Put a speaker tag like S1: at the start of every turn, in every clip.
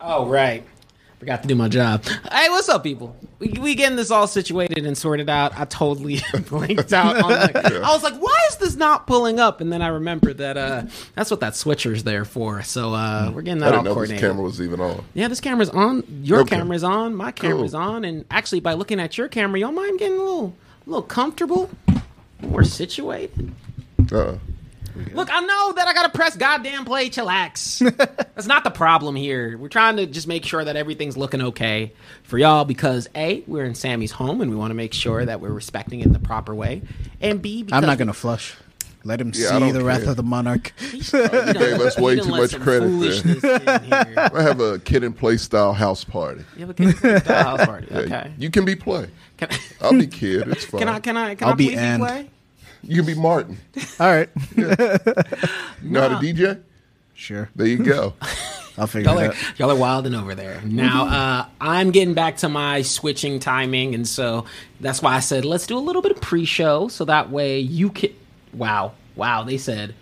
S1: Oh, right. Forgot to do my job. Hey, what's up, people? We, we getting this all situated and sorted out. I totally blanked out. On the, I was like, why is this not pulling up? And then I remembered that uh, that's what that switcher's there for. So uh, we're getting
S2: Hmm.
S1: that
S2: I
S1: all
S2: didn't know
S1: coordinated.
S2: this camera was even on.
S1: Yeah, this camera's on. Your
S2: Okay.
S1: camera's on. My camera's
S2: Cool.
S1: on. And actually, by looking at your camera, y'all mind getting a little, a little comfortable. We're situated.
S2: Uh-uh.
S1: Look, I know that I gotta press goddamn play chillax. That's not the problem here. We're trying to just make sure that everything's looking okay for y'all because A, we're in Sammy's home and we want to make sure that we're respecting it in the proper way. And B, because
S3: I'm not gonna flush. Let him
S2: Yeah, I
S3: see
S2: don't
S3: the wrath
S2: care.
S3: of the monarch.
S1: you
S2: gave us way
S1: you done
S2: too
S1: let
S2: much
S1: some
S2: credit there.
S1: foolishness in here.
S2: I have a kid and play style house party.
S1: You have a kid for the house party.
S2: Yeah,
S1: Okay.
S2: You can be play.
S1: Can,
S2: I'll be kid. It's fine.
S1: can I? Can I? Can
S3: I'll
S1: I
S3: be
S1: please
S3: and.
S1: play?
S2: You can be Martin.
S3: All right,
S2: You know how to DJ?
S3: sure.
S2: There you go.
S3: I'll figure
S1: y'all
S3: it
S1: are,
S3: out.
S1: y'all are wilding over there. Now,
S2: Mm-hmm.
S1: uh, I'm getting back to my switching timing, and so that's why I said let's do a little bit of pre-show, so that way you can. Wow, wow, they said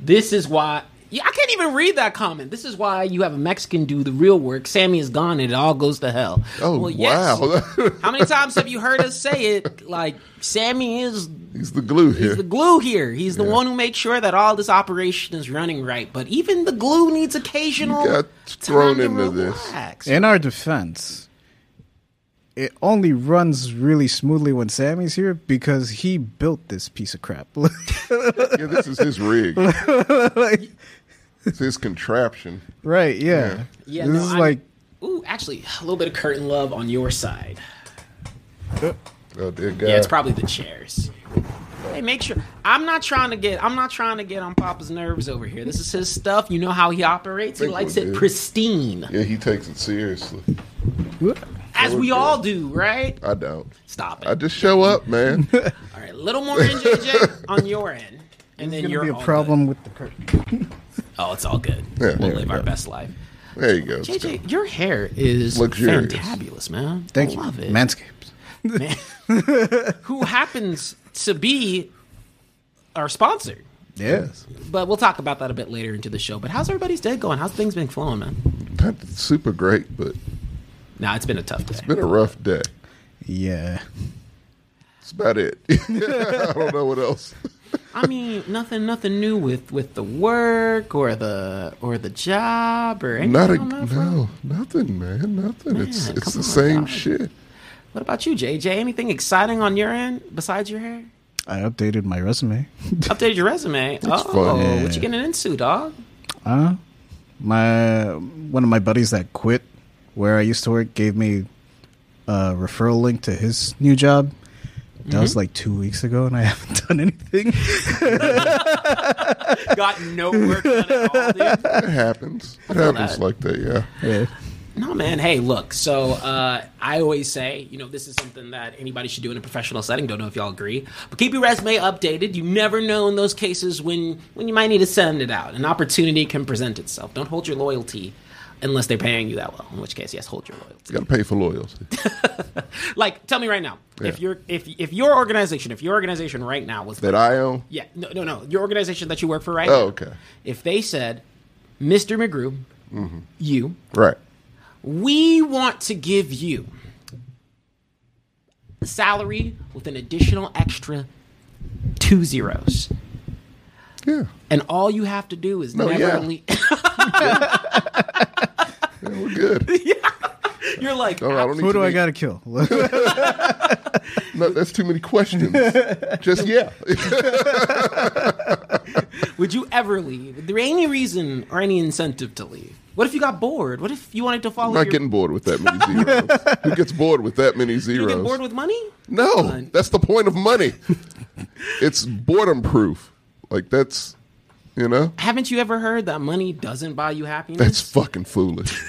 S1: this is why. Yeah, I can't even read that comment. This is why you have a Mexican do the real work. Sammy is gone, and it all goes to hell.
S2: Oh,
S1: yes.
S2: wow.
S1: How many times have you heard us say it? Like Sammy is
S2: He's the glue here.
S1: the glue here. He's the one who makes sure that all this operation is running right. But even the glue needs occasional
S2: You got
S1: time
S2: thrown
S1: to
S2: into this.
S1: relax.
S3: In our defense, it only runs really smoothly when Sammy's here because he built this piece of crap.
S2: yeah, this is his rig. it's his contraption.
S3: right? Yeah.
S1: Yeah,
S3: this
S1: no,
S3: is
S1: I'm-
S3: like
S1: Ooh, actually, a little bit of curtain love on your side.
S2: Oh dear God.
S1: Yeah, it's probably the chairs. Hey, make sure I'm not trying to get I'm not trying to get on Papa's nerves over here. This is his stuff. You know how he operates. He
S2: Think
S1: likes
S2: we
S1: it
S2: do.
S1: pristine,
S2: Yeah, he takes it seriously.
S1: as we
S2: Okay.
S1: all do, right?
S2: I don't.
S1: Stop it.
S2: I just show up, man.
S1: All right, a little more NJJ on your end, and then
S3: it's
S1: you're
S3: gonna be a
S1: all good.
S3: problem with the curtain.
S1: Oh, it's all good.
S2: Yeah.
S1: we'll
S2: Yeah,
S1: live our
S2: yeah.
S1: best life.
S2: There you go. Let's go.
S1: JJ, your hair is
S2: Luxurious.
S1: fantabulous, man.
S3: Thank
S1: I
S3: you,
S1: love it.
S3: Manscaped.
S1: Man. Who happens to be our sponsor.
S3: Yes.
S1: But we'll talk about that a bit later into the show. But how's everybody's day going? How's things been flowing, man?
S2: Not super great, but
S1: Nah, it's been a tough day.
S2: been a rough day.
S3: Yeah.
S2: That's about it. I don't know what else.
S1: I mean, nothing, nothing new with with the work or the or the job or anything.
S2: Not a,
S1: on that front.
S2: no, nothing, man. Nothing. it's
S1: Man,
S2: it's
S1: come
S2: the
S1: on,
S2: same
S1: dog.
S2: shit.
S1: What about you, JJ? Anything exciting on your end besides your hair?
S3: I updated my resume.
S1: Updated your resume. oh,
S2: fun.
S1: what you getting into, dog?
S3: Uh, my one of my buddies that quit where I used to work gave me a referral link to his new job. That was
S2: Mm-hmm.
S3: like two weeks ago, and I haven't done anything.
S1: Got no work done at all, dude.
S2: It happens. It happens
S1: that.
S2: like that. Yeah.
S1: No, man. Hey, look. So uh, I always say, you know, this is something that anybody should do in a professional setting. Don't know if y'all agree, but keep your resume updated. You never know in those cases when when you might need to send it out. An opportunity can present itself. Don't hold your loyalty unless they're paying you that well. In which case, yes, hold your loyalty.
S2: You got to pay for loyalty.
S1: Like, tell me right now, if your if if your organization, if your organization right now was
S2: that I own.
S1: yeah, no, no, no. Your organization that you work for right
S2: Oh,
S1: now.
S2: okay.
S1: If they said, Mr. McGrew,
S2: Mm-hmm.
S1: you,
S2: Right.
S1: we want to give you a salary with an additional extra two zeros.
S2: Yeah.
S1: And all you have to do is
S2: No,
S1: never
S2: Oh, yeah.
S1: only.
S2: Yeah, we're good.
S1: You're like,
S2: No, I don't need
S3: Who
S2: to
S3: do I
S2: make-
S3: gotta kill?
S2: No, that's too many questions. Just yeah.
S1: would you ever leave? Is there any reason or any incentive to leave? What if you got bored? What if you wanted to follow
S2: I'm not
S1: your.
S2: getting bored with that many zeros. Who gets bored with that many
S1: you
S2: zeros?
S1: get bored with money?
S2: no, that's the point of money. it's boredom proof. Like that's, you know,
S1: Haven't you ever heard that money doesn't buy you happiness?
S2: that's fucking foolish.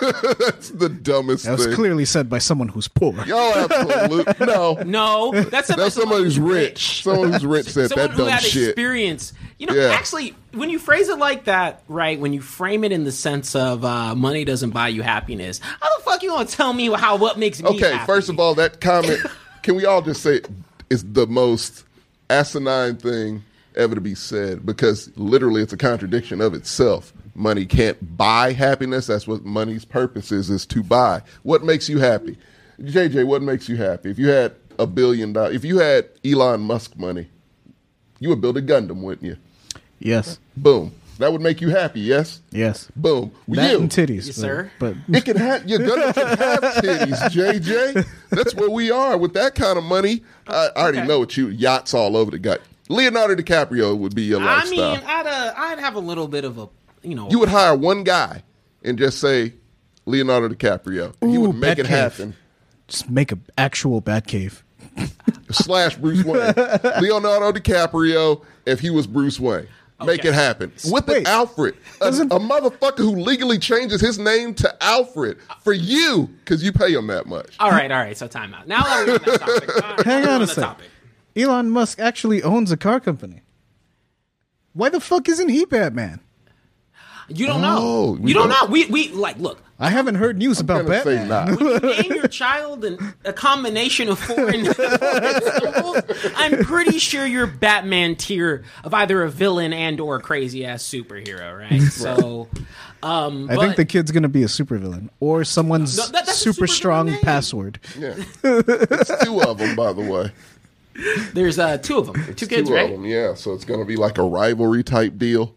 S2: that's the dumbest
S3: That was
S2: thing.
S3: clearly said by someone who's poor.
S2: Y'all absolute no.
S1: No, that's somebody,
S2: That's someone who's rich. Someone who's rich said
S1: Someone
S2: that
S1: who
S2: dumb
S1: had
S2: shit.
S1: experience. You know,
S2: Yeah.
S1: actually, when you phrase it like that, right? When you frame it in the sense of uh, money doesn't buy you happiness, how the fuck you gonna tell me how what makes me?
S2: Okay,
S1: happy?
S2: first of all, that comment. can we all just say it's the most asinine thing ever to be said because literally it's a contradiction of itself. Money can't buy happiness. That's what money's purpose is, is to buy. What makes you happy? JJ, what makes you happy? If you had a billion dollars, if you had Elon Musk money, you would build a Gundam, wouldn't you?
S3: Yes.
S2: Boom. That would make you happy, yes?
S3: Yes.
S2: Boom.
S3: That
S2: you.
S3: and
S1: Yes,
S3: titties. but-
S1: sir.
S3: But
S2: It can have your gun can have titties, JJ. That's where we are with that kind of money. I, I already
S1: Okay.
S2: know what you yachts all over the gut. Leonardo DiCaprio would be your
S1: I
S2: lifestyle.
S1: mean, I'd uh, I'd have a little bit of a you know
S2: you would hire one guy and just say Leonardo DiCaprio. and he
S3: Ooh,
S2: would make it
S3: Batcave.
S2: happen.
S3: just make an actual bat cave.
S2: Slash Bruce Wayne. Leonardo DiCaprio if he was Bruce Wayne. Make
S1: Okay.
S2: it happen with an
S3: Wait.
S2: Alfred, a, a motherfucker who legally changes his name to Alfred for you because you pay him that much.
S1: All right, all right. So time out. Now that we're on that topic. all right,
S3: Hang
S1: we're
S3: on a
S1: the
S3: sec.
S1: topic.
S3: Elon Musk actually owns a car company. Why the fuck isn't he Batman?
S1: You don't
S2: Oh,
S1: know.
S2: we
S1: You don't
S2: don't-
S1: know. We we like look.
S3: I haven't heard news
S2: I'm
S3: about
S2: gonna say
S3: Batman.
S2: nah.
S1: When you name your child an, a combination of foreign symbols, I'm pretty sure you're Batman tier of either a villain and or a crazy ass superhero, right? So, um,
S3: I think
S1: but-
S3: the kid's gonna be a supervillain or someone's
S1: No, that- that's a
S3: super
S1: supervillain
S3: strong
S1: name.
S3: password.
S2: Yeah. it's two of them, by the way.
S1: there's uh, two of them, two kids,
S2: two
S1: right?
S2: of them, yeah. So it's going to be like a rivalry type deal,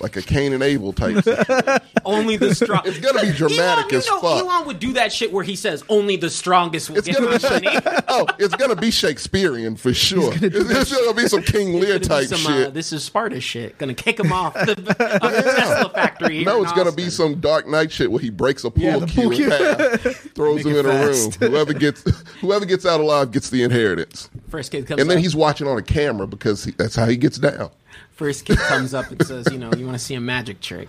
S2: like a Cain and Abel type. situation.
S1: Only the strong.
S2: it's going to be dramatic
S1: Elon, you
S2: as
S1: know,
S2: fuck.
S1: Elon would do that shit where he says only the strongest will
S2: it's
S1: get
S2: gonna be
S1: money.
S2: Shake- oh, it's gonna be Shakespearean for sure. It's gonna be some King Lear
S1: It's gonna be some,
S2: type shit.
S1: Uh, this is Sparta shit. Gonna kick him off the of the Tesla factory. Here
S2: no,
S1: in
S2: it's gonna
S1: Austin.
S2: be some Dark Knight shit where he breaks a pool
S3: Yeah, the
S2: cue
S3: pool
S2: in
S3: cue.
S2: half, throws him
S3: Make
S2: in
S3: it
S2: a room.
S3: fast.
S2: Whoever gets whoever gets out alive gets the inheritance.
S1: First kid comes
S2: And then
S1: up.
S2: he's watching on a camera because he, that's how he gets down.
S1: First kid comes up and says, "You know, you want to see a magic trick?"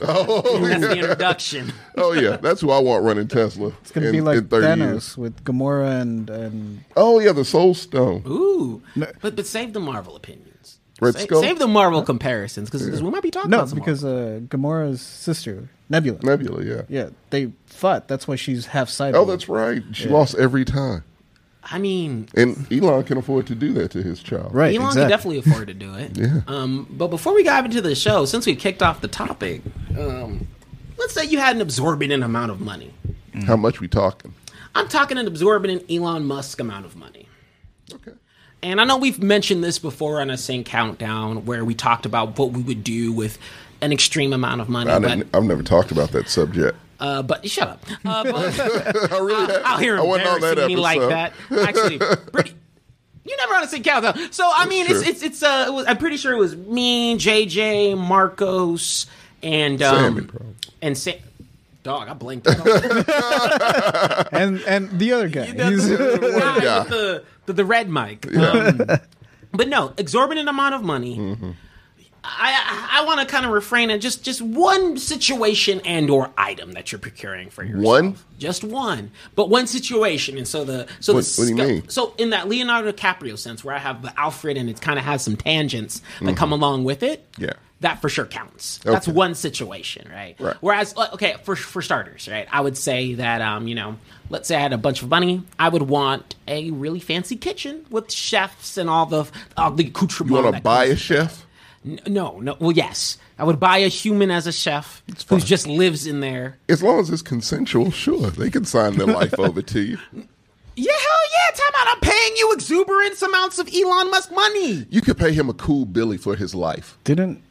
S2: Oh,
S1: That's the
S2: yeah.
S1: introduction.
S2: oh yeah, that's who I want running Tesla.
S3: It's gonna
S2: in,
S3: be like
S2: in 30
S3: Thanos
S2: years.
S3: with Gamora and and
S2: Oh yeah, the Soul Stone.
S1: Ooh, but but save the Marvel opinions.
S2: Red
S1: Sa-
S2: Skull?
S1: save the Marvel comparisons because we might be talking
S3: no
S1: about some
S3: because uh, Gamora's sister Nebula.
S2: Nebula, yeah.
S3: Yeah, they fought. That's why she's half cyborg.
S2: Oh, that's right. She lost every time,
S1: Marvel. I mean,
S2: and Elon can afford to do that to his child.
S3: right.
S1: Elon
S3: exactly.
S1: can definitely afford to do it.
S2: Yeah.
S1: Um, but before we dive into the show, since we kicked off the topic, um, let's say you had an absorbent amount of money.
S2: How much we talking?
S1: I'm talking an absorbent Elon Musk amount of money.
S2: Okay.
S1: And I know we've mentioned this before on a sync countdown where we talked about what we would do with an extreme amount of money.
S2: I
S1: But,
S2: didn't, I've never talked about that subject.
S1: uh, but shut up. Uh, but,
S2: I really. have
S1: out here
S2: I wasn't on
S1: embarrassing
S2: that
S1: me like
S2: episode.
S1: that. Actually, pretty. You never on a sync countdown. So I mean, it's
S2: true.
S1: it's it's uh, it was, I'm pretty sure it was me, JJ, Marcos, and um,
S2: Sammy, probably.
S1: and Sam. Dog, I blanked. out.
S3: and and the other guy.
S1: That's
S3: He's-
S1: the guy
S2: guy.
S1: with the, the, the red mic. Um, but no, exorbitant amount of money.
S2: Mm-hmm.
S1: I I, I want to kind of refrain on just just one situation and or item that you're procuring for yourself.
S2: One?
S1: just one, but one situation. And so the so
S2: What-
S1: the
S2: what do you
S1: sco-
S2: mean?
S1: so in that Leonardo DiCaprio sense, where I have the Alfred and it kind of has some tangents that come along with it.
S2: Mm-hmm. Yeah.
S1: That for sure counts. That's
S2: Okay.
S1: one situation, right?
S2: Right.
S1: Whereas, like, okay, for for starters, right? I would say that, um, you know, let's say I had a bunch of money, I would want a really fancy kitchen with chefs and all the all the accoutrement.
S2: You want to
S1: that
S2: buy
S1: comes-
S2: a chef?
S1: N- No, no. Well, yes, I would buy a human as a chef who
S2: fine.
S1: just lives in there.
S2: As long as it's consensual, sure, they can sign their life over to you.
S1: Yeah, hell yeah! Time out. I'm paying you exuberant amounts of Elon Musk money.
S2: You could pay him a cool billy for his life.
S3: Didn't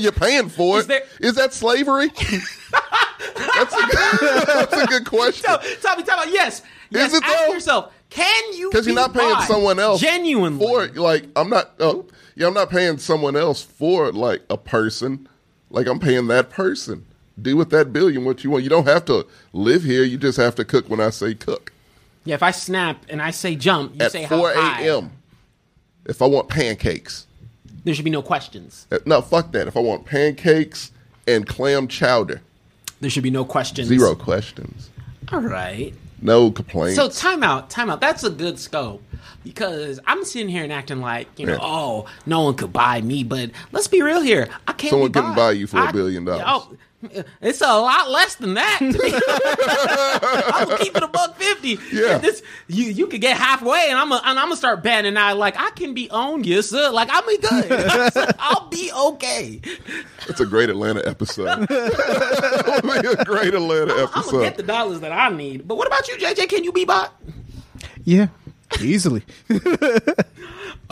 S2: You're paying for
S1: Is
S2: it.
S1: there-
S2: Is that slavery? that's, a good, that's a good question.
S1: So, Tommy, time out. Yes, yes.
S2: it,
S1: ask
S2: though?
S1: yourself. Can you?
S2: because you're
S1: be
S2: not paying
S1: bought
S2: someone else
S1: genuinely
S2: for it. like I'm not oh yeah I'm not paying someone else for like a person like I'm paying that person do with that billion what you want you don't have to live here you just have to cook when I say cook
S1: Yeah, if I snap and I say jump, you
S2: at
S1: say how
S2: 4
S1: high.
S2: a.m. if I want pancakes
S1: There should be no questions.
S2: Uh, no fuck that if I want pancakes and clam chowder
S1: There should be no questions.
S2: zero questions
S1: All right.
S2: no complaints
S1: So timeout, timeout. That's a good scope. because I'm sitting here and acting like you know,
S2: Yeah.
S1: oh, no one could buy me. But let's be real here, I can't.
S2: Someone
S1: be
S2: couldn't
S1: bought.
S2: buy you for a
S1: I-
S2: billion dollars.
S1: Oh, It's a lot less than that. I'm gonna keep it a buck fifty.
S2: Yeah.
S1: this you you could get halfway, and I'm a, and I'm gonna start banning out like I can be owned, yes sir. Like I'm good. I'll be okay.
S2: That's a great Atlanta episode. That would be a great Atlanta
S1: I'm gonna get the
S2: episode.
S1: dollars that I need. But what about you, JJ? Can you be bought?
S3: Yeah, easily.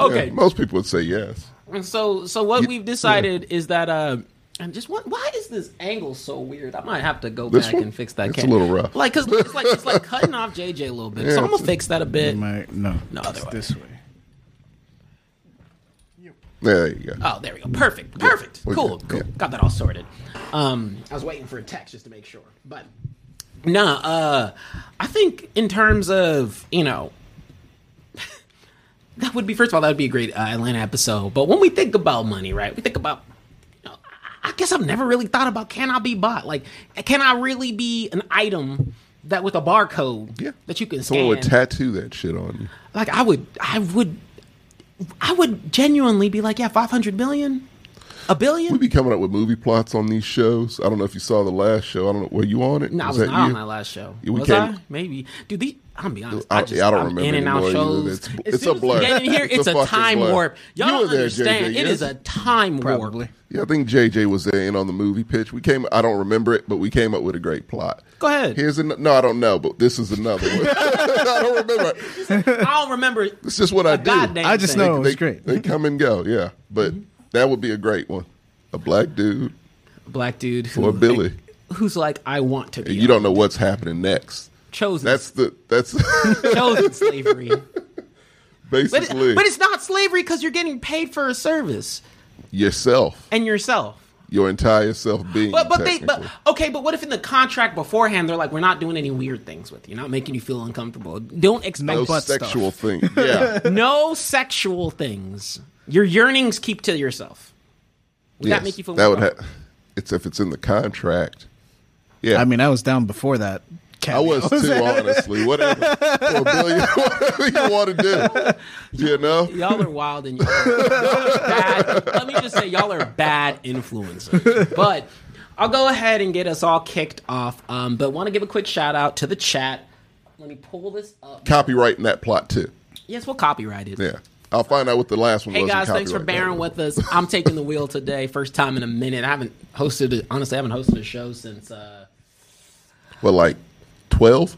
S1: Okay,
S2: Yeah, most people would say yes.
S1: And so so what we've decided is that uh and just what why is this angle so weird? I might have to go
S2: This
S1: back
S2: one?
S1: and fix that.
S2: It's a
S1: cam-
S2: little rough.
S1: Like because it's like it's like cutting off JJ a little bit.
S2: Yeah,
S1: so I'm gonna
S2: it's-
S1: fix that a bit.
S3: My, no,
S1: No,
S3: it's
S1: otherwise.
S3: this way.
S2: There you go.
S1: Oh, there we go. Perfect. Perfect.
S2: We're
S1: Cool.
S2: good.
S1: Cool.
S2: Yeah.
S1: Got that all sorted. Um, I was waiting for a text just to make sure, but nah. Uh, I think in terms of you know. That would be first of all that would be a great uh, Atlanta episode. But when we think about money, right? We think about, you know, I I guess I've never really thought about can I be bought? Like, can I really be an item that with a barcode
S2: Yeah.
S1: that you can scan?
S2: Someone would tattoo that shit on you.
S1: like I would, I would, I would genuinely be like, yeah, five hundred million, a billion.
S2: We be coming up with movie plots on these shows. I don't know if you saw the last show. I don't know. Were you on it?
S1: no, I was
S2: that
S1: not on
S2: you?
S1: my last show.
S2: Yeah, we
S1: was
S2: can't-
S1: I? Maybe, dude. The, I'm be honest.
S2: I-
S1: I,
S2: yeah,
S1: just,
S2: I don't
S1: I'm
S2: remember
S1: In and out
S2: anymore either.
S1: shows.
S2: It's-
S1: As
S2: it's a
S1: soon as we
S2: blur.
S1: Get in here.
S2: It's
S1: It's,
S2: a
S1: a,
S2: fucking
S1: time
S2: blur.
S1: warp. Y'all
S2: You were
S1: don't
S2: there,
S1: understand.
S2: JJ,
S1: It is
S2: yes?
S1: a time
S3: Probably.
S1: warp.
S2: Yeah, I think JJ was there in on the movie pitch. We came. I don't remember it, but we came up with a great plot.
S1: Go ahead.
S2: Here's an, no, I don't know, but this is another one. I don't remember.
S1: I don't remember.
S2: It's just what I do.
S1: Goddamn.
S3: I just
S1: thing. Mm-hmm.
S3: know it
S2: They,
S3: was great.
S2: they come and go. Yeah, but that would be a great one. A black dude
S1: black dude who,
S2: or a Billy.
S1: who's like, I want to be.
S2: You don't know what's happening next.
S1: chosen.
S2: That's the that's
S1: chosen slavery. But, it-
S2: basically
S1: but it's not slavery because you're getting paid for a service
S2: yourself,
S1: and yourself.
S2: your entire self being.
S1: But but they but
S2: technically.
S1: okay, but what if in the contract beforehand they're like, we're not doing any weird things with you, not making you feel uncomfortable. Don't expect
S2: no
S1: butt stuff.
S2: sexual thing. Yeah,
S1: no sexual things. Your yearnings keep to yourself. Would
S2: Yes,
S1: that make you feel?
S2: that
S1: more
S2: would
S1: comfortable?
S2: ha- it's if it's in the contract. Yeah,
S3: I mean, I was down before that.
S2: I was too, honestly. Whatever. Or Billy, whatever you want to do. You know?
S1: Y'all are wild and y'all are bad. Let me just say, y'all are bad influencers. But I'll go ahead and get us all kicked off. Um, but want to give a quick shout out to the chat. Let me pull this up.
S2: Copyrighting that plot, too.
S1: Yes, we'll copyright it.
S2: Yeah. I'll find out what the last one
S1: Hey
S2: was. and
S1: guys, thanks for
S2: copyright
S1: bearing
S2: that.
S1: with us. I'm taking the wheel today, first time in a minute. I haven't hosted it. Honestly, I haven't hosted a show since. Uh,
S2: Well, like 12?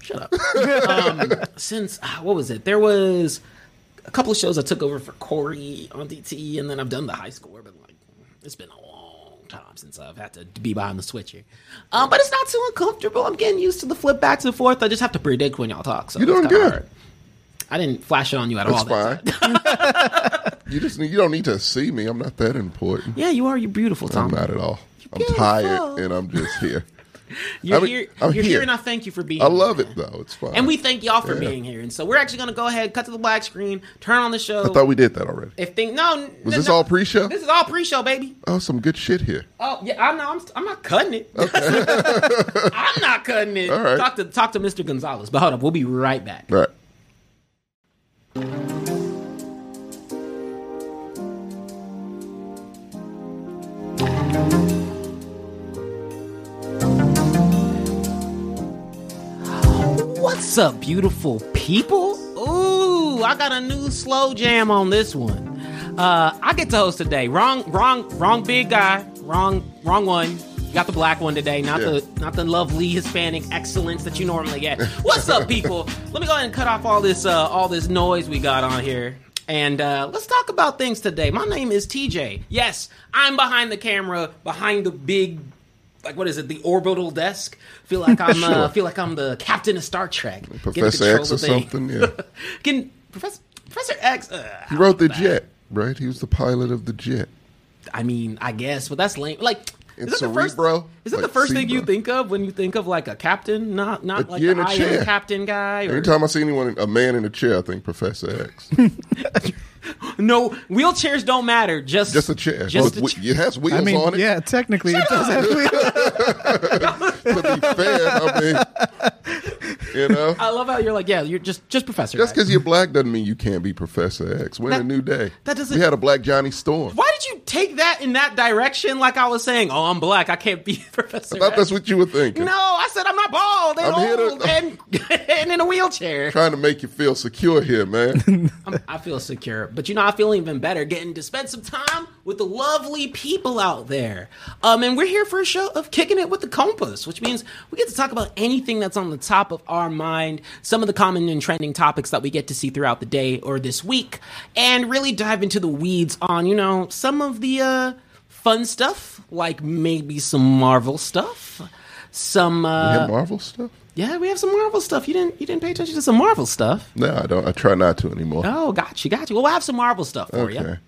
S1: shut up. um, since ah, what was it? There was a couple of shows I took over for Corey on DT, and then I've done the high score. But like, it's been a long time since I've had to be behind the switch here. Um, but it's not too uncomfortable. I'm getting used to the flip backs and forth. I just have to predict when y'all talk. So
S2: You're
S1: it's
S2: doing
S1: kinda
S2: good.
S1: hard. I didn't flash it on you at
S2: That's
S1: all. that time.
S2: fine. you just need, you don't need to see me. I'm not that important.
S1: Yeah, you are. You're beautiful, Tom.
S2: I'm not at all. I'm
S1: Beautiful.
S2: tired and I'm just here.
S1: You're
S2: I mean,
S1: here.
S2: I'm
S1: you're here.
S2: here.
S1: and I thank you for being.
S2: I
S1: here,
S2: love
S1: man.
S2: it, though. It's fine.
S1: And we thank y'all for
S2: Yeah.
S1: being here. And so we're actually going to go ahead, cut to the black screen, turn on the show.
S2: I thought we did that already.
S1: if thing, no, n-
S2: Was
S1: no,
S2: this
S1: no.
S2: all pre show?
S1: This is all pre-show, baby.
S2: Oh, some good shit here.
S1: Oh yeah, I know. I'm, I'm not cutting it. I'm not cutting it.
S2: All right.
S1: Talk to talk to Mr. Gonzalez. But hold up, we'll be right back.
S2: All right.
S1: What's up, beautiful people? Ooh, I got a new slow jam on this one. Uh, I get to host today. Wrong, wrong, wrong. Big guy. Wrong, wrong one. You got the black one today, not
S2: Yeah.
S1: the not the lovely Hispanic excellence that you normally get. What's up, people? Let me go ahead and cut off all this uh, all this noise we got on here, and uh, let's talk about things today. My name is TJ. Yes, I'm behind the camera, behind the big like what is it the orbital desk feel like i'm uh, feel like i'm the captain of star trek Get to control
S2: Professor X
S1: the
S2: or
S1: thing.
S2: something. Yeah.
S1: Can professor professor x uh,
S2: He wrote the jet, right? He was the pilot of the jet.
S1: i mean i guess but that's lame like is
S2: And
S1: that, the first,
S2: Cerebro,
S1: is that the
S2: like
S1: first thing you
S2: Cerebro.
S1: think of when you think of like a captain not not
S2: But
S1: like
S2: you're
S1: the
S2: in a
S1: I am
S2: chair.
S1: captain guy or
S2: Every time I see anyone, a man in a chair, I think Professor X.
S1: no wheelchairs don't matter just
S2: Just a chair.
S1: just
S2: With
S1: a
S2: whe-
S1: chair.
S2: it has wheels
S3: I mean,
S2: on it.
S3: yeah, technically it does have.
S2: To be fair, I mean, You know,
S1: I love how you're like, yeah, you're just just Professor.
S2: just
S1: X.
S2: because you're black doesn't mean you can't be Professor X. We're in
S1: That-
S2: a new day.
S1: that doesn't-
S2: We had a black Johnny Storm.
S1: Why did you take that in that direction? Like I was saying, oh, I'm black. I can't be Professor.
S2: I thought
S1: X.
S2: that's what you were thinking.
S1: No, I said I'm not bald and
S2: I'm here to-
S1: old and, and in a wheelchair.
S2: Trying to make you feel secure here, man.
S1: I'm, I feel secure, but you know I feel even better getting to spend some time with the lovely people out there. Um, and we're here for a show of kicking it with the compass, which means we get to talk about anything that's on the top of our mind, some of the common and trending topics that we get to see throughout the day or this week, and really dive into the weeds on you know some of the uh, fun stuff, like maybe some Marvel stuff, some uh,
S2: That Marvel stuff?
S1: yeah, we have some Marvel stuff. You didn't you didn't pay attention to some Marvel stuff.
S2: No, I don't. I try not to anymore.
S1: Oh, got you, got you. Well, we'll have some Marvel stuff for
S2: Okay.
S1: you.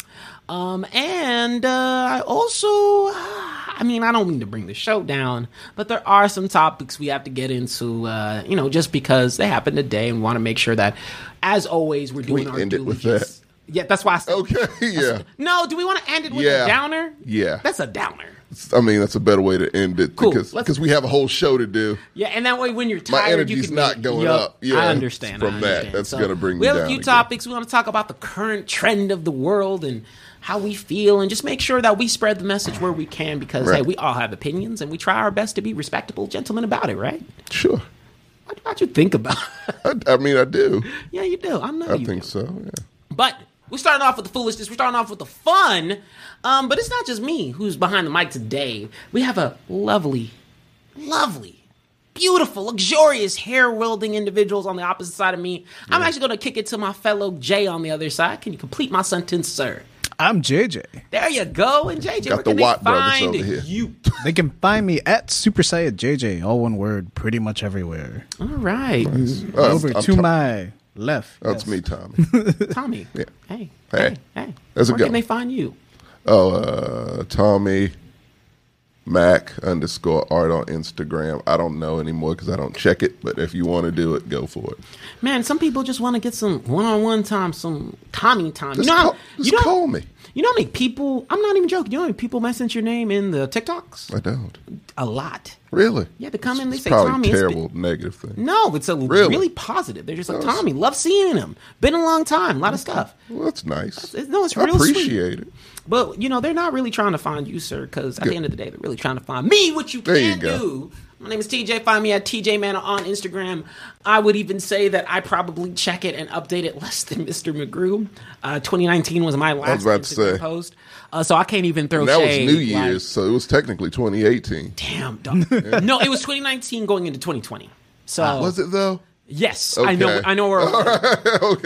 S1: Um, and uh, I also, I mean, I don't mean to bring the show down, but there are some topics we have to get into, uh, you know, just because they happen today and want to make sure that, as always, we're doing
S2: we
S1: our
S2: end it with
S1: diligence. Yeah, that's why I said.
S2: Okay, yeah.
S1: No, do we want to end it with
S2: Yeah.
S1: a downer?
S2: Yeah.
S1: That's a downer.
S2: I mean, that's a better way to end it
S1: Cool,
S2: because
S1: let's-
S2: because we have a whole show to do.
S1: Yeah, and that way when you're
S2: My
S1: tired, you
S2: energy's
S1: can
S2: not
S1: make-
S2: going
S1: Yup,
S2: up. Yeah,
S1: I understand
S2: from
S1: I
S2: that.
S1: understand.
S2: That's gonna bring
S1: We
S2: me
S1: have a
S2: down
S1: few
S2: again.
S1: topics. We want to talk about the current trend of the world and how we feel, and just make sure that we spread the message where we can because
S2: Right.
S1: hey, we all have opinions and we try our best to be respectable gentlemen about it, right?
S2: Sure.
S1: What about you think about?
S2: I, I mean, I do.
S1: yeah, you do. I know
S2: I
S1: you
S2: think
S1: do.
S2: so. Yeah.
S1: But we're starting off with the foolishness. We're starting off with the fun. Um, but it's not just me who's behind the mic today. We have a lovely, lovely, beautiful, luxurious, hair wielding individuals on the opposite side of me. I'm actually going to kick it to my fellow Jay on the other side. Can you complete my sentence, sir?
S3: I'm JJ.
S1: There you go. And JJ,
S2: Got
S1: where
S2: the
S1: can
S2: Watt
S1: they
S2: brothers
S1: find
S2: over here.
S1: you?
S3: They can find me at Super Saiyan JJ, all one word, pretty much everywhere.
S1: All right,
S2: Uh,
S3: Over
S2: I'm
S3: to
S2: Tom-
S3: my left.
S2: That's me, Tommy.
S1: Tommy. Hey,
S2: Hey.
S1: hey, hey.
S2: How's it
S1: where
S2: going?
S1: can they find you?
S2: oh, uh, Tommy Mac underscore art on Instagram. I don't know anymore because I don't check it. But if you want to do it, go for it.
S1: Man, some people just want to get some one-on-one time, some Tommy time.
S2: Just,
S1: you know, how-
S2: call,
S1: you
S2: just
S1: know,
S2: call me.
S1: You know how many people? I'm not even joking. You know how many people message your name in the TikToks?
S2: I don't
S1: A lot.
S2: really.
S1: Yeah, they come in. They
S2: It's
S1: say
S2: probably
S1: Tommy. it's been-"
S2: terrible negative thing.
S1: no, it's a
S2: Really?
S1: really? positive. They're just like Tommy. Love seeing him. Been a long time. A lot of stuff.
S2: Well, that's nice.
S1: It's- no, it's
S2: I
S1: real sweet.
S2: appreciate it.
S1: But you know, they're not really trying to find you, sir. Because at the end of the day, they're really trying to find me. What you
S2: There you
S1: can
S2: go.
S1: do. My name is TJ. Find me at TJ Manor on Instagram. I would even say that I probably check it and update it less than Mr. McGrew. Uh, 2019 was my last
S2: about to
S1: Instagram
S2: say.
S1: post, uh, so I can't even throw.
S2: And that was
S1: shade,
S2: New
S1: like-
S2: Year's, so it was technically 2018.
S1: Damn, dog. no, it was 2019 going into 2020. So
S2: Was it though?
S1: Yes, I know.
S2: Okay.
S1: I know where.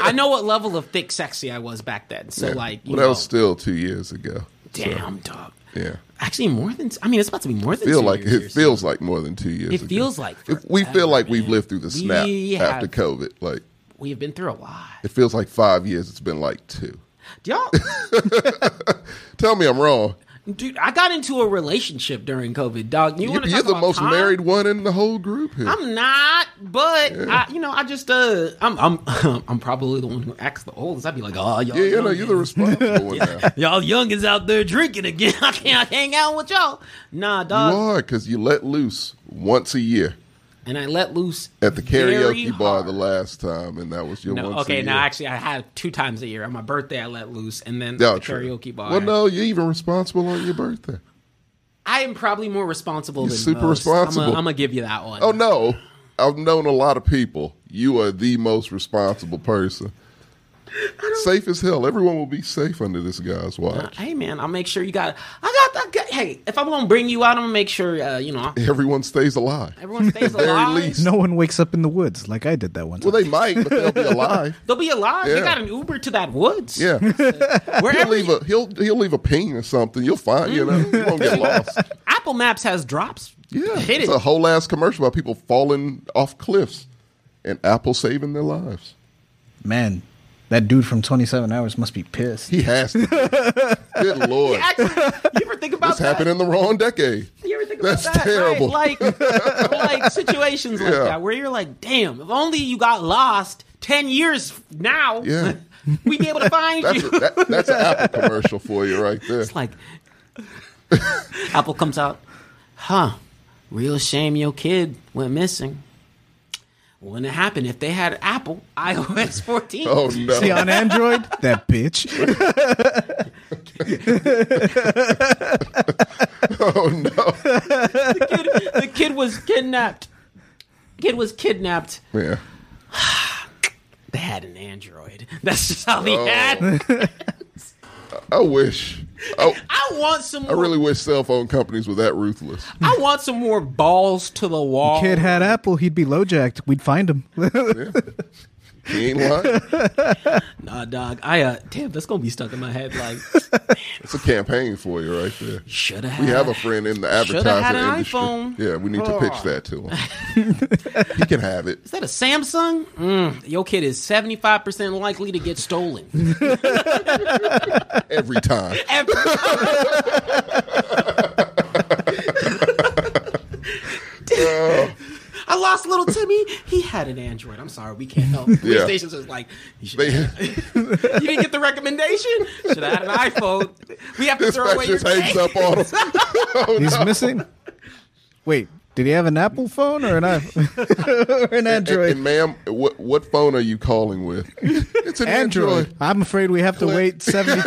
S1: I know what level of thick sexy I was back then. So
S2: Yeah.
S1: like, you
S2: well, that
S1: know,
S2: was still two years ago.
S1: damn dog.
S2: Yeah.
S1: Actually, more than I mean, it's about to be more than
S2: Feel
S1: two
S2: like
S1: years or
S2: it feels like more than two years.
S1: It
S2: ago.
S1: feels like
S2: If we
S1: forever,
S2: feel like we've
S1: man.
S2: lived through the snap
S1: We have-
S2: after COVID. Like
S1: so. we have been through a lot.
S2: it feels like five years. It's been like two.
S1: Y'all,
S2: Tell me I'm wrong.
S1: dude, I got into a relationship during COVID, dog. You
S2: You,
S1: want
S2: are
S1: to talk
S2: the
S1: about
S2: most
S1: time?
S2: married one in the whole group here.
S1: I'm not, but I, you know, I just uh, I'm I'm I'm probably the one who acts the oldest. I'd be like, oh, y'all,
S2: yeah, you
S1: young
S2: know, you're the
S1: is-
S2: responsible one now.
S1: y'all youngins out there drinking again. I can't hang out with y'all. Nah, dog.
S2: You are because you let loose once a year
S1: and I let loose
S2: at the
S1: very
S2: karaoke bar
S1: hard.
S2: the last time, and that was your
S1: No,
S2: once a
S1: okay,
S2: year.
S1: now actually, I had two times a year. On my birthday, I let loose, and then
S2: Yeah,
S1: the
S2: true.
S1: karaoke bar.
S2: Well, no, you're even responsible on your birthday.
S1: I am probably more responsible than
S2: super
S1: most.
S2: responsible.
S1: I'm gonna give you that one.
S2: Oh no, I've known a lot of people. You are the most responsible person. Safe as hell. Everyone will be safe under this guy's watch.
S1: Hey man, I'll make sure you got. I got. I got hey, if I'm gonna bring you out, I'm gonna make sure uh, you know
S2: Everyone stays alive.
S1: everyone stays
S2: very
S1: alive.
S2: least.
S3: No one wakes up in the woods like I did that one time.
S2: Well, they might, but they'll be alive.
S1: They'll be alive. They
S2: Yeah.
S1: got an Uber to that woods.
S2: Yeah, he'll
S1: Wherever
S2: leave a he'll he'll leave a ping or something. You'll find you know you won't get lost.
S1: Apple Maps has drops.
S2: Yeah,
S1: hit
S2: it's
S1: it.
S2: a whole ass commercial about people falling off cliffs and Apple saving their lives.
S3: Man, that dude from 27 Hours must be pissed.
S2: He has to. be. Good lord,
S1: Actually, you ever think about
S2: this
S1: that?
S2: happened in the wrong decade.
S1: You ever think about
S2: That's
S1: that?
S2: terrible.
S1: Right? Like, like situations like
S2: Yeah.
S1: that where you're like, damn, if only you got lost ten years now,
S2: Yeah.
S1: we'd be able to find
S2: That's
S1: you.
S2: a, that, that's an Apple commercial for you right there.
S1: It's like Apple comes out, huh? Real shame your kid went missing. Wouldn't it happen if they had Apple iOS 14?
S2: Oh no!
S3: See on Android, that bitch.
S2: Oh no!
S1: kid, the kid was kidnapped. Kid was kidnapped.
S2: Yeah.
S1: They had an android. That's just how they
S2: Oh.
S1: had.
S2: I wish. I,
S1: I want some.
S2: I
S1: More, I
S2: really wish cell phone companies were that ruthless.
S1: want some more balls to the wall.
S3: Kid had Apple, he'd be lowjacked. We'd find him.
S2: Oh, He ain't lying.
S1: nah, dog. I uh, damn, that's gonna be stuck in my head. Like,
S2: It's a campaign for you right there.
S1: shoulda had.
S2: We have a friend in the
S1: Shoulda had
S2: advertising
S1: an
S2: industry.
S1: iPhone.
S2: Yeah, we need to pitch that to him. he can have it.
S1: Is that a Samsung? Mm, your kid is seventy five percent likely to get stolen.
S2: every time.
S1: Every- I lost little Timmy. He had an Android. I'm sorry, we can't help.
S2: Yeah.
S1: PlayStation's just like, you, should-
S2: They-
S1: you didn't get the recommendation. Should I had an iPhone? We have to throw
S2: Dispatch
S1: away your
S2: just hangs up on him.
S3: He's missing. Wait, did he have an Apple phone or an iPhone? or an
S2: And,
S3: Android?
S2: and ma'am, what what phone are you calling with? It's an
S3: Android.
S2: Android.
S3: I'm afraid we have to wait seventy.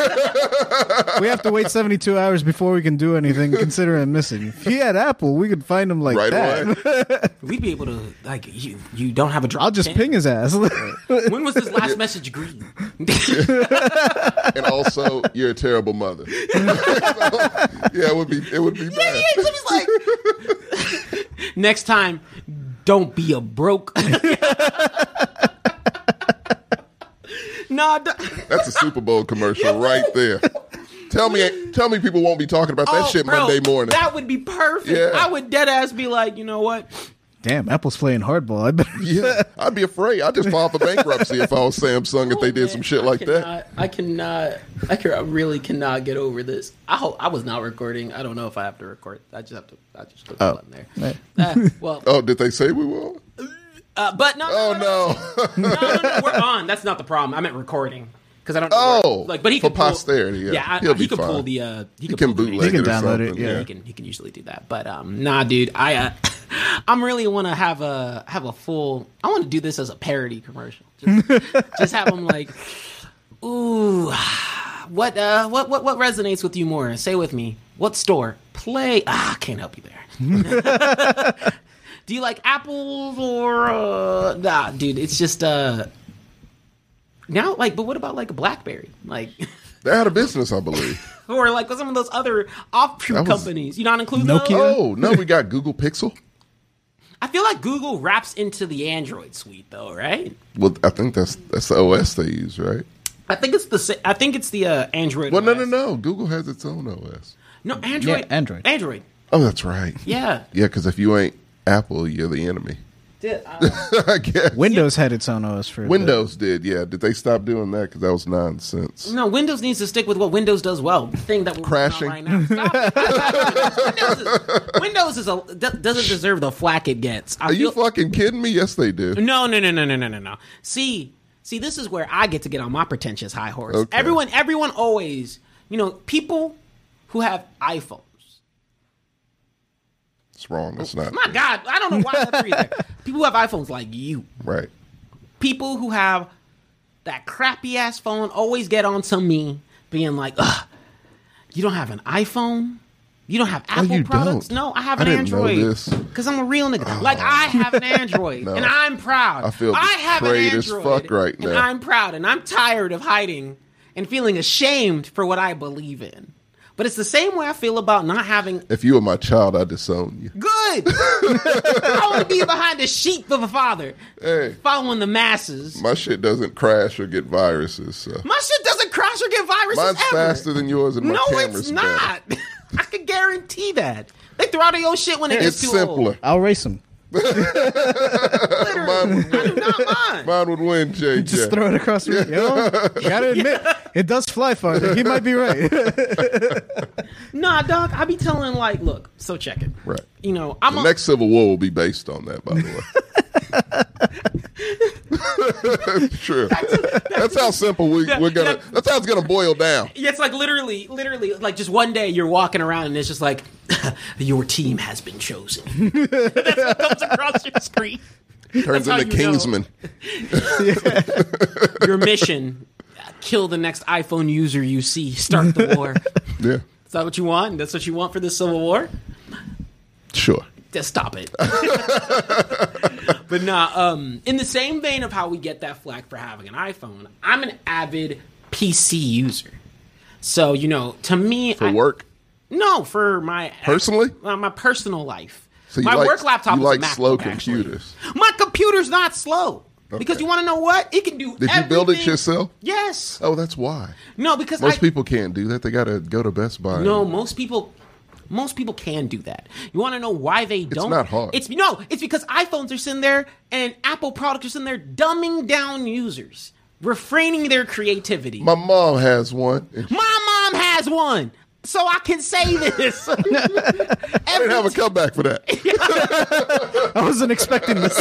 S3: we have to wait seventy-two hours before we can do anything. Considering him missing, if he had Apple, we could find him like
S2: Right
S3: that.
S2: away.
S1: We'd be able to like you. You don't have a drop.
S3: I'll just
S1: can?
S3: ping his ass.
S1: When was this last message green?
S2: and also, you're a terrible mother. So, yeah, it would be it would be bad.
S1: He's like, next time, don't be a broke. nah, d-
S2: That's a Super Bowl commercial right there. Tell me, tell me, people won't be talking about that
S1: oh,
S2: shit
S1: bro,
S2: Monday morning.
S1: That would be perfect.
S2: Yeah.
S1: I would dead ass be like, you know what?
S3: Damn, Apple's playing hardball. I better.
S2: yeah, I'd be afraid. I'd just file for bankruptcy if I was Samsung if they did
S1: Oh, Man,
S2: some shit
S1: I
S2: like that.
S1: cannot- I cannot. I can. I really cannot get over this. I hope I was not recording. I don't know if I have to record. I just have to. I just click the button there. Uh, well,
S2: Oh, did they say we will?
S1: uh, but no.
S2: Oh
S1: no, no,
S2: no.
S1: no, no, no, we're on. That's not the problem. I meant recording because I don't. Know
S2: Oh,
S1: where- like, but he
S2: for
S1: could pull-
S2: posterity, yeah.
S1: yeah, I-
S2: He'll
S1: I- he
S2: be
S1: could pull
S2: fine.
S1: the. Uh, he,
S2: You
S1: could
S2: can
S1: pull the
S2: bootleg
S3: can
S2: it or
S3: download it,
S2: something.
S3: yeah.
S1: Yeah, he can. He can usually do that. But um, nah, dude. I uh, I'm really want to have a have a full. I want to do this as a parody commercial. Just, just have him like, ooh, what uh, what what what resonates with you more? Say with me. What store? Play. Ah, can't help you there. do you like apples or uh, nah, dude? It's just uh. Now, like, but what about like a BlackBerry? Like,
S2: They're out of business, I believe.
S1: or like some of those other offshoot
S2: That was-
S1: companies? You not include
S3: Nokia?
S1: those?
S2: Oh, no, we got Google Pixel.
S1: I feel like Google wraps into the Android suite though, right?
S2: Well, I think that's that's the OS they use, right?
S1: I think it's the sa- I think it's the uh, Android.
S2: Well, no,
S1: OS.
S2: no, no. Google has its own OS.
S1: no, Android,
S3: Yeah, Android.
S1: Android.
S2: Oh, that's right.
S1: Yeah,
S2: Yeah, because if you ain't Apple, you're the enemy.
S1: Did, uh,
S2: I guess.
S3: Windows had its own OS for a bit.
S2: Windows did, yeah. Did they stop doing that? Because that was nonsense.
S1: no. Windows needs to stick with what Windows does well. The thing that we're
S2: Crashing.
S1: crashing right now. Stop it. Windows is, Windows is a do- doesn't deserve the flack it gets. I
S2: Are you
S1: feel-
S2: fucking kidding me? Yes, they do.
S1: No, no, no, no, no, no, no, no. See, see, this is where I get to get on my pretentious high horse.
S2: Okay.
S1: Everyone, everyone always, you know, people who have iPhones.
S2: It's wrong. It's not.
S1: My God, I don't know why that's there. People who have iPhones like you,
S2: Right.
S1: people who have that crappy ass phone, always get on to me being like, "Ugh, you don't have an iPhone." You don't have Apple
S2: Oh, you
S1: products?
S2: don't.
S1: No, I have
S2: I
S1: an
S2: didn't know
S1: Android.
S2: this. Oh.
S1: Because I'm a real nigga. Like, I have an Android. And I'm proud.
S2: I feel
S1: I have an
S2: betrayed as
S1: Android.
S2: fuck right
S1: and
S2: now.
S1: I'm proud. And I'm tired of hiding and feeling ashamed for what I believe in. But it's the same way I feel about not having
S2: If you were my child, I'd disown you.
S1: Good. I want to be behind the sheep of a father,
S2: Hey.
S1: following the masses. My,
S2: My shit doesn't crash or get viruses. So.
S1: shit doesn't crash or get viruses
S2: Mine's
S1: ever.
S2: faster than yours, and my
S1: no,
S2: camera's
S1: it's
S2: better.
S1: not. I can guarantee that. They throw out your shit when it gets
S2: It's
S1: too
S2: simpler.
S3: I'll race
S1: old.
S3: him.
S1: Literally,
S2: Mine
S1: I do not mind.
S2: Mine would win, JJ.
S3: Just throw it across the room. Yo, gotta admit, it does fly farther. He might be right.
S1: Nah, dog. I be telling like, look, so check it.
S2: Right.
S1: You know, I'm
S2: The
S1: a,
S2: next Civil War will be based on that, by the way. True. That's how simple we, we're gonna. That's how it's gonna boil down.
S1: Yeah, it's like literally, literally, like just one day you're walking around and it's just like, your team has been chosen. That's what comes across your screen.
S2: Turns
S1: how
S2: into
S1: you know.
S2: Kingsman.
S1: Your mission: kill the next iPhone user you see. Start the war. Is
S2: Yeah,
S1: that what you want? That's what you want for this civil war?
S2: sure.
S1: Just stop it. but nah, um, in the same vein of how we get that flack for having an iPhone, I'm an avid PC user. So, you know, to me
S2: For
S1: I-
S2: work,
S1: No, for my
S2: personally.
S1: uh, my personal life.
S2: So you
S1: my
S2: like,
S1: work laptop
S2: You
S1: is a
S2: like
S1: MacBook,
S2: slow
S1: actually.
S2: computers.
S1: My computer's not slow. Because
S2: Okay.
S1: you want to know what? It can do
S2: Did you build it
S1: everything-
S2: yourself?
S1: Yes.
S2: Oh, that's why.
S1: No, because
S2: Most
S1: I,
S2: people can't do that. They got to go to Best Buy.
S1: No, most people most people can do that. You want to know why they don't?
S2: not hard.
S1: It's no, it's because iPhones are sitting there and Apple products are sitting there dumbing down users, refraining their creativity. My,
S2: My mom has one. And she
S1: mom has one. So I can say this. Every
S2: didn't have a comeback for that.
S3: I wasn't expecting this.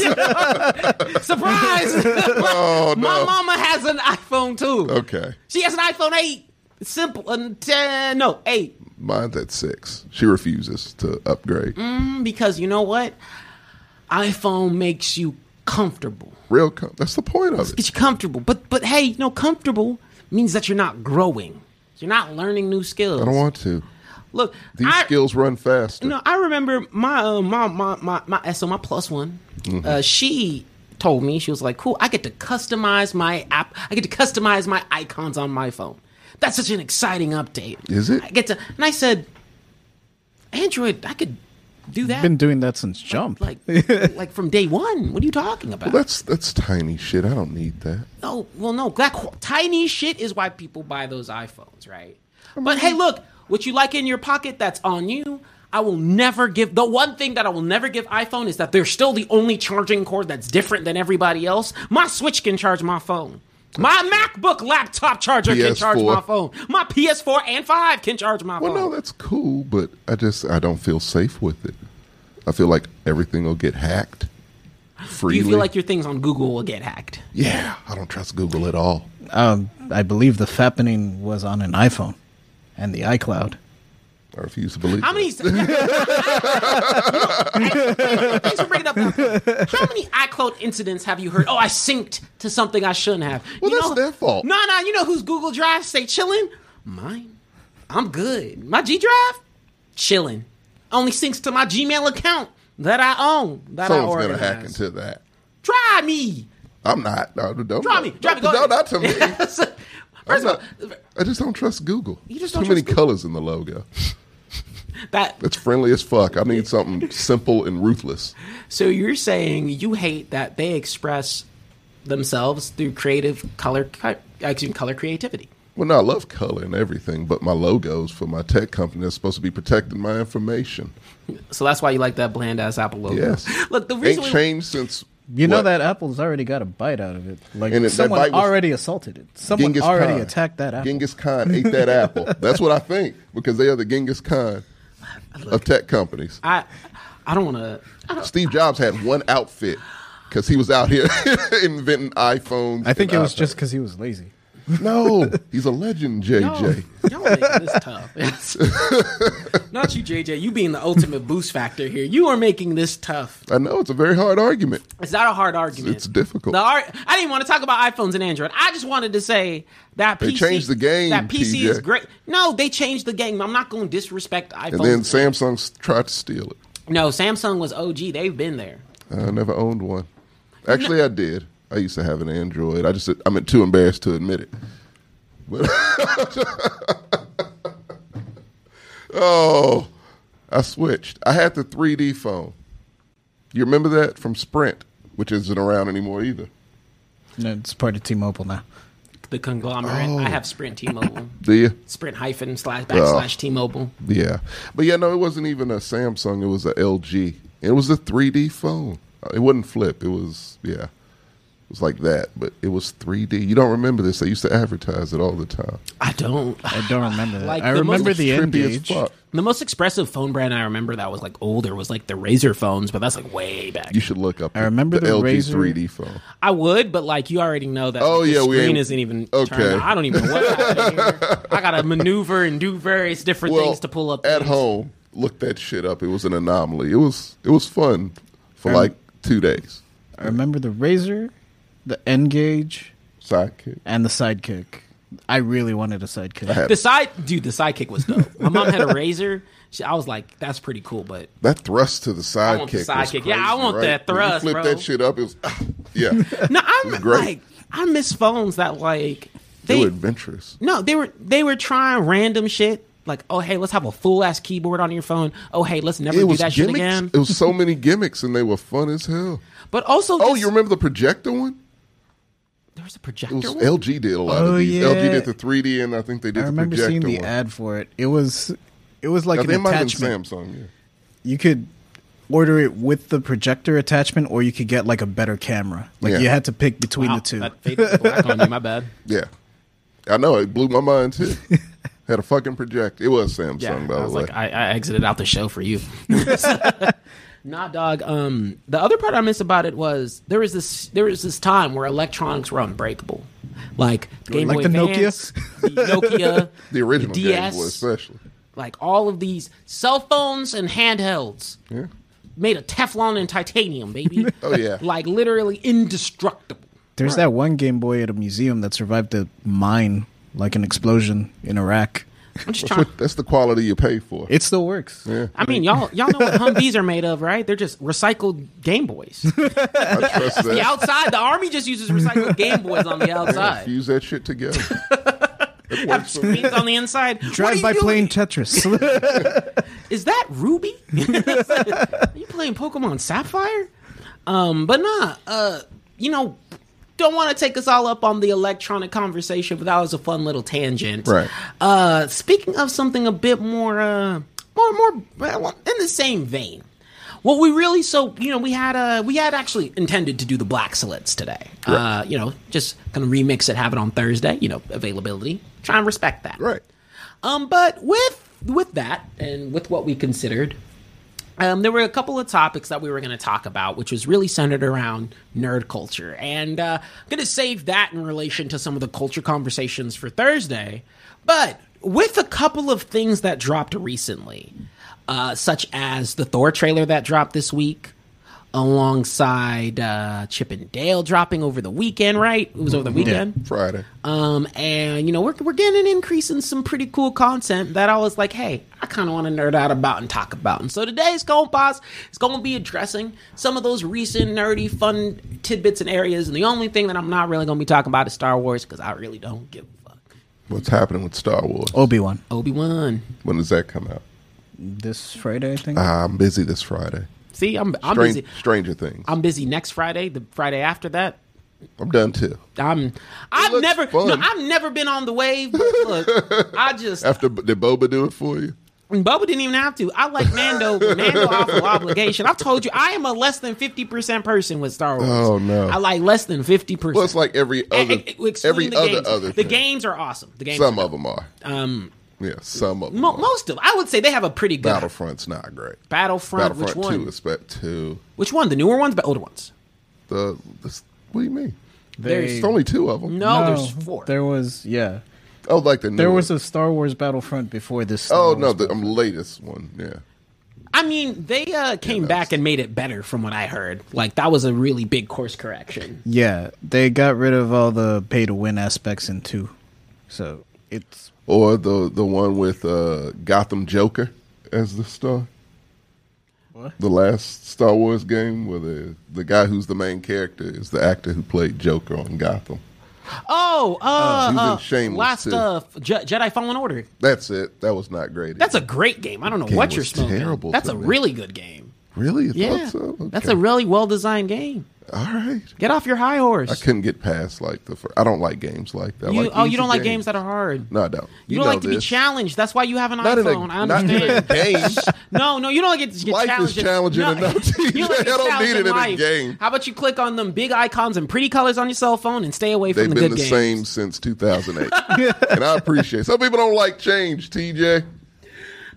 S1: surprise!
S2: Oh no.
S1: My mama has an iPhone too.
S2: Okay,
S1: She has an iPhone 8. Simple. Uh, 10, no, 8.
S2: mine's at six. She refuses to upgrade.
S1: Mm. Because you know what? iPhone makes you comfortable.
S2: Real. Com- that's the point of it.
S1: Get you comfortable. But but hey, you know, comfortable means that you're not growing. You're not learning new skills.
S2: I don't want to.
S1: Look,
S2: These
S1: I,
S2: skills run faster.
S1: No, I remember my uh, my my my my so my plus one.
S2: Mm-hmm.
S1: Uh, she told me she was like, "Cool, I get to customize my app. I get to customize my icons on my phone. That's such an exciting update."
S2: Is it?
S1: I get to, and I said, "Android, I could do that."
S3: Been doing that since jump.
S1: like, like from day one. What are you talking about?
S2: That's that's tiny shit. I don't need that.
S1: No, well, no. That qu- tiny shit is why people buy those iPhones, right? But hey, look, what you like in your pocket, that's on you. I will never give the one thing that I will never give iPhone is that they're still the only charging cord that's different than everybody else. My Switch can charge my phone. My MacBook laptop charger can charge
S2: PS4.
S1: my phone. My PS4 and 5 can charge my
S2: Well,
S1: phone.
S2: no, that's cool, but I just I don't feel safe with it. I feel like everything will get hacked
S1: Do
S2: freely.
S1: you feel like your things on Google will get hacked?
S2: yeah, I don't trust Google at all.
S3: Um, I believe the fappening was on an iPhone and the iCloud.
S2: I refuse to believe.
S1: How many?
S2: that.
S1: You know, hey, thanks for bringing up. that. How many iCloud incidents have you heard? Oh, I synced to something I shouldn't have.
S2: Well,
S1: you
S2: that's
S1: know,
S2: their fault.
S1: No, no. You know whose Google Drive stay chilling? Mine. I'm good. My G Drive chilling. Only syncs to my Gmail account that I own. That I
S2: Someone's gonna
S1: organize.
S2: hack into that.
S1: Try me.
S2: I'm not. No, don't.
S1: Try me. Try me. Go
S2: No,
S1: ahead.
S2: not to me.
S1: Yes.
S2: I'm
S1: First of
S2: not-
S1: all,
S2: I just don't trust Google.
S1: You just
S2: Too
S1: don't
S2: many
S1: trust Google.
S2: colors in the logo.
S1: that
S2: It's friendly as fuck. I need something simple and ruthless.
S1: So you're saying you hate that they express themselves through creative color, excuse me, color creativity.
S2: Well, no, I love color and everything, but my logos for my tech company is supposed to be protecting my information.
S1: So that's why you like that bland ass Apple logo.
S2: Yes.
S1: Look, the
S2: Ain't
S1: reason we,
S2: changed since.
S3: You know
S2: what?
S3: that Apple's already got a bite out of it. Like
S2: And it- that
S3: someone
S2: bite was-
S3: already assaulted it. Someone
S2: Genghis
S3: already
S2: Khan.
S3: attacked that apple.
S2: Genghis Khan ate that apple. That's what I think because they are the Genghis Khan of tech companies.
S1: I, I don't want to.
S2: Steve Jobs had one outfit because he was out here inventing iPhones.
S3: I think
S2: and
S3: it was
S2: iPads.
S3: just because he was lazy.
S2: no. He's a legend,
S1: No,
S2: JJ.
S1: Oh, y'all making this tough. Yes. Not you, JJ. You being the ultimate boost factor here. You are making this tough.
S2: I know it's a very hard argument.
S1: It's not a hard argument.
S2: It's difficult.
S1: The ar- I didn't want to talk about iPhones and Android. I just wanted to say that
S2: They
S1: PC,
S2: changed the game,
S1: That PC
S2: TJ.
S1: is great. No, they changed the game. I'm not going to disrespect iPhones.
S2: and then Samsung s- tried to steal it.
S1: No, Samsung was OG. They've been there.
S2: I never owned one. Actually, I did. I used to have an Android. I just I'm too embarrassed to admit it. But oh, I switched. I had the 3D phone. You remember that from Sprint, which isn't around anymore either.
S3: No, it's part of T-Mobile now.
S1: The conglomerate.
S2: Oh.
S1: I have Sprint T-Mobile.
S2: Do you?
S1: Sprint hyphen slash backslash T-Mobile.
S2: Yeah, but yeah, no, it wasn't even a Samsung. It was a LG. It was a 3D phone. It wasn't flip. It was yeah, it was like that, but it was 3D. You don't remember this? They used to advertise it all the time.
S1: I don't.
S3: I don't remember that.
S1: Like
S3: I
S1: the
S3: remember
S1: most
S3: the end
S2: Trippy as
S3: gauge.
S2: fuck.
S1: The most expressive phone brand I remember that was like older was like the Razor phones, but that's like way back.
S2: You should look up.
S3: I remember the
S2: LG
S3: Razor.
S2: 3D phone.
S1: I would, but like you already know that.
S2: Oh,
S1: like, the
S2: yeah, we
S1: screen
S2: ain't-
S1: isn't even
S2: Okay.
S1: turned. on. I don't even know what happened here. I gotta maneuver and do various different
S2: Well,
S1: things to pull up
S2: at
S1: things.
S2: home, look that shit up. It was an anomaly. It was it was fun for like two days.
S3: I I remember the Razor, the N gauge,
S2: Sidekick.
S3: and the Sidekick. I really wanted a Sidekick.
S1: The side, dude, the sidekick was dope. My mom had a razor. She, I was like, that's pretty cool, but
S2: That thrust to the sidekick.
S1: want the
S2: was
S1: sidekick. Yeah,
S2: crazy,
S1: I want
S2: right?
S1: that
S2: When
S1: thrust,
S2: You flip
S1: bro.
S2: that shit up. It was, yeah,
S1: no, I'm
S2: great.
S1: like, I miss phones that like
S2: they
S1: they
S2: were adventurous.
S1: no, they were they were trying random shit. Like, oh hey, let's have a full ass keyboard on your phone. Oh hey, let's never
S2: It
S1: do
S2: was
S1: that shit
S2: gimmicks.
S1: again.
S2: It was so many gimmicks, and they were fun as hell.
S1: But also,
S2: Oh,
S1: just-
S2: you remember the projector one?
S1: there was a
S2: It
S1: projector.
S2: was
S1: one?
S2: LG did a lot
S3: Oh,
S2: of these.
S3: yeah.
S2: LG did the 3D, and I think they did
S3: I
S2: the
S3: remember
S2: projector
S3: seeing the
S2: one.
S3: ad for it. It was it was like
S2: Now,
S3: an
S2: they might have
S3: attachment.
S2: been Samsung. Yeah.
S3: you could order it with the projector attachment or you could get like a better camera like
S2: Yeah.
S3: you had to pick between
S1: Wow,
S3: the two
S1: Oh, That faded to black on you, my bad.
S2: Yeah. I know. It blew my mind, too. Had a fucking projector. It was Samsung,
S1: Yeah, I
S2: by the
S1: was
S2: way.
S1: like, I, I exited out the show for you. nah, dog. Um, the other part I miss about it was there was this there was this time where electronics were unbreakable, like the Game
S3: Like
S1: Boy
S3: the Nokia?
S1: Advance, the Nokia,
S2: the original
S1: the
S2: Game Boy,
S1: DS,
S2: especially.
S1: like all of these cell phones and handhelds
S2: Yeah.
S1: made of Teflon and titanium, baby.
S2: Oh, yeah.
S1: like literally indestructible.
S3: there's that one game boy at a museum that survived a mine like an explosion in iraq
S1: I'm just
S2: That's,
S1: trying.
S2: what, that's the quality you pay for.
S3: it still works
S2: yeah.
S1: I mean, y'all y'all know what Humvees are made of, right? They're just recycled Game Boys.
S2: I trust that.
S1: The outside, the army just uses recycled Game Boys on the
S2: Yeah,
S1: outside.
S2: fuse that shit together. It
S1: have
S2: works for me.
S1: screens on the inside. What are
S3: drive
S1: you
S3: by
S1: doing?
S3: playing tetris
S1: Is that Ruby? are you playing Pokemon Sapphire? Um, but nah, uh, you know, don't want to take us all up on the electronic conversation, but that was a fun little tangent.
S2: Right.
S1: Uh, speaking of something a bit more, uh, more, more well, in the same vein. What we really so you know we had uh we had actually intended to do the black slits today. Uh, you know, just kind of remix it, have it on Thursday. You know, availability. Try and respect that.
S2: Right.
S1: Um, but with with that and with what we considered, um, there were a couple of topics that we were going to talk about, which was really centered around nerd culture, and uh, I'm going to save that in relation to some of the culture conversations for Thursday. But with a couple of things that dropped recently, uh, such as the Thor trailer that dropped this week. Alongside uh, Chip and Dale dropping over the weekend, right? It was over the weekend.
S2: Friday.
S1: Um, and you know, we're we're getting an increase in some pretty cool content that I was like, hey, I kind of want to nerd out about and talk about. And so today's Compass is going to be addressing some of those recent nerdy, fun tidbits and areas. And the only thing that I'm not really going to be talking about is Star Wars because I really don't give a fuck.
S2: What's happening with Star Wars?
S1: Oh.
S3: obi-wan
S1: Obi Wan,
S2: When does that come out?
S3: this friday i think
S2: Uh, I'm busy this Friday.
S1: see, I'm I'm
S2: Stran-
S1: busy.
S2: Stranger Things. I'm,
S1: I'm busy next Friday, the Friday after that.
S2: done too.
S1: I'm I've
S2: looks
S1: never
S2: fun.
S1: no, I've never been on the wave. But look, I just
S2: After did Boba do it for you?
S1: And Boba didn't even have to. I like Mando. but Mando off of obligation. I've told you, I am a less than fifty percent person with Star Wars.
S2: Oh, no.
S1: I like less than fifty percent.
S2: Well, it's like every
S1: Eh,
S2: other, every other
S1: games.
S2: other.
S1: the
S2: thing.
S1: games are awesome. The games,
S2: Some
S1: are,
S2: of them are. Um. Yeah, some of them.
S1: mo-
S2: are.
S1: most of, I would say they have a pretty good
S2: Battlefront's not great.
S1: Battlefront.
S2: Battlefront
S1: which
S2: Two
S1: one?
S2: is back to
S1: Which one? The newer ones, the older ones?
S2: the, the. What do you mean?
S1: There's
S2: It's only two of them.
S1: no,
S3: No,
S1: there's four.
S3: oh, there was yeah
S2: Oh, like the.
S3: there
S2: newer-
S3: was a star wars battlefront before this Star
S2: Oh
S3: Wars
S2: no, the um, latest one. Yeah.
S1: I mean, they uh, came back and made it better, from what I heard. Like that was a really big course correction.
S3: Yeah, they got rid of all the pay to win aspects in two, so it's
S2: Or the the one with uh, Gotham Joker as the star.
S3: What?
S2: The last Star Wars game where the the guy who's the main character is the actor who played Joker on Gotham.
S1: Oh, uh,
S2: He's in
S1: uh,
S2: Shameless,
S1: last
S2: too.
S1: uh, Je- Jedi Fallen Order.
S2: That's it. That was not great.
S1: That's a
S2: either.
S1: great game. I don't know
S2: Game
S1: what you're
S2: was
S1: smoking.
S2: terrible
S1: That's
S2: to
S1: a
S2: me.
S1: really good game.
S2: really. You
S1: Yeah,
S2: thought so? Okay.
S1: that's a really well designed game.
S2: all right.
S1: Get off your high horse.
S2: I couldn't get past like the. First, I don't like games like that. I
S1: you,
S2: like
S1: oh, you
S2: easy
S1: don't like games that are hard.
S2: No, I don't.
S1: You, don't like to be
S2: this.
S1: challenged. That's why you have an
S2: Not in a-
S1: iPhone. I
S2: not in a
S1: understand.
S2: game.
S1: no, no, you don't get to get
S2: Life
S1: challenged.
S2: is challenging enough, TJ.
S1: you
S2: I
S1: get
S2: don't
S1: challenged
S2: need it in a
S1: life.
S2: game.
S1: How about you click on them big icons and pretty colors on your cell phone and stay away from
S2: They've
S1: the
S2: been
S1: good games.
S2: the same since 2008, and I appreciate. Some people don't like change, TJ.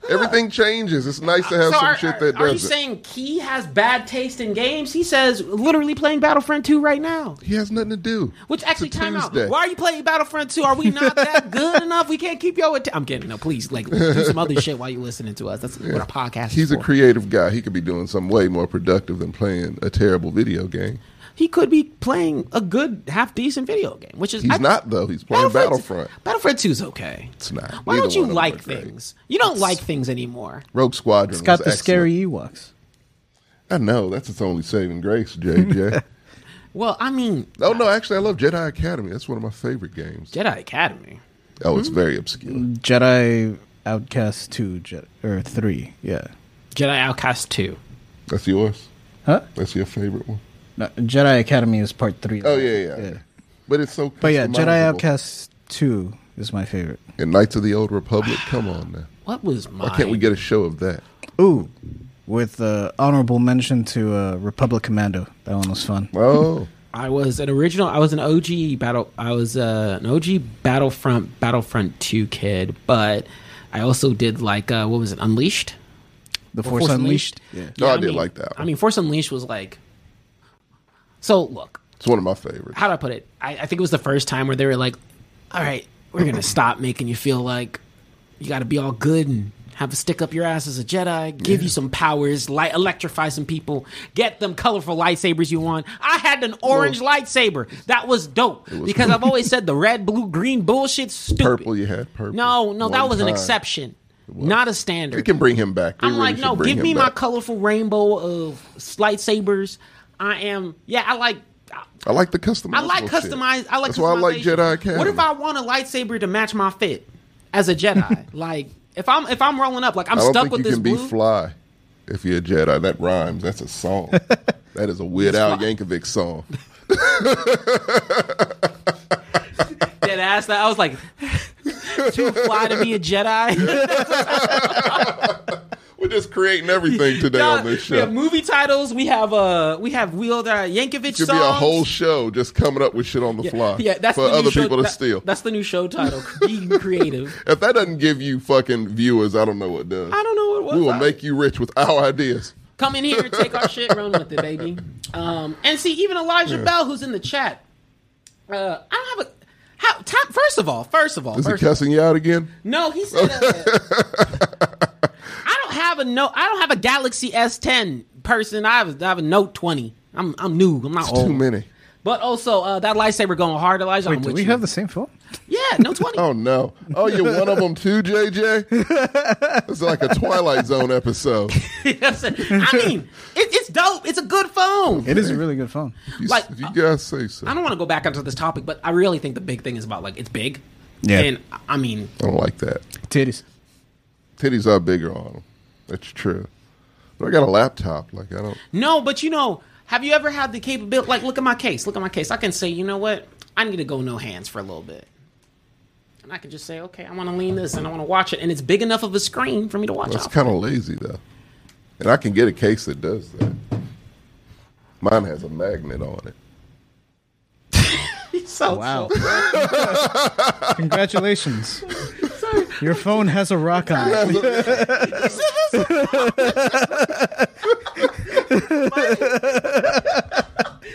S2: Everything changes. It's nice to have
S1: so
S2: some
S1: are,
S2: shit
S1: are-
S2: that
S1: are you
S2: doesn't.
S1: saying Key has bad taste in games? He says literally playing Battlefront 2 right now.
S2: he has nothing to do.
S1: Which actually,
S2: it's a
S1: time out.
S2: Tuesday.
S1: Why are you playing Battlefront 2? Are we not that good enough? We can't keep your attention. I'm kidding. No, please, like, do some other shit while you're listening to us. That's what our podcast
S2: He's
S1: is
S2: a
S1: for.
S2: creative guy. He could be doing something way more productive than playing a terrible video game.
S1: he could be playing a good, half decent video game, which is
S2: He's
S1: I-
S2: not though. He's playing Battlefront.
S1: Battlefront 2's okay. It's
S2: not.
S1: Why
S2: Neither
S1: don't you
S2: one of them
S1: like
S2: are great.
S1: things? You don't like things anymore.
S2: Rogue Squadron.
S3: It's got
S2: was
S3: the
S2: excellent.
S3: scary Ewoks.
S2: I know that's its only saving grace, JJ.
S1: Well, I mean,
S2: oh no, actually, I love Jedi Academy. That's one of my favorite games.
S1: Jedi Academy.
S2: Oh, it's very obscure.
S3: Jedi Outcast two Je- or three. Yeah.
S1: Jedi Outcast 2.
S2: That's yours.
S3: Huh?
S2: That's your favorite one.
S3: No, Jedi Academy is part three.
S2: Oh yeah, yeah. But it's so.
S3: But yeah, Jedi
S2: customizable.
S3: Outcast two is my favorite.
S2: and Knights of the Old Republic. Come on now.
S1: What was my?
S2: Why can't we get a show of that?
S3: Ooh, with uh, honorable mention to uh, Republic Commando. That one was fun.
S2: Oh,
S1: I was an original. I was an OG battle. I was uh, an OG Battlefront Battlefront Two kid, but I also did like uh, what was it? Unleashed.
S3: The
S1: Or
S3: Force, Unleashed.
S2: No, Oh, I did like that
S1: I
S2: one.
S1: mean, Force Unleashed was like. So look,
S2: it's one of my favorites.
S1: how do I put it? I, I think it was the first time where they were like, "All right, we're gonna stop making you feel like you got to be all good and have a stick up your ass as a Jedi, give you some powers, light, electrify some people, get them colorful lightsabers you want." I had an orange lightsaber that was dope because I've always said the red, blue, green bullshit's stupid.
S2: Purple, you had purple.
S1: No, no, that
S2: One
S1: was an
S2: time.
S1: exception, not a standard.
S2: We can bring him back. We
S1: I'm
S2: really
S1: like,
S2: should
S1: no,
S2: bring
S1: give
S2: him
S1: me my
S2: back.
S1: colorful rainbow of lightsabers. I am, yeah, I like.
S2: I like the customizable.
S1: I like
S2: shit.
S1: customized. I like.
S2: That's why I like
S1: customization.
S2: Jedi Academy.
S1: What if I want a lightsaber to match my fit as a Jedi? like if I'm if I'm rolling up, like I'm
S2: I don't
S1: stuck
S2: think
S1: with
S2: you
S1: this
S2: can
S1: blue.
S2: be fly if you're a Jedi. That rhymes. That's a song. that is a Weird Al Yankovic song.
S1: Dead ass. That I was like, too fly to be a Jedi.
S2: We're just creating everything today
S1: Y'all,
S2: on this
S1: We
S2: show.
S1: have movie titles. We have uh we have Wield uh, Yankovic
S2: Could
S1: songs.
S2: be a whole show just coming up with shit on the fly
S1: yeah, that's
S2: for
S1: the new
S2: other
S1: show,
S2: people to
S1: that-
S2: steal.
S1: That's the new show title. Being creative.
S2: If that doesn't give you fucking viewers, I don't know what does.
S1: I don't know what it was.
S2: We will
S1: I-
S2: make you rich with our ideas.
S1: Come in here, take our shit, run with it, baby. Um, and see, even Elijah Bell, who's in the chat, uh, I don't have a how. Top, first of all, first of all,
S2: Is he
S1: first of all
S2: cussing you out again?
S1: no, he said uh, I don't have a no. I don't have a Galaxy S10 person. I have, I have a Note 20. I'm I'm new. I'm not old.
S2: Too many.
S1: But also uh, that lightsaber going hard, Elijah. I'm
S3: Do
S1: with
S3: we
S1: you.
S3: have the same phone?
S1: yeah, Note 20.
S2: Oh no! Oh, you're one of them too, JJ. It's like a Twilight Zone episode.
S1: I mean, it, it's dope. It's a good phone.
S3: It is a really good phone.
S2: If you,
S1: Like,
S2: if you guys say so.
S1: I don't want to go back onto this topic, but I really think the big thing is about like it's big.
S3: Yeah.
S1: And I mean,
S2: I don't like that.
S3: Titties.
S2: Titties are bigger on them. That's true. But I got a laptop. Like I don't.
S1: No, but you know, have you ever had the capability? Like, look at my case. Look at my case. I can say, you know what? I need to go no hands for a little bit. And I can just say, okay, I want to lean this and I want to watch it. And it's big enough of a screen for me to watch
S2: That's
S1: it.
S2: kind of lazy though. And I can get a case that does that. Mine has a magnet on it.
S1: so,
S3: Wow.
S1: so-
S3: Congratulations. Your phone has a rock on it.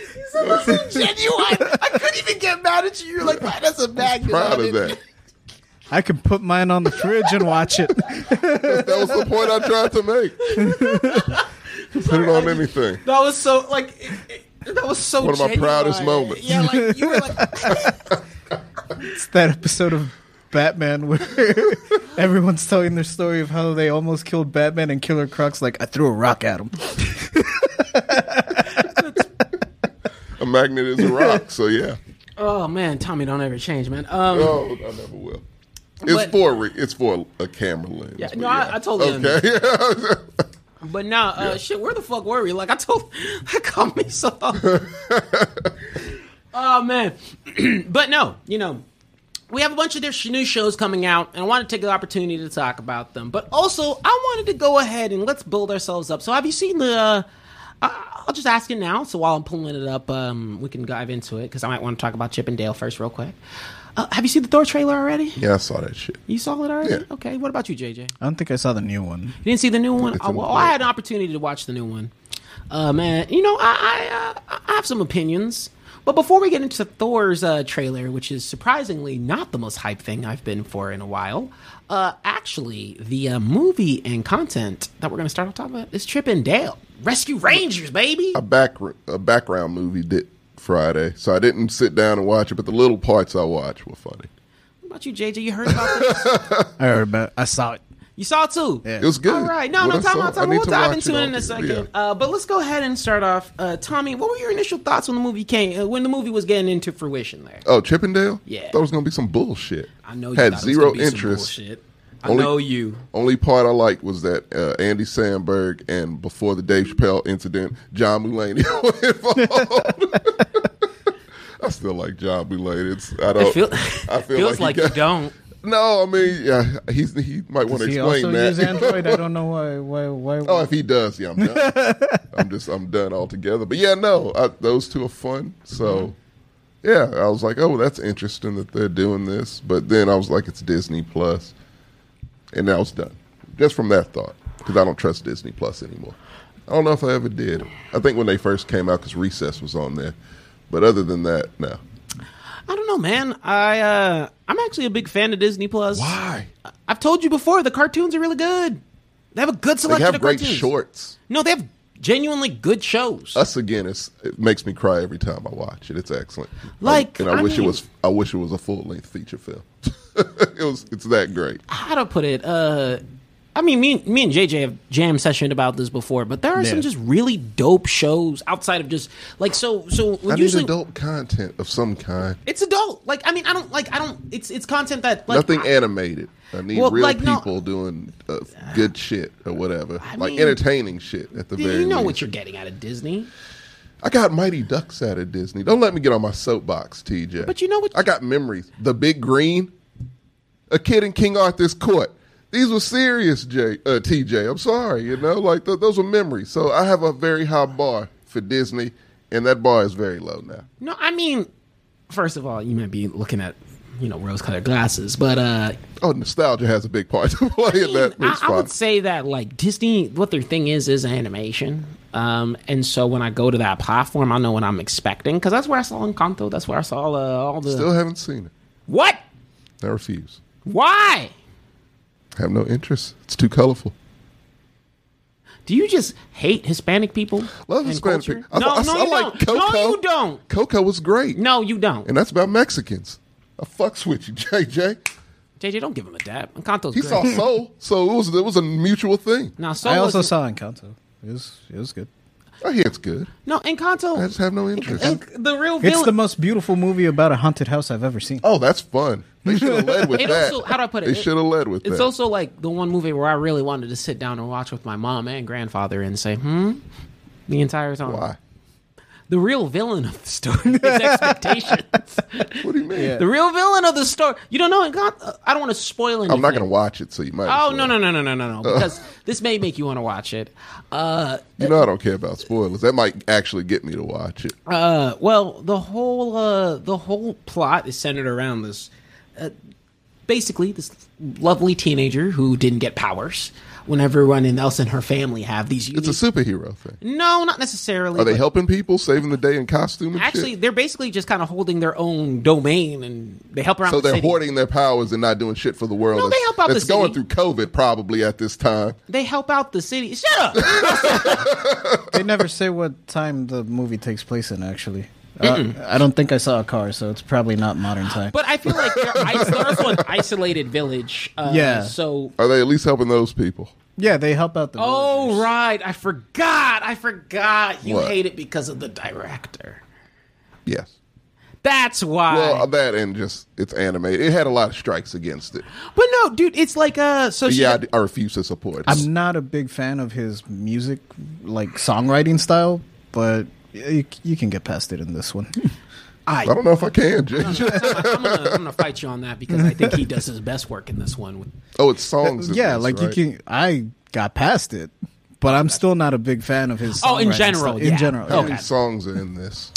S1: genuine. I couldn't even get mad at you. You're like, why does a magnet?
S2: Proud
S1: on
S2: of
S1: it?"
S2: that.
S3: I can put mine on the fridge and watch it.
S2: That was the point I tried to make. Put it on anything.
S1: That was so like. It, it, that was so
S2: One of my
S1: genuine.
S2: proudest moments.
S1: Yeah, like you were like,
S3: It's that episode of Batman where everyone's telling their story of how they almost killed Batman and Killer Croc's like, I threw a rock at him.
S2: A magnet is a rock, so yeah.
S1: oh man, Tommy, don't ever change, man. Um,
S2: Oh, I never will. It's
S1: But-
S2: for re- it's for a camera lens.
S1: Yeah,
S2: but
S1: no, I- I totally
S2: okay.
S1: But now, uh, shit, where the fuck were we? Like I told, I caught me so. oh man, but no, you know, we have a bunch of different new shows coming out, and I want to take the opportunity to talk about them. But also, I wanted to go ahead and let's build ourselves up. So, have you seen the? Uh, I- I'll just ask you now. So while I'm pulling it up, um, we can dive into it because I might want to talk about Chip and Dale first, real quick. Uh, have you seen the Thor trailer already?
S2: yeah, I saw that shit.
S1: You saw it already?
S2: Yeah.
S1: Okay. What about you, JJ?
S3: I don't think I saw the new one.
S1: You didn't see the new one?
S2: It's
S1: Oh,
S2: in-
S1: well, I had an opportunity to watch the new one. Uh, man, you know, I, I, uh, I have some opinions. But before we get into Thor's uh, trailer, which is surprisingly not the most hype thing I've been for in a while, uh, actually, the uh, movie and content that we're going to start off talking about is Chip and Dale, Rescue Rangers, baby.
S2: a back a background movie did Friday, so I didn't sit down and watch it. But the little parts I watched were funny.
S1: What about you, JJ? You heard about this?
S3: I heard about. I saw it.
S1: You saw it too.
S3: Yeah.
S2: It was good.
S1: All right. No,
S2: What
S1: no,
S2: I
S1: time
S2: saw,
S1: out.
S2: I
S1: Time. out.
S2: need
S1: We'll
S2: to
S1: dive
S2: watch
S1: into it in a
S2: all
S1: second.
S2: together.
S1: Uh, but let's go ahead and start off. Uh, Tommy, what were your initial thoughts when the movie came? Uh, when the movie was getting into fruition? There,
S2: Oh, Chippendale.
S1: Yeah.
S2: thought it was gonna be some bullshit.
S1: I know you
S2: had
S1: thought it was
S2: zero
S1: gonna be some
S2: interest.
S1: bullshit. I
S2: Only-
S1: know you.
S2: Only part I liked was that uh, Andy Sandberg and before the Dave Chappelle incident, John Mulaney were involved. I still like John Mulaney. It's, I don't.
S1: It feel-
S2: Oh, I feel
S1: feels like,
S2: he
S1: you
S2: got-
S1: don't.
S2: No, I mean, yeah, he's he might want to
S3: Does he
S2: explain
S3: also
S2: that.
S3: use Android? I don't know why. Why? Why?
S2: Oh, if he does, yeah, I'm done. I'm just, I'm done altogether. But yeah, no, I, those two are fun. So, yeah, I was like, oh, that's interesting that they're doing this. But then I was like, it's Disney Plus, and I was done just from that thought because I don't trust Disney Plus anymore. I don't know if I ever did. I think when they first came out, because Recess was on there. But other than that, no.
S1: I don't know, man. I uh, I'm actually a big fan of Disney Plus.
S2: Why?
S1: I've told you before, the cartoons are really good. They have a good
S2: They
S1: selection
S2: have
S1: of
S2: great
S1: cartoons.
S2: shorts.
S1: No, they have genuinely good shows.
S2: Us again, it's, it makes me cry every time I watch it. It's excellent. Um,
S1: Like,
S2: and I,
S1: I
S2: wish
S1: mean-
S2: it was. I wish it was a full length feature film. it was. It's that great.
S1: how to put it uh i mean me, me and jj have jam sessioned about this before but there are some
S3: Yeah.
S1: just really dope shows outside of just like so so
S2: I
S1: when
S2: need
S1: usually
S2: adult content of some kind.
S1: it's adult like i mean i don't like i don't it's it's content that like
S2: Nothing
S1: I-
S2: animated. I need
S1: Well,
S2: real
S1: like, no-
S2: people doing uh, good shit or whatever, like
S1: mean-
S2: entertaining shit at the very.
S1: you know
S2: least.
S1: what you're getting out of disney
S2: I got Mighty Ducks out of Disney. Don't let me get on my soapbox, TJ.
S1: But you know what-
S2: I got memories. The Big Green, A Kid in King Arthur's Court. These were serious, J, uh, TJ. I'm sorry, you know, like th- those were memories. So I have a very high bar for Disney, and that bar is very low now.
S1: no i mean first of all you might be looking at you know rose colored glasses but uh
S2: Oh, nostalgia has a big part to play in that.
S1: I,
S2: It's
S1: I
S2: fine.
S1: would say that like Disney, what their thing is is animation. Um, and so when I go to that platform, I know what I'm expecting because that's where I saw Encanto. That's where I saw uh, all the
S2: Still haven't seen it.
S1: what?
S2: I refuse.
S1: Why?
S2: I have no interest. It's too colorful.
S1: Do you just hate Hispanic people?
S2: Love
S1: and
S2: Hispanic
S1: culture?
S2: people. I,
S1: no,
S2: I-
S1: no,
S2: I
S1: you
S2: like
S1: don't.
S2: Coco.
S1: No, you don't.
S2: Coco was great.
S1: No, you don't.
S2: And that's about Mexicans. I fucks with you, JJ.
S1: JJ, don't give him a dab. Encanto's
S2: He
S1: great.
S2: saw Soul, so it was it was a mutual thing.
S1: now, so
S3: I also
S1: was-
S3: saw Encanto. It was. It was good.
S2: I hear it's good.
S1: no Encanto.
S2: I just have no interest.
S1: Enc- the real
S3: It's
S1: villain.
S3: the most beautiful movie about a haunted house I've ever seen.
S2: oh, that's fun. They should have led with
S1: It
S2: that.
S1: also- how do I put it?
S2: They
S1: It-
S2: should have led with
S1: It's
S2: that.
S1: also like the one movie where I really wanted to sit down and watch with my mom and grandfather and say, "Hmm," the entire time.
S2: Why?
S1: The real villain of the story is expectations.
S2: What do you mean?
S3: Yeah.
S1: the real villain of the story. You don't know. Encant- uh, I don't want to spoil anything.
S2: I'm not going to watch it, so you might. as
S1: Oh
S2: well.
S1: no no no no no no no! Because this may make you want to watch it. Uh,
S2: You know I don't care about spoilers. That might actually get me to watch it.
S1: uh, well, the whole uh, the whole plot is centered around this. Uh, basically, this lovely teenager who didn't get powers. When everyone else in her family have these,
S2: It's a
S1: unique-
S2: superhero thing.
S1: no, not necessarily.
S2: Are they
S1: but-
S2: helping people, saving the day in costume? And
S1: Actually,
S2: shit?
S1: they're basically just kind of holding their own domain, and they help around.
S2: so
S1: the
S2: they're
S1: city.
S2: hoarding their powers and not doing shit for the world.
S1: No, they
S2: that's-
S1: help out the
S2: That's going
S1: city.
S2: through COVID probably at this time.
S1: They help out the city. Shut up.
S3: They never say what time the movie takes place in. Actually, uh, I don't think I saw a car, so it's probably not modern time.
S1: But I feel like they're, is also an isolated village. Uh,
S3: Yeah.
S1: So.
S2: Are they at least helping those people?
S3: yeah, they help out the. villagers.
S1: Oh right, I forgot. I forgot. You
S2: What?
S1: hate it because of the director.
S2: Yes.
S1: That's why.
S2: Well, that and just it's animated. It had a lot of strikes against it.
S1: but no, dude, it's like uh. So she-
S2: Yeah, I d- I, refuse to support. it.
S3: I'm not a big fan of his music, like songwriting style, but you, you can get past it in this one.
S1: I,
S2: I don't know if I can, JJ.
S1: am gonna, I'm gonna fight you on that because I think he does his best work in this one. with-
S2: Oh, it's songs. in
S3: yeah,
S2: this,
S3: like
S2: right?
S3: you can. I got past it, but I'm still not a big fan of his.
S1: Oh, in
S3: songwriting
S1: general,
S3: style.
S1: yeah.
S3: in general,
S2: How
S3: yeah.
S2: many songs are in this?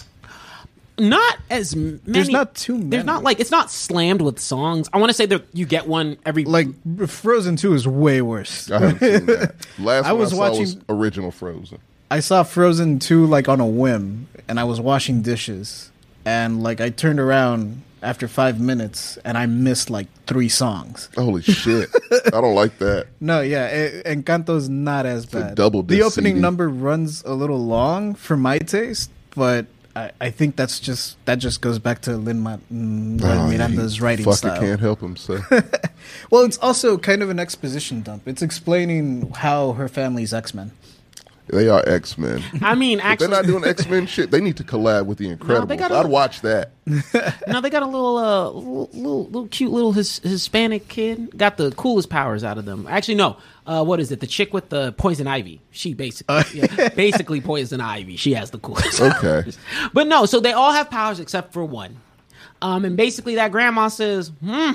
S1: Not as many.
S3: not too many.
S1: There's not like it's not slammed with songs. I want to say that you get one every
S3: like Frozen Two is way worse.
S2: I haven't seen that. Last
S3: I
S2: one
S3: was
S2: I saw
S3: watching-
S2: was original Frozen.
S3: I saw Frozen 2 like on a whim and I was washing dishes and like I turned around after five minutes, and I missed like three songs.
S2: Holy shit! I don't like that.
S3: No, yeah, it, Encanto's not as
S2: a
S3: bad.
S2: double
S3: the
S2: disc
S3: opening
S2: CD.
S3: number runs a little long for my taste, but I, I think that's just that just goes back to Lin Ma- mm,
S2: Oh,
S3: Miranda's
S2: he
S3: writing
S2: fucker
S3: style.
S2: can't help himself.
S3: Well, it's also kind of an exposition dump. It's explaining how her family's X Men.
S2: they are X Men.
S1: I mean, actually,
S2: They're not doing X Men shit. They need to collab with the Incredibles.
S1: gotta-
S2: I'd watch that.
S1: Now they got a little, uh, little, little, little cute little his, Hispanic kid. Got the coolest powers out of them. Actually, no. Uh, what is it? The chick with the poison ivy. She basically, yeah, basically poison ivy. She has the coolest.
S2: Okay.
S1: but no. So they all have powers except for one. Um, and basically, that grandma says, "Hmm,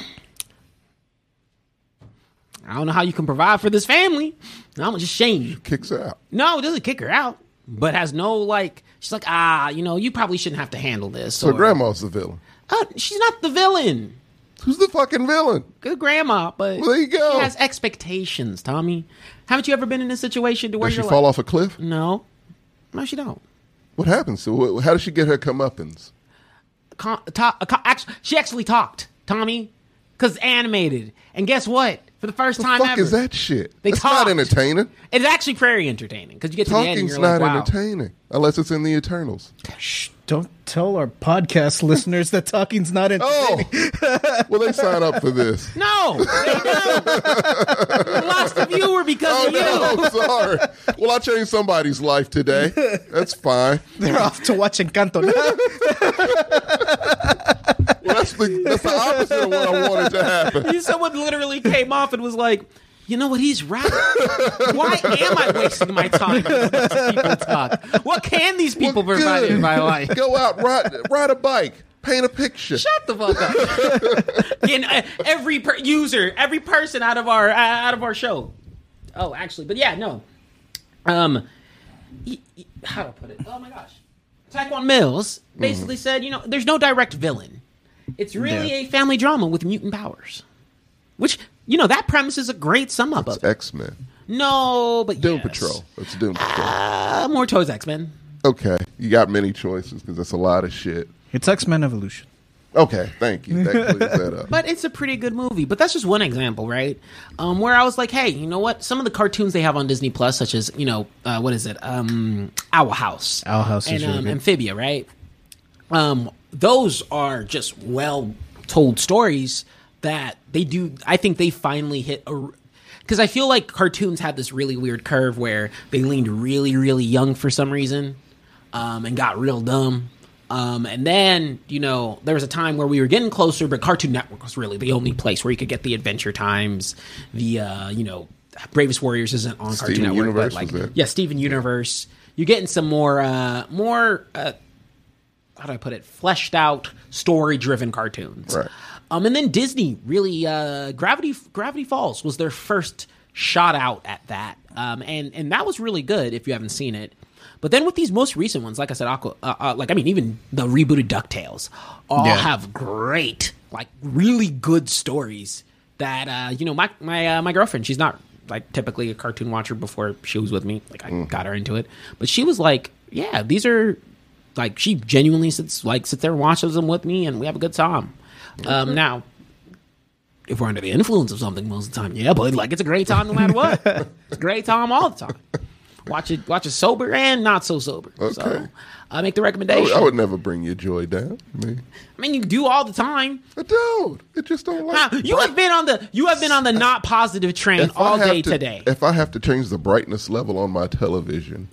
S1: I don't know how you can provide for this family. I'm gonna just shame you."
S2: Kicks out.
S1: No, it doesn't kick her out, but has no like. She's like, ah, you know, you probably shouldn't have to handle this.
S2: So
S1: or-
S2: grandma's the villain.
S1: Uh, she's not the villain.
S2: Who's the fucking villain?
S1: good grandma, but
S2: Well, there you go.
S1: she has expectations, Tommy. Haven't you ever been in a situation to where
S2: Does she
S1: you're
S2: fall
S1: like,
S2: off a cliff?
S1: no, no, she don't.
S2: What happens to her? How does she get her comeuppance?
S1: Con- ta- a con- actually, she actually talked, Tommy, because animated. And guess what? For the first time
S2: Fuck
S1: ever,
S2: is that shit?
S1: They
S2: That's
S1: talked.
S2: not entertaining.
S1: it's actually very entertaining because you get to the end and
S2: Talking's
S1: you're
S2: not
S1: like, wow.
S2: entertaining unless it's in the Eternals.
S3: Shh, don't tell our podcast listeners that talking's not in.
S2: Oh, well, they sign up for this.
S1: No, they don't. You lost a viewer because
S2: Oh
S1: of you.
S2: no, sorry. Well, I changed somebody's life today. That's fine.
S3: They're off to watch Encanto now.
S2: Well, that's the that's the opposite of what I wanted to happen.
S1: You- Someone literally came off and was like, you know what? He's right. Why am I wasting my time? on these people talk? What can these people
S2: Well,
S1: provide
S2: good.
S1: in my life?
S2: Go out, ride ride a bike, paint a picture.
S1: Shut the fuck up. Getting uh, every per- user, every person out of our uh, out of our show. Oh, actually, but yeah, no. Um, y- y- how to put it? Oh my gosh, Taquan Mills basically
S2: Mm.
S1: said, you know, there's no direct villain. It's really
S3: Yeah.
S1: a family drama with mutant powers, which you know that premise is a great sum up of. it.
S2: X Men,
S1: No, but
S2: Doom
S1: yes.
S2: Patrol. It's Doom Patrol.
S1: Uh, more towards X Men.
S2: Okay, you got many choices because that's a lot of shit.
S3: it's X Men Evolution.
S2: Okay, thank you. That clears that up.
S1: But it's a pretty good movie. But that's just one example, right? Um, where I was like, hey, you know what? Some of the cartoons they have on Disney Plus, such as you know, uh, what is it? Um, Owl House.
S3: Owl House
S1: and
S3: is really
S1: um,
S3: good.
S1: Amphibia, right? Um, those are just well told stories that they do. I think they finally hit a. Because I feel like cartoons had this really weird curve where they leaned really, really young for some reason, um, and got real dumb. Um, and then you know there was a time where we were getting closer, but Cartoon Network was really the only place where you could get the Adventure Times, the uh, you know Bravest Warriors isn't on Cartoon
S2: Steven
S1: Network, but
S2: Universe
S1: like
S2: was there.
S1: yeah, Steven Universe. You're getting some more uh, more uh, how do I put it, fleshed out, story driven cartoons.
S2: Right.
S1: Um, and then Disney really uh, Gravity Gravity Falls was their first shot out at that, um, and and that was really good if you haven't seen it. But then with these most recent ones, like I said, Aqua, uh, uh, like I mean, even the rebooted Ducktales, all
S3: Yeah.
S1: have great, like really good stories that uh, you know my my uh, my girlfriend, she's not like typically a cartoon watcher before she was with me. Like I got her into it, but she was like, yeah, these are like she genuinely sits like sits there and watches them with me and we have a good time um now if we're under the influence of something most of the time yeah but like it's a great time no matter what it's a great time all the time watch it watch it sober and not so sober
S2: Okay.
S1: so i make the
S2: I
S1: recommendation
S2: would, I would never bring your joy down. I mean,
S1: I mean you do all the time
S2: I don't. It just don't like.
S1: Huh, you have been on the you have been on the not positive train
S2: If I
S1: all
S2: have
S1: day
S2: to-
S1: today
S2: If I have to change the brightness level on my television,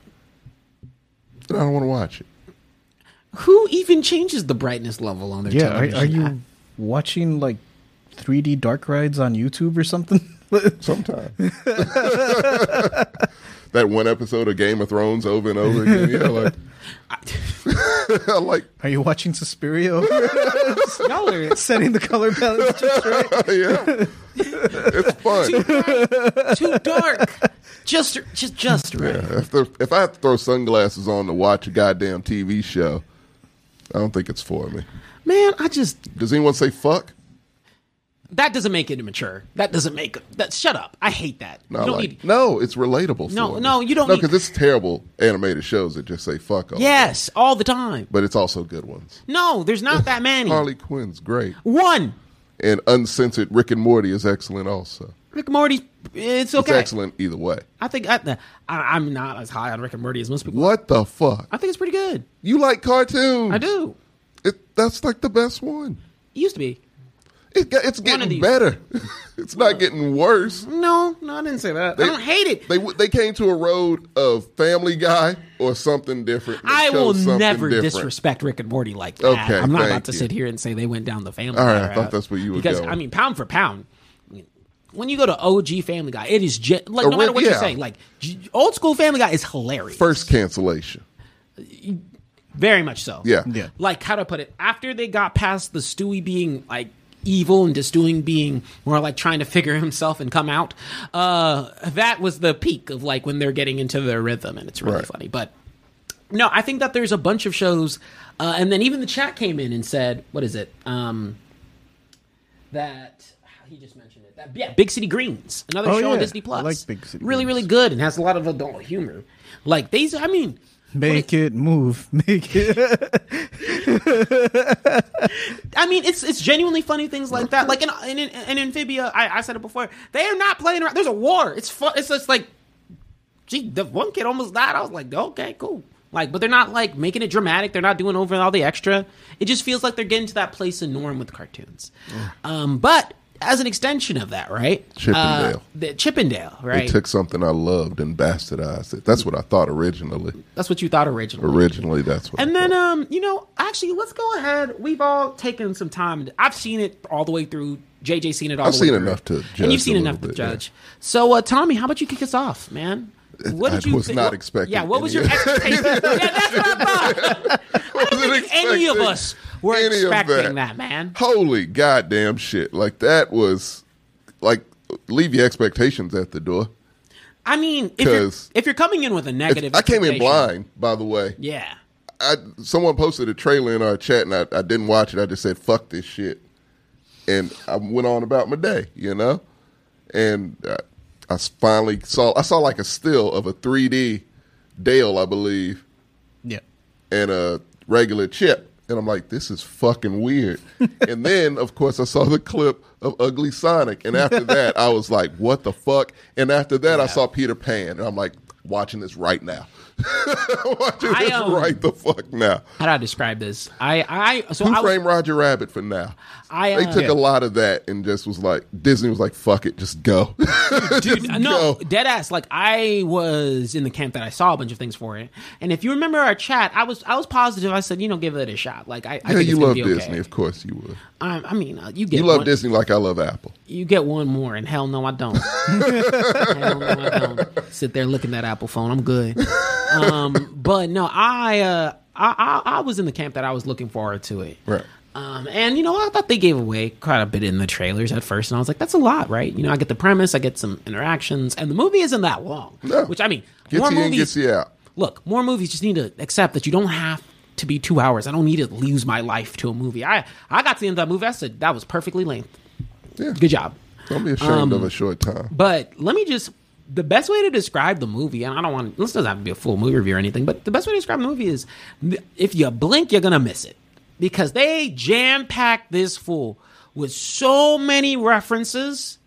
S2: then I don't want to watch it.
S1: who even changes the brightness level on their
S3: Yeah, are,
S1: television
S3: are you watching like 3D dark rides on YouTube or something?
S2: Sometimes. that one episode of Game of Thrones over and over again. Yeah, like, I like,
S3: Are you watching Suspiria?
S1: y'all are
S3: Setting the color balance just right.
S2: yeah. It's fun.
S1: too bright, too dark just just just right
S2: Yeah, if, there, if I have to throw sunglasses on to watch a goddamn TV show, I don't think it's for me.
S1: Man, I just
S2: Does anyone say fuck?
S1: That doesn't make it immature. That doesn't make that. Shut up. I hate that.
S2: Not
S1: you don't
S2: like,
S1: need.
S2: no, it's relatable.
S1: No,
S2: for
S1: no,
S2: me.
S1: you don't
S2: No,
S1: need-
S2: because it's terrible animated shows that just say fuck all.
S1: Yes, all the time.
S2: but it's also good ones.
S1: No, there's not that many.
S2: Harley Quinn's great,
S1: One.
S2: and uncensored Rick and Morty is excellent. Also,
S1: Rick and Morty's. It's
S2: it's
S1: okay.
S2: excellent either way.
S1: I think I, I, I'm not as high on Rick and Morty as most people.
S2: What the fuck?
S1: I think it's pretty good.
S2: You like cartoons?
S1: I do.
S2: It, that's like the best one.
S1: It used to be.
S2: It, got- it's
S1: of
S2: getting
S1: these.
S2: better. it's not getting worse.
S1: No, no, I didn't say that. I don't hate it.
S2: They w- they came to a road of Family Guy or something different. that
S1: I will
S2: shows something
S1: never
S2: different.
S1: disrespect Rick and Morty like that.
S2: Okay,
S1: I'm not
S2: thank
S1: about to
S2: you.
S1: sit here and say they went down the family.
S2: All right,
S1: Guy
S2: I thought
S1: route.
S2: that's where you were
S1: because,
S2: going.
S1: I mean, pound for pound, when you go to OG Family Guy, it is ge- like no
S2: Ori-
S1: matter what you
S2: yeah.
S1: say, like g- old school Family Guy is hilarious,
S2: First cancellation.
S1: very much so.
S2: Yeah.
S3: Yeah.
S1: like how to put it after they got past the stewie being like evil and just Stewie being more like trying to figure himself and come out uh that was the peak of like when they're getting into their rhythm and it's really
S2: Right.
S1: funny but no i think that there's a bunch of shows uh and then even the chat came in and said what is it um that he just mentioned it that yeah big city greens another
S3: Oh,
S1: show on
S3: yeah.
S1: disney
S3: I
S1: plus
S3: like Big City
S1: really
S3: Greens.
S1: really good and has a lot of adult humor like these i mean
S3: Make it move. Make it.
S1: I mean, it's it's genuinely funny things like that. Like in in, in Amphibia, I, I said it before. They are not playing around. There's a war. It's fun. It's just like, gee, the one kid almost died. I was like, okay, cool. Like, but they're not like making it dramatic. They're not doing over all the extra. It just feels like they're getting to that place in norm with cartoons. Um, but as an extension of that, right? Uh,
S2: Chippendale.
S1: the Chippendale,
S2: They
S1: right?
S2: took something I loved and bastardized it. That's what I thought originally.
S1: That's what you thought originally.
S2: Originally, that's what. I
S1: And then,
S2: thought.
S1: um, you know, actually, let's go ahead. We've all taken some time. I've seen it all the way through. JJ seen it all.
S2: I've
S1: the way
S2: seen
S1: through.
S2: enough to
S1: and
S2: judge
S1: you've seen
S2: a
S1: enough
S2: little
S1: to
S2: bit, yeah.
S1: judge. So, uh, Tommy, how about you kick us off, man? What
S2: I
S1: did you?
S2: was
S1: think-
S2: not
S1: what-
S2: expecting
S1: Yeah, what was
S2: any
S1: your
S2: of that.
S1: expectation? yeah, that's what I thought. I don't think any of
S2: expecting
S1: us were
S2: any of
S1: expecting
S2: that.
S1: that. man.
S2: holy goddamn shit! Like that was, like, leave your expectations at the door.
S1: I mean, if you're,
S2: 'Cause-
S1: if you're coming in with a negative,
S2: I came in
S1: expectation-
S2: blind, by the way.
S1: Yeah,
S2: I someone posted a trailer in our chat, and I, I didn't watch it. I just said "fuck this shit," and I went on about my day, you know. And I, I s- finally saw I saw like a still of a 3D Dale, I believe,
S3: yeah.
S2: and a regular Chip, and I'm like, this is fucking weird. and then, of course, I saw the clip of Ugly Sonic, and after that, I was like, what the fuck? And after that, I saw Peter Pan, and I'm like, watching this right now. watching
S1: I,
S2: this
S1: um,
S2: right the fuck now.
S1: how do I describe this? I, I, so
S2: Who
S1: I was,
S2: framed Roger Rabbit for now?
S1: I, uh,
S2: they took
S1: Yeah.
S2: a lot of that and just was like Disney was like, "Fuck it, just go."
S1: Dude, uh, no,
S2: go.
S1: dead ass. Like I was in the camp that I saw a bunch of things for it, and if you remember our chat, I was I was positive. I said, you know, give it a shot. Like I, I
S2: yeah,
S1: think
S2: you
S1: it's gonna
S2: love
S1: be
S2: Disney,
S1: okay.
S2: of course you would.
S1: I, I mean, uh, you get
S2: You love
S1: one,
S2: Disney like I love Apple.
S1: You get one more, and hell no, I don't. hell no, I don't. Sit there looking at Apple phone. I'm good. Um, but no, I, uh, I I I was in the camp that I was looking forward to it.
S2: Right.
S1: Um, and you know, I thought they gave away quite a bit in the trailers at first, and I was like, "That's a lot, right?" You know, I get the premise, I get some interactions, and the movie isn't that long.
S2: No.
S1: Which I mean,
S2: Gets
S1: more
S2: you in,
S1: movies.
S2: gets you out.
S1: Look, more movies just need to accept that you don't have to be two hours. I don't need to lose my life to a movie. I I got to the end of that movie. I said that was perfectly length.
S2: Yeah,
S1: Good job.
S2: Don't be ashamed of a short time.
S1: Um, But let me just the best way to describe the movie, and I don't want this doesn't have to be a full movie review or anything, but the best way to describe the movie is th- if you blink, you're gonna miss it because they jam packed this fool with so many references,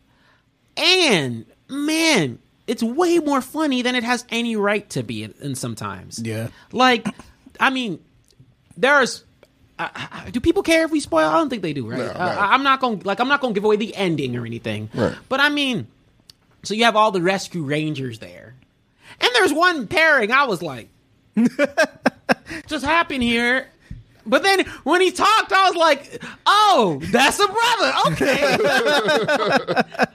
S1: and man, it's way more funny than it has any right to be. In, in sometimes,
S3: Yeah.
S1: like I mean, there's. I- I- do people care if we spoil? I don't think they do, right?
S2: No,
S1: Uh,
S2: no.
S1: I- I'm not gonna like I'm not gonna give away the ending or anything.
S2: Right.
S1: But I mean, so you have all the rescue rangers there, and there's one pairing. I was like, just happened here. But then when he talked, I was like, oh, that's a brother. Okay.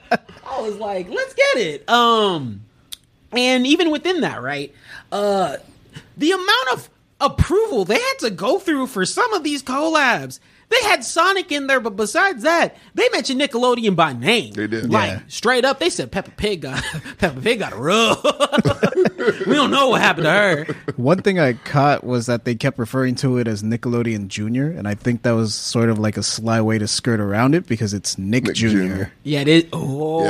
S1: I was like, let's get it. Um, and even within that, right? Uh, the amount of approval they had to go through for some of these collabs. They had Sonic in there, but besides that, they mentioned Nickelodeon by name.
S2: They did.
S1: Like
S3: Yeah.
S1: straight up, they said Peppa Pig got Peppa Pig got a rub. we don't know what happened to her.
S3: One thing I caught was that they kept referring to it as Nickelodeon Junior, and I think that was sort of like a sly way to skirt around it because it's Nick,
S2: Nick
S3: Junior.
S2: Jr..
S1: Yeah, it is. Oh,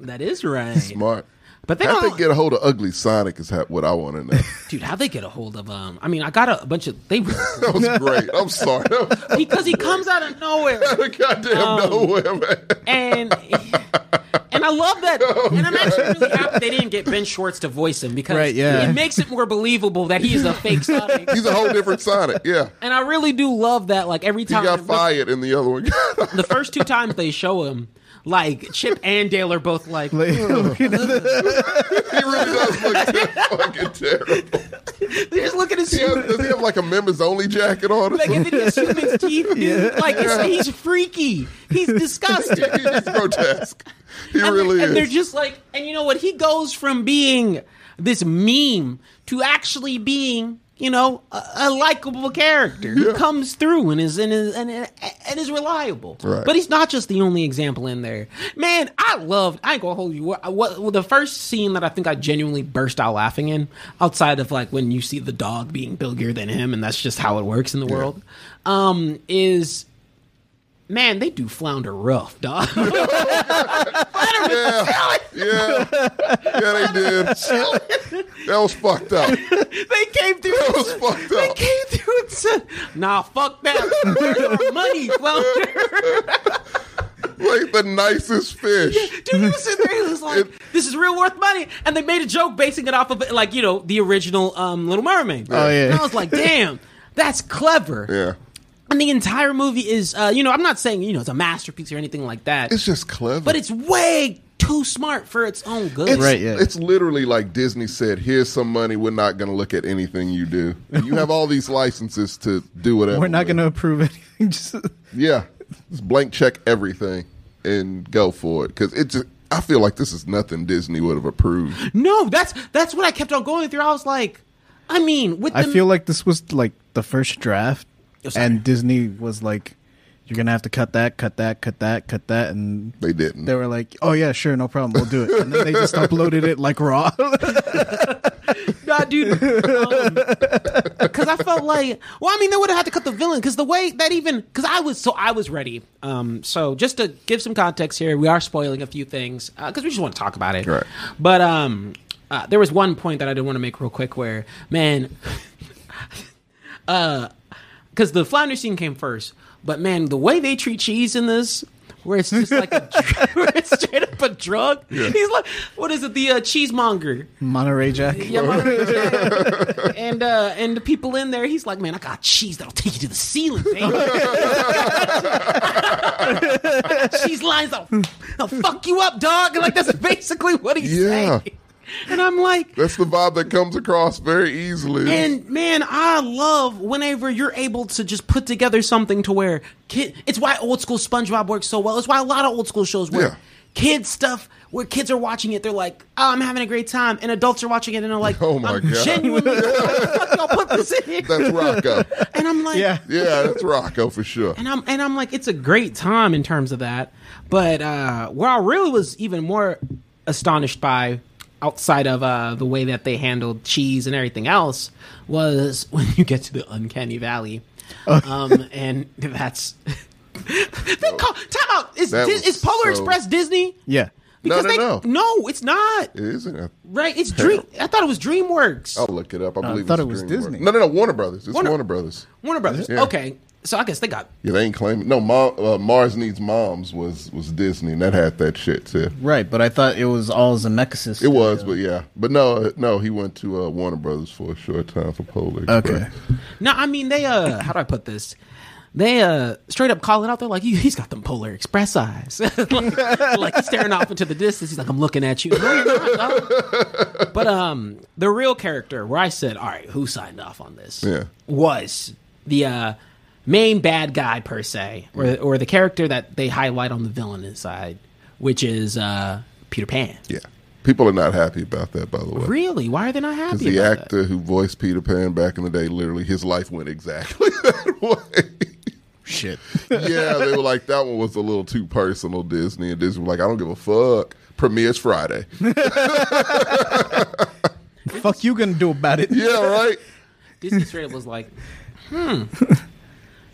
S1: that is right.
S2: Smart.
S1: But they
S2: How
S1: don't
S2: they get a hold of Ugly Sonic is ha- what I want to know.
S1: dude. How they get a hold of um? I mean, I got a, bunch of they
S2: That was great. I'm sorry. That was-
S1: because he comes out of nowhere.
S2: Goddamn
S1: Um,
S2: nowhere, man.
S1: and and I love that.
S2: Oh,
S1: and I'm actually really happy they didn't get Ben Schwartz to voice him because
S3: Right, yeah.
S1: it makes it more believable that he's a fake Sonic.
S2: He's a whole different Sonic. Yeah.
S1: and I really do love that. Like every
S2: He
S1: time,
S2: got fired in the other one.
S1: The, first two times they show him, like Chip and Dale are both like,
S2: he really does look fucking terrible.
S1: they're just looking at his
S2: He has- does he have like a members only jacket on?
S1: like if it is human's teeth, dude. Like it's, he's freaky. He's disgusting.
S2: He's grotesque. He
S1: and,
S2: really
S1: and they're
S2: is.
S1: just like, and you know what? He goes from being this meme to actually being, you know, a, a likable character who
S2: Yeah.
S1: comes through and is and is, and, and, and is reliable.
S2: Right.
S1: But he's not just the only example in there. Man, I loved. I ain't gonna hold you. What, what well, the first scene that I think I genuinely burst out laughing in, outside of like when you see the dog being bigger than him, and that's just how it works in the world. Um, is man, they do flounder rough, dog.
S2: yeah. yeah. Yeah, they did. That was fucked up.
S1: they came through.
S2: That was fucked
S1: They
S2: up.
S1: came through and said, "Nah, fuck that. Where's our money, flounder?"
S2: Like the nicest fish.
S1: Dude, he was sitting there. He was like, "This is real worth money," and they made a joke basing it off of like you know the original um, Little Mermaid.
S3: Oh, yeah.
S1: And I was like, "Damn, that's clever."
S2: Yeah.
S1: And the entire movie is, uh, you know, I'm not saying you know it's a masterpiece or anything like that,
S2: It's just clever.
S1: but it's way too smart for its own good.
S2: It's,
S3: Right, yeah.
S2: it's literally like Disney said, here's some money, we're not going to look at anything you do. You have all these licenses to do whatever.
S3: We're
S2: with.
S3: not going to approve anything. Just
S2: Yeah. Just blank check everything and go for it. Cause it just, I feel like this is nothing Disney would have approved.
S1: No, that's that's what I kept on going through. I was like, I mean, with
S3: I
S1: the,
S3: feel like this was like the first draft,
S1: Oh, sorry.
S3: and Disney was like, "You're gonna have to cut that, cut that, cut that, cut that," and
S2: They didn't.
S3: they were like, "Oh yeah, sure, no problem, we'll do it." And then they just uploaded it like raw.
S1: Nah, dude. Because I felt like, well, I mean, they would have had to cut the villain because the way that even because I was so I was ready. Um, so just to give some context here, we are spoiling a few things because we just want to talk about it.
S2: Right.
S1: But um, uh, there was one point that I did want to make real quick where, man, because the flounder scene came first. But man, the way they treat cheese in this, where it's just like a, dr- where it's straight up a drug. He's like, what is it? The uh, cheesemonger.
S3: Monterey Jack.
S1: Yeah, Monterey Jack. and uh, and the people in there, he's like, man, I got cheese that'll take you to the ceiling, baby. cheese lines that'll, that'll fuck you up, dog. And like that's basically what he's
S2: Yeah.
S1: saying. And I'm like,
S2: That's the vibe that comes across very easily.
S1: and man, I love whenever you're able to just put together something to where kid. It's why old school SpongeBob works so well. It's why a lot of old school shows work.
S2: Yeah.
S1: Kids stuff where kids are watching it, they're like, "Oh, I'm having a great time," and adults are watching it and they're like,
S2: Oh my
S1: I'm
S2: God.
S1: genuinely, "Why the fuck y'all put this in here?"
S2: that's Rocco.
S1: And I'm like,
S3: Yeah.
S2: yeah, that's Rocco for sure.
S1: and I'm and I'm like, it's a great time in terms of that. But uh, where I really was even more astonished by, outside of uh, the way that they handled cheese and everything else, was when you get to the uncanny valley,
S2: Oh.
S1: um, and that's. they call, time out. Is,
S2: That
S1: Dis- is
S2: was
S1: Polar
S2: so-
S1: Express Disney?
S3: Yeah.
S1: Because
S2: no,
S1: they,
S2: no.
S1: no, it's not.
S2: It Oh. isn't a
S1: Right? It's Dream. I thought it was DreamWorks.
S2: I'll look it up. I believe
S3: thought
S2: it's
S3: it was
S2: DreamWorks.
S3: Disney.
S2: No, no, no. Warner Brothers. It's
S1: Warner-
S2: Warner, Brothers.
S1: Warner Brothers.
S2: Yeah.
S1: Okay, so I guess they got
S2: Yeah, they ain't claiming. No, Mom, uh, Mars Needs Moms was was Disney, and that had that shit too.
S3: Right, but I thought it was all Zemeckis.
S2: It was, but yeah, but no, uh, no. He went to uh, Warner Brothers for a short time for Polar.
S3: Okay.
S2: Express.
S1: No, I mean they uh how do I put this? They uh straight up call it out. They're like, "You- he's got them Polar Express eyes, like, like he's staring off into the distance. He's like, I'm looking at you. No, you're not, dog. but um, the real character where I said, all right, who signed off on this?
S2: Yeah.
S1: was the uh main bad guy per se, or or the character that they highlight on the villain side, which is uh Peter Pan.
S2: Yeah, People are not happy about that, by the way.
S1: Really? Why are they not
S2: Because
S1: happy
S2: the
S1: about that?
S2: actor who voiced Peter Pan back in the day, literally, his life went exactly that way.
S3: Shit.
S2: yeah, they were like, that one was a little too personal, Disney. And Disney was like, I don't give a fuck. Premieres Friday.
S3: Fuck you gonna do about it?
S2: Yeah, right?
S1: Disney straight was like, hmm.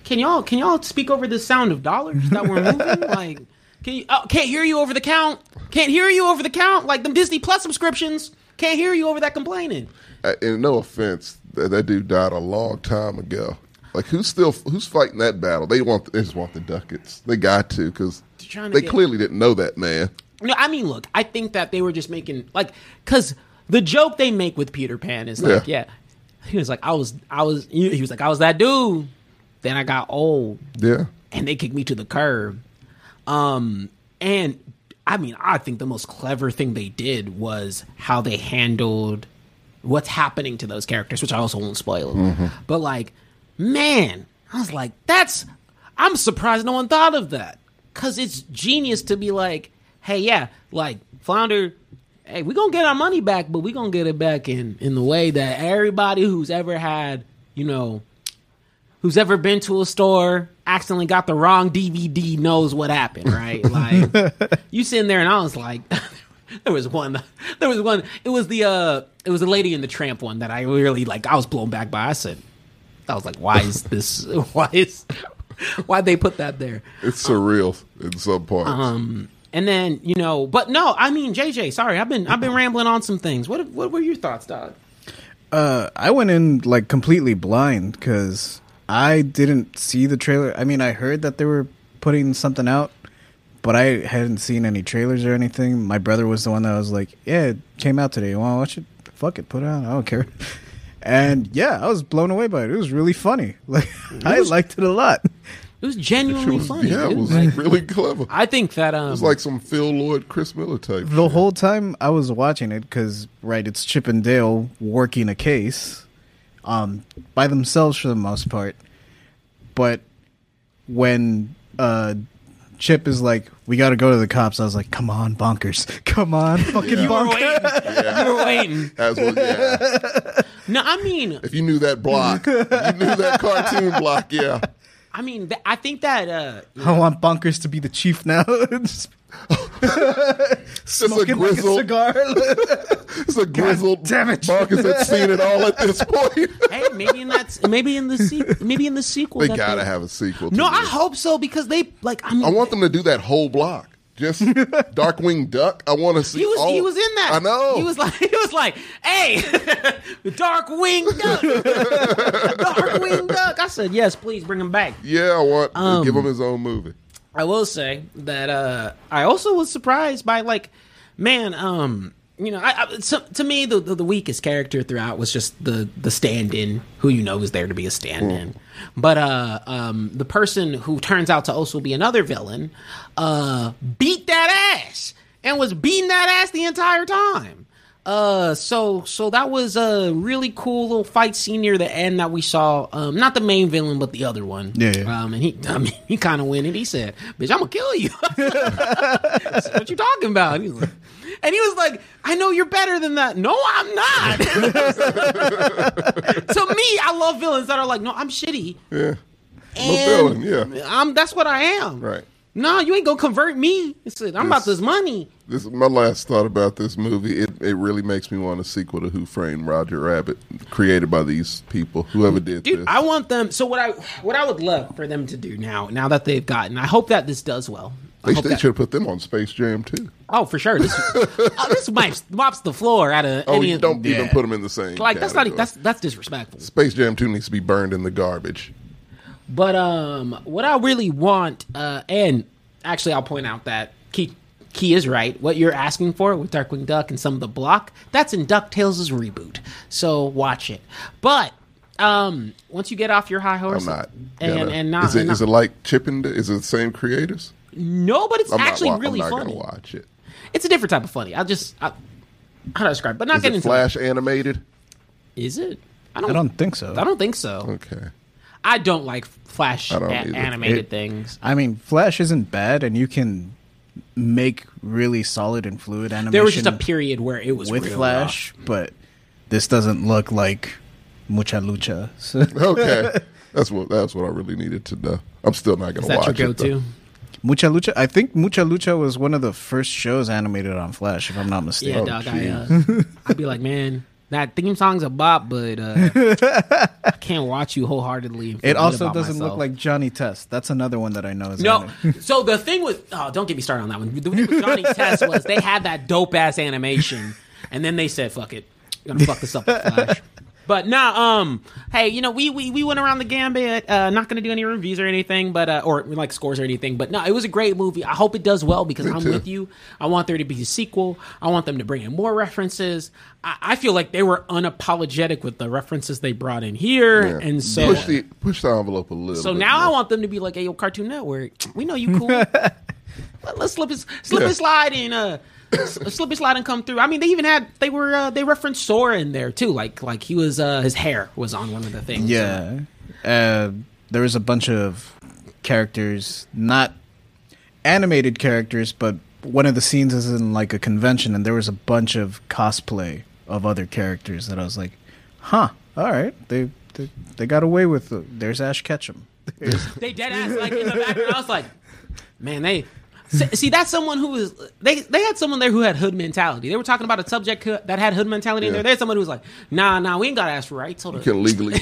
S1: Can y'all can y'all speak over the sound of dollars that we're moving? Like, can you, oh, can't hear you over the count. Can't hear you over the count. Like them Disney Plus subscriptions. Can't hear you over that complaining.
S2: Uh, and no offense, that, that dude died a long time ago. Like who's still who's fighting that battle? They want they just want the ducats. They got to because
S1: They're trying to
S2: they
S1: get-
S2: clearly didn't know that man.
S1: No, I mean, look, I think that they were just making like because the joke they make with Peter Pan is like, yeah.
S2: Yeah.
S1: he was like, I was, I was, he was like, I was that dude. Then I got old,
S2: Yeah,
S1: and they kicked me to the curb. Um, and I mean, I think the most clever thing they did was how they handled what's happening to those characters, which I also won't spoil. But like, man, I was like, that's I'm surprised no one thought of that because it's genius to be like, hey, yeah, like flounder. Hey, we gonna get our money back, but we gonna get it back in in the way that everybody who's ever had, you know, who's ever been to a store accidentally got the wrong DVD knows what happened, right? Like you sitting there and I was like there was one there was one it was the uh it was the lady in the tramp one that I really like I was blown back by. I said I was like why is this why is why'd they put that there?
S2: it's surreal in some parts.
S1: Um and then, you know, but no, I mean JJ, sorry, I've been I've been rambling on some things. What what were your thoughts, dog?
S3: Uh, I went in like completely blind because I didn't see the trailer. I mean, I heard that they were putting something out, but I hadn't seen any trailers or anything. My brother was the one that was like, "Yeah, it came out today. You want to watch it? Fuck it, put it on. I don't care." And yeah, I was blown away by it. It was really funny. Like I liked it a lot.
S1: It was
S2: It
S1: genuinely
S2: was-
S1: funny.
S2: yeah, it
S1: dude.
S2: was
S1: Like,
S2: really clever. It
S1: I think that um
S2: was like some Phil Lord, Chris Miller type.
S3: The whole time I was watching it, because right, it's Chip and Dale working a case, um, by themselves for the most part. But when uh, Chip is like, "We got to go to the cops," I was like, "Come on, bonkers! Come on, fucking
S2: Yeah. You
S1: you were
S3: bonkers!"
S1: waiting. You were waiting.
S2: As well, yeah.
S1: No, I mean,
S2: If you knew that block, you knew that cartoon block. Yeah,
S1: I mean, th- I think that uh,
S3: I want bonkers to be the chief now. Just
S2: it's just a
S3: smoking like a
S2: grizzled,
S3: cigar.
S2: it's a grizzled.
S3: damn it.
S2: Marcus had seen it all at this point.
S1: hey, maybe in that, maybe in the se- maybe in the sequel,
S2: they
S1: that
S2: gotta have a sequel. To
S1: No,
S2: this.
S1: I hope so because they like. I mean,
S2: I want them to do that whole block. Just Darkwing Duck. I want to see.
S1: he was
S2: all-
S1: he was in that.
S2: I know.
S1: He was like he was like, hey, Dark Wing Duck, Dark Wing Duck. I said yes, please bring him back.
S2: Yeah, I want
S1: Um,
S2: give him his own movie.
S1: I will say that uh, I also was surprised by like, man, um, you know, I, I so, to me the, the the weakest character throughout was just the the stand-in who you know is there to be a
S3: Mm.
S1: stand-in, but uh, um, the person who turns out to also be another villain, uh, beat that ass and was beating that ass the entire time. Uh, so so that was a really cool little fight scene near the end that we saw. Um, not the main villain, but the other one.
S3: Yeah, yeah.
S1: Um, and he, I mean, he kind of went and he said, "Bitch, I'm gonna kill you." I said, what you talking about? And he was like, and he was like, "I know you're better than that." No, I'm not. to me, I love villains that are like, "No, I'm shitty."
S2: Yeah,
S1: And
S2: villain, yeah.
S1: I'm that's what I am.
S2: right.
S1: No, you ain't gonna convert me. I said, "I'm about
S2: Yes.
S1: this money."
S2: This is my last thought about this movie. It it really makes me want a sequel to Who Framed Roger Rabbit, created by these people, whoever did
S1: dude
S2: this.
S1: i want them so what i what i would love for them to do now now that they've gotten i hope that this does well I
S2: they
S1: hope
S2: they
S1: that-
S2: should have put them on Space Jam too.
S1: oh for sure this, oh, this mops, mops the floor out of
S2: Oh,
S1: any
S2: you
S1: of-
S2: don't even
S3: yeah.
S2: put them in the same.
S1: like that's not e-,
S2: category.
S1: that's that's disrespectful
S2: Space Jam Two needs to be burned in the garbage.
S1: But um, what I really want, uh, and actually, I'll point out that Key Key is right. What you're asking for with Darkwing Duck and some of the block, that's in Ducktales' reboot. So watch it. But um, once you get off your high horse,
S2: I'm not.
S1: and
S2: gonna-
S1: and not,
S2: is it,
S1: and not-
S2: is it like Chippendale? Is it the same creators?
S1: no, but it's
S2: I'm
S1: actually
S2: not, wa-
S1: really
S2: I'm not
S1: funny.
S2: gonna watch it.
S1: It's a different type of funny. I just I, how do I describe? it? But not
S2: Is
S1: getting
S2: it
S1: into
S2: Flash animated?
S1: It. Is it? I
S3: I
S1: don't.
S3: don't think so.
S1: I don't think so.
S2: Okay.
S1: I don't like Flash
S2: I don't
S1: a-
S2: either.
S1: animated
S3: It-
S1: things.
S3: I mean, Flash isn't bad, and you can make really solid and fluid animation
S1: There was just a period where it was
S3: with
S1: real Mm.
S3: Flash, but this doesn't look like mucha lucha. So,
S2: Okay, that's what that's what I really needed to know. I'm still not gonna
S1: raw. Is
S2: watch
S1: that your
S2: it. though.
S1: go-to?
S3: mucha lucha. I think mucha lucha was one of the first shows animated on Flash, if I'm not
S1: Yeah,
S3: mistaken.
S1: dog. I, uh, I'd be like, man, that theme song's a bop, but uh, I can't watch you wholeheartedly. and
S3: It
S1: forget
S3: also
S1: about
S3: doesn't
S1: myself.
S3: look like Johnny Test. That's another one that I know is
S1: No,
S3: animated.
S1: so the thing with oh, don't get me started on that one. The thing with Johnny Test was they had that dope ass animation, and then they said, "Fuck it, I'm gonna fuck this up." With Flash. But nah, um, hey, you know, we we, we went around the gambit. Uh, not gonna do any reviews or anything, but uh, or like scores or anything. But no, it was a great movie. I hope it does well because I'm
S2: too.
S1: with you. I want there to be a sequel. I want them to bring in more references. I, I feel like they were unapologetic with the references they brought in here,
S2: Yeah.
S1: and so
S2: push the push the envelope a little.
S1: so
S2: bit
S1: now I
S2: more.
S1: want them to be like, "Hey, yo, Cartoon Network, we know you cool. Let, us slip his slip
S2: Yeah.
S1: and slide and uh, s- slip and slide and come through." I mean, they even had they were uh, they referenced Sora in there too. Like like he was uh, his hair was on one of the things.
S3: Yeah. Uh, there was a bunch of characters, not animated characters, but one of the scenes is in like a convention, and there was a bunch of cosplay of other characters that I was like, huh, all right. They, they, they got away with it. There's Ash Ketchum. There's-
S1: they dead ass like in the background. I was like, man, they. See, see, that's someone who was they. They had someone there who had hood mentality. They were talking about a subject who- that had hood mentality in
S2: Yeah.
S1: there. There's someone who was like, "Nah, nah, we ain't got to ask for rights." Hold
S2: You
S1: on.
S2: can legally.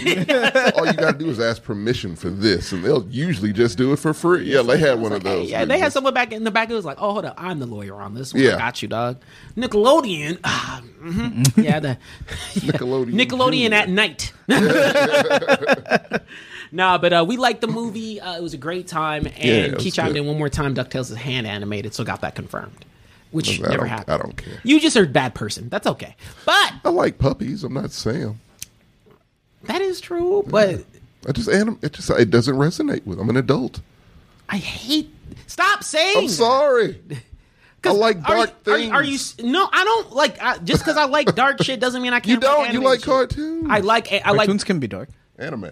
S2: all you gotta do is ask permission for this, and they'll usually just do it for free. Yeah, they had one of
S1: Hey,
S2: those.
S1: yeah, they had
S2: didn't
S1: someone back in the back. It was like, oh, hold up, I'm the lawyer on this. One.
S2: Yeah.
S1: I got you, dog. Nickelodeon. ah, mhm. yeah, the
S2: Nickelodeon
S1: Nickelodeon
S2: Junior.
S1: at night. nah, but uh, we liked the movie. Uh, it was a great time, and
S2: it was
S1: he chimed
S2: good.
S1: in one more time. Ducktales is hand animated, so got that confirmed, which
S2: I
S1: never
S2: don't-
S1: happened.
S2: I don't care.
S1: You just are a bad person. That's okay, but
S2: I like puppies. I'm not saying.
S1: that is true. But
S2: I just anim- it just it doesn't resonate with. I'm an adult.
S1: I hate. Stop saying.
S2: I'm sorry. I
S1: 'Cause
S2: like
S1: are
S2: dark
S1: you, are you-
S2: things.
S1: Are you, s- No, I don't like. I, just because I like dark shit doesn't mean I can't.
S2: You don't.
S1: Like
S2: You like
S1: animation.
S2: cartoons.
S1: I like. I like.
S3: cartoons can be dark.
S2: anime.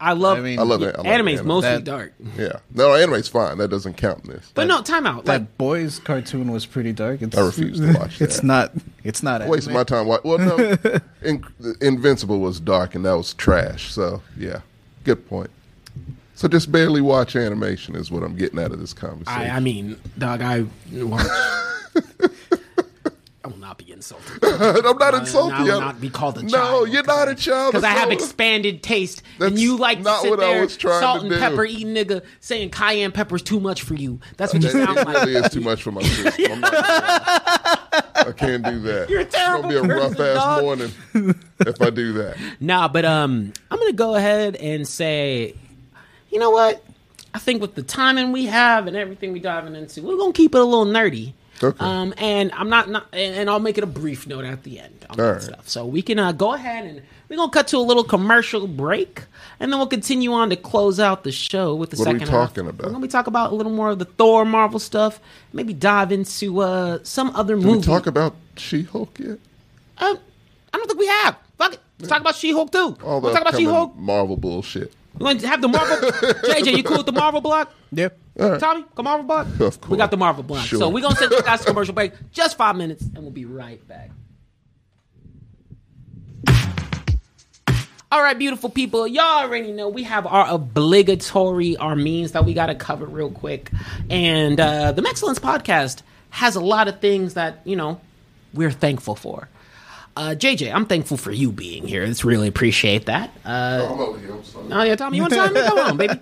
S1: I love.
S3: I
S1: I,
S3: mean,
S2: I love it. I love
S1: anime's
S2: anime.
S1: mostly
S3: That-
S1: dark.
S2: Yeah. No, anime's fine. That doesn't count in this.
S1: But no, time out. Like,
S3: That boys cartoon was pretty dark. It's,
S2: I refuse to watch that.
S3: It's not. It's not.
S2: Waste
S3: anime.
S2: my time. wa- Well, no, In- Invincible was dark and that was trash. So yeah, good point. So just barely watch animation is what I'm getting out of this conversation.
S1: I, I mean, dog. I watch. I will not be insulted.
S2: I'm not
S1: I
S2: insulting
S1: will
S2: you.
S1: not be called a
S2: no,
S1: child.
S2: you're not a child.
S1: Because I
S2: That's
S1: have
S2: all-
S1: expanded taste, and
S2: That's
S1: you like to
S2: not
S1: sit
S2: what I
S1: there,
S2: was trying
S1: salt
S2: to
S1: and
S2: do.
S1: pepper eating nigga, saying cayenne pepper's too much for you. That's what you sound
S2: That
S1: like.
S2: really is too much for my system. I'm not gonna lie. I can't do that.
S1: You're a terrible
S2: It's gonna be a rough
S1: person,
S2: ass
S1: dog.
S2: morning if I do that.
S1: Nah, but um, I'm gonna go ahead and say, you know what? I think with the timing we have and everything we diving into, we're gonna keep it a little nerdy.
S2: Okay.
S1: Um, and I'm not, not and, and I'll make it a brief note at the end on that
S2: All right.
S1: stuff. So we can uh, go ahead and we're gonna cut to a little commercial break, and then we'll continue on to close out the show with the
S2: What are we
S1: second. half.
S2: talking about?
S1: We're gonna be talking about a little more of the Thor Marvel stuff. Maybe dive into uh some other
S2: Did
S1: movie.
S2: we talk about She Hulk yet?
S1: Uh, I don't think we have. Fuck it. Let's talk about She-Hulk too.
S2: All
S1: We'll
S2: the
S1: talk about
S2: upcoming
S1: She-Hulk.
S2: Marvel bullshit.
S1: We're going to have the Marvel. JJ, you cool with the Marvel block?
S3: Yeah.
S1: Tommy, the Marvel block? We
S2: Of course.
S1: got the Marvel block.
S2: Sure.
S1: So we're going to send you guys a commercial break, just five minutes, and we'll be right back. All right, beautiful people. Y'all already know we have our obligatory, our means that we got to cover real quick. And uh, the Excellence podcast has a lot of things that, you know, we're thankful for. Uh, JJ, I'm thankful for you being here. It's really appreciate that. Uh,
S2: I'm over here. I'm sorry.
S1: Oh yeah, Tommy, you want to time me? Come on, baby.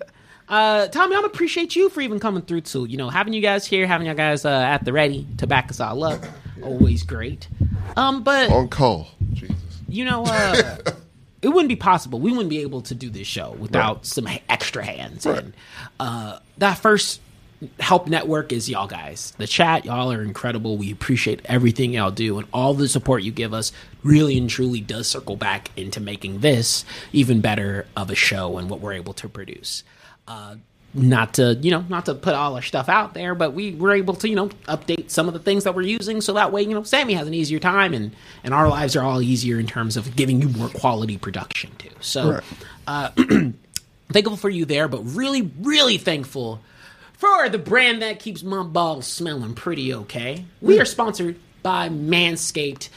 S1: Uh, Tommy, I'm appreciate you for even coming through too. You know, having you guys here, having you guys uh, at the ready to back us all up, always great. Um, but
S2: On call. Jesus.
S1: you know, uh, it wouldn't be possible. We wouldn't be able to do this show without some h- extra hands.
S2: Right.
S1: And uh, that first help network is y'all guys. The chat, y'all are incredible. We appreciate everything y'all do and all the support you give us. Really and truly does circle back into making this even better of a show and what we're able to produce. Uh, not to you know not to put all our stuff out there but we were able to you know update some of the things that we're using so that way you know sammy has an easier time and and our lives are all easier in terms of giving you more quality production too so thankful for you there, but really, really thankful for the brand that keeps my balls smelling pretty okay. We are sponsored by Manscaped,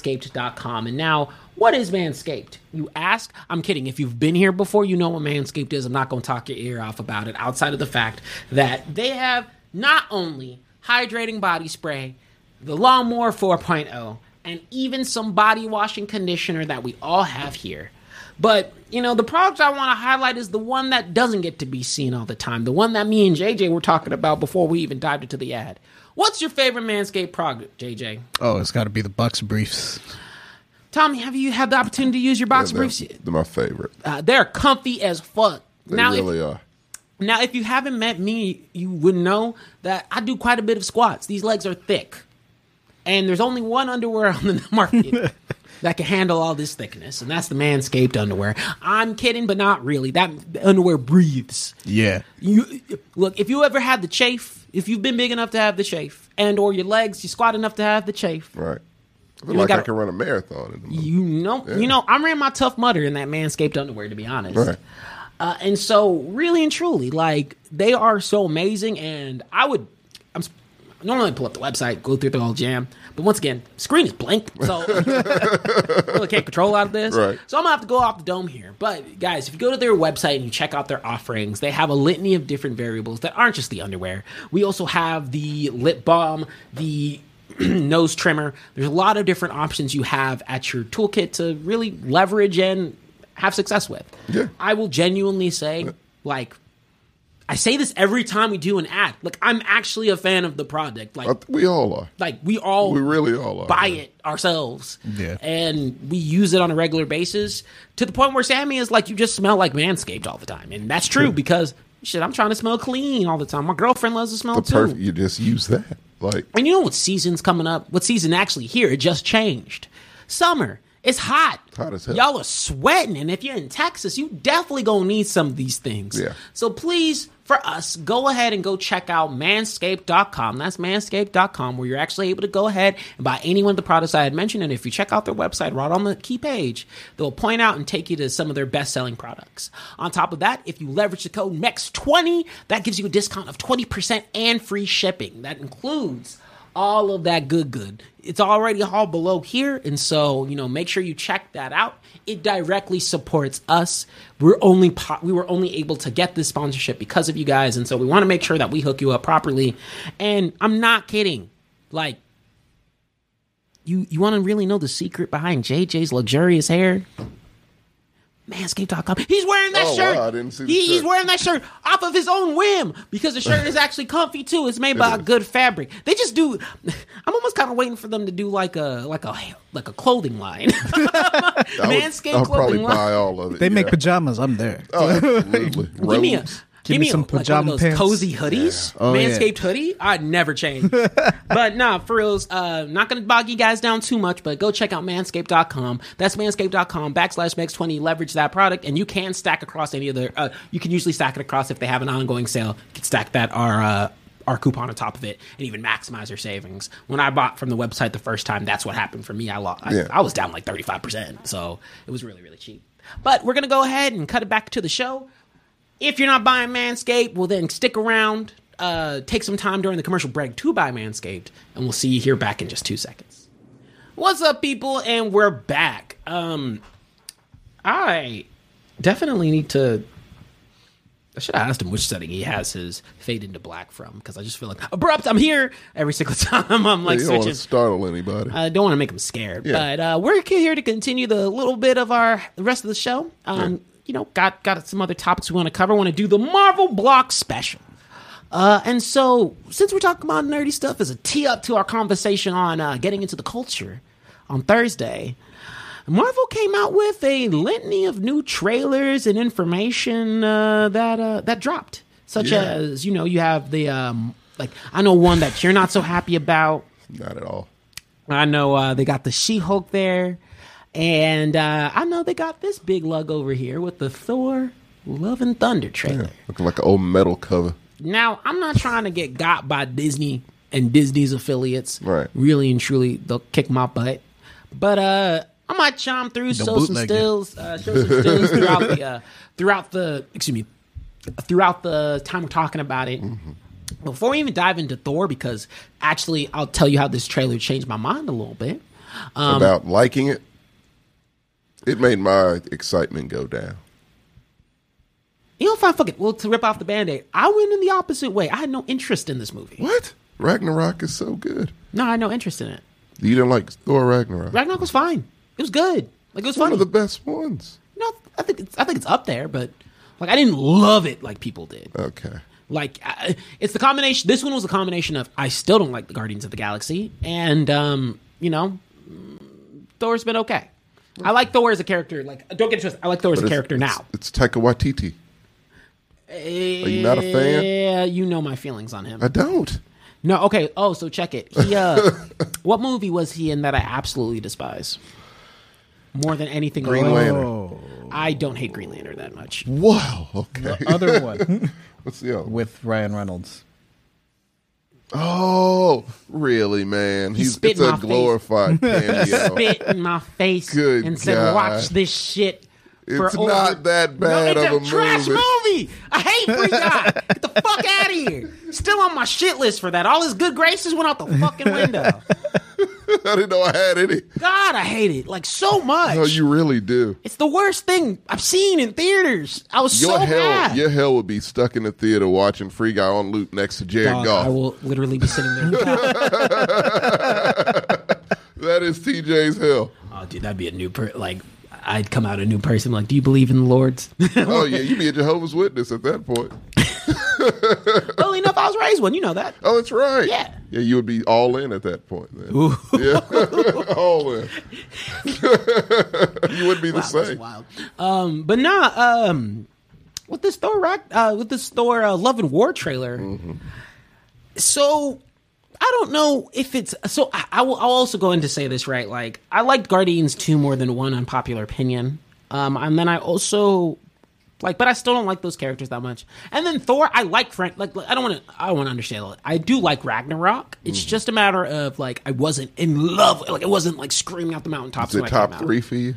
S1: manscaped.com. And now, what is Manscaped? You ask? I'm kidding. If you've been here before, you know what Manscaped is. I'm not going to talk your ear off about it outside of the fact that they have not only hydrating body spray, the lawnmower 4.0, and even some body wash and conditioner that we all have here. But you know, the product I want to highlight is the one that doesn't get to be seen all the time. The one that me and JJ were talking about before we even dived into the ad. What's your favorite Manscaped product, JJ?
S3: Oh, it's got to be the Bucks briefs.
S1: Tommy, have you had the opportunity to use your box briefs?
S2: They're, they're my favorite.
S1: Uh, they're comfy as fuck.
S2: They
S1: now,
S2: really
S1: if,
S2: are.
S1: now, if you haven't met me, you wouldn't know that I do quite a bit of squats. These legs are thick, and there's only one underwear on the market. That can handle all this thickness, and that's the manscaped underwear. I'm kidding, but not really. That underwear breathes.
S3: Yeah.
S1: You look if you ever had the chafe, if you've been big enough to have the chafe, and or your legs, you squat enough to have the chafe.
S2: Right. I feel
S1: You
S2: like
S1: gotta-
S2: I can run a marathon in them.
S1: You know, you know, I ran my tough mutter in that manscaped underwear, to be honest.
S2: Right.
S1: Uh, and so, really and truly, like they are so amazing, and I would, I'm s- I normally pull up the website, go through the whole jam, but once again, screen is blank, so really can't control out of this.
S2: Right.
S1: So I'm gonna have to go off the dome here. But guys, if you go to their website and you check out their offerings, they have a litany of different variables that aren't just the underwear. We also have the lip balm, the nose trimmer. There's a lot of different options you have at your toolkit to really leverage and have success with.
S2: Yeah.
S1: I will genuinely say, like, I say this every time we do an ad. Like, I'm actually a fan of the product. Like,
S2: I th- we all are.
S1: like we all
S2: We really all are.
S1: buy
S2: man.
S1: it ourselves.
S3: Yeah.
S1: And we use it on a regular basis to the point where Sammy is like, you just smell like Manscaped all the time. And that's true because shit, I'm trying to smell clean all the time. My girlfriend loves to smell
S2: The
S1: too.
S2: perfect. You just use that. Like
S1: And you know what season's coming up? What season actually here? It just changed. Summer. It's hot.
S2: Hot as hell.
S1: Y'all are sweating. And if you're in Texas, you definitely gonna need some of these things.
S2: Yeah.
S1: So please, for us, go ahead and go check out manscaped.com. That's manscaped.com, where you're actually able to go ahead and buy any one of the products I had mentioned. And if you check out their website right on the key page, they'll point out and take you to some of their best selling products. On top of that, if you leverage the code MEX20, that gives you a discount of 20% and free shipping. That includes all of that good good. It's already all below here, and so you know, make sure you check that out. It directly supports us. We're only po- we were only able to get this sponsorship because of you guys, and so we want to make sure that we hook you up properly. And I'm not kidding. Like, you you want to really know the secret behind JJ's luxurious hair? Manscaped.com. He's wearing that
S2: Oh,
S1: shirt.
S2: wow, I didn't see the
S1: He- He's
S2: shirt.
S1: wearing wearing that shirt off of his own whim because the shirt is actually comfy too. It's made by a
S2: is.
S1: good fabric. They just do. I'm almost kind of waiting for them to do like a like a like a clothing line,
S2: I would-
S1: manscaped
S2: I'll probably
S1: clothing line.
S2: buy all of it.
S3: They make
S2: yeah.
S3: pajamas. I'm there.
S2: Oh, absolutely.
S1: Give me a.
S2: Robes.
S1: Give, me, some a, pajama like one of those
S3: pants.
S1: cozy hoodies,
S3: Oh, yeah.
S1: manscaped hoodie. I'd never change. but nah, for reals, uh, not gonna bog you guys down too much. But go check out manscaped.com. That's manscaped.com backslash max twenty. Leverage that product, and you can stack across any other. Uh, you can usually stack it across if they have an ongoing sale. You can stack that our uh, our coupon on top of it, and even maximize your savings. When I bought from the website the first time, that's what happened for me. I lost. I,
S2: Yeah.
S1: I was down like thirty five percent, so it was really really cheap. But we're gonna go ahead and cut it back to the show. If you're not buying Manscaped, well, then stick around. Uh, take some time during the commercial break to buy Manscaped, and we'll see you here back in just two seconds. What's up, people? And we're back. Um, I definitely need to. I should have asked him which setting he has his fade into black from because I just feel like abrupt. I'm here every single time. I'm like
S2: You don't want
S1: switching.
S2: to startle anybody.
S1: I don't want to make them scared,
S2: Yeah.
S1: but uh, we're here to continue the little bit of our the rest of the show. Um, You know, got got some other topics we want to cover. Want to do the Marvel Block Special, uh, and so since we're talking about nerdy stuff, as a tee up to our conversation on uh, getting into the culture on Thursday, Marvel came out with a litany of new trailers and information uh, that uh, that dropped, such
S2: Yeah.
S1: as you know you have the um, like I know one that you're not so happy about.
S2: Not at all.
S1: I know uh, they got the She Hulk there, and uh, I know they got this big lug over here with the Thor Love and Thunder trailer.
S2: Looking like an old metal cover.
S1: Now, I'm not trying to get got by Disney and Disney's affiliates.
S2: Right.
S1: Really and truly, they'll kick my butt. But uh, I might chime through, show some
S3: bootleg you.
S1: stills, uh, show some stills throughout the uh, throughout the excuse me, throughout the time we're talking about it. Before we even dive into Thor, because actually I'll tell you how this trailer changed my mind a little bit. Um,
S2: about liking it. It made my excitement go down.
S1: You know, fine, fuck it. Well, to rip off the band-aid, I went in the opposite way. I had no interest in this movie.
S2: What? Ragnarok is so good.
S1: No, I had no interest in it.
S2: You didn't like Thor Ragnarok?
S1: Ragnarok was fine. It was good. Like it was
S2: One
S1: funny.
S2: of the best ones.
S1: no, I think it's, I think it's up there, but like I didn't love it like people did.
S2: Okay.
S1: Like I, it's the combination. This one was a combination of I still don't like the Guardians of the Galaxy, and um, you know, mm, Thor's been okay. I like Thor as a character. Like don't get it twisted. I like Thor as a
S2: It's-
S1: character
S2: it's-
S1: now.
S2: It's Taika Waititi.
S1: Are
S2: you not a fan?
S1: Yeah, you know my feelings on him.
S2: I don't.
S1: No, okay. Oh, so check it. He, uh, what movie was he in that I absolutely despise? More than anything,
S2: Green Lantern.
S3: Oh,
S1: I don't hate Green Lantern that much.
S2: Wow. Okay.
S3: the other one
S2: Let's see. Oh,
S3: with Ryan Reynolds.
S2: oh really, man? He's
S1: spit
S2: it's
S1: in my
S2: a
S1: face.
S2: glorified cameo.
S1: Spit in my face
S2: Good
S1: and said,
S2: God.
S1: "Watch this shit." for
S2: It's
S1: over-"
S2: not that bad
S1: No, it's
S2: of
S1: a,
S2: a
S1: trash
S2: movie.
S1: movie. I hate Free Guy. Get the fuck out of here. Still on my shit list for that. All his good graces went out the fucking window.
S2: I didn't know I had any.
S1: God, I hate it like so much.
S2: No, you really do.
S1: it's the worst thing I've seen in theaters. I was
S2: Your
S1: so
S2: hell,
S1: mad.
S2: your hell would be stuck in the theater watching Free Guy on loop next to Jared
S1: Dog,
S2: Goff.
S1: Uh, I will literally be sitting there.
S2: That is TJ's hell.
S1: oh, dude, that'd be a new per- like. I'd come out a new person. Like, do you believe in the Lord's?
S2: oh yeah, you be a Jehovah's Witness at that point.
S1: Early enough, I was raised one. You know that.
S2: Oh, that's right.
S1: Yeah.
S2: Yeah, you would be all in at that point. Then. Yeah, all in. you wouldn't be the
S1: That was
S2: same.
S1: wild. Um, but nah, um, with this Thor, Rock- uh, with this Thor uh, Love and War trailer.
S2: Mm-hmm.
S1: So I don't know if it's so. I, I will. I'll also go in to say this right. Like I liked Guardians two more than one. Unpopular opinion. Um, and then I also like, but I still don't like those characters that much. And then Thor, I like Frank. Like I don't want to. I don't want to understand. it. I do like Ragnarok. It's
S2: Mm-hmm.
S1: just a matter of like I wasn't in love. Like I wasn't like screaming out the mountaintops.
S2: Is it
S1: when I
S2: top
S1: came out.
S2: three for you?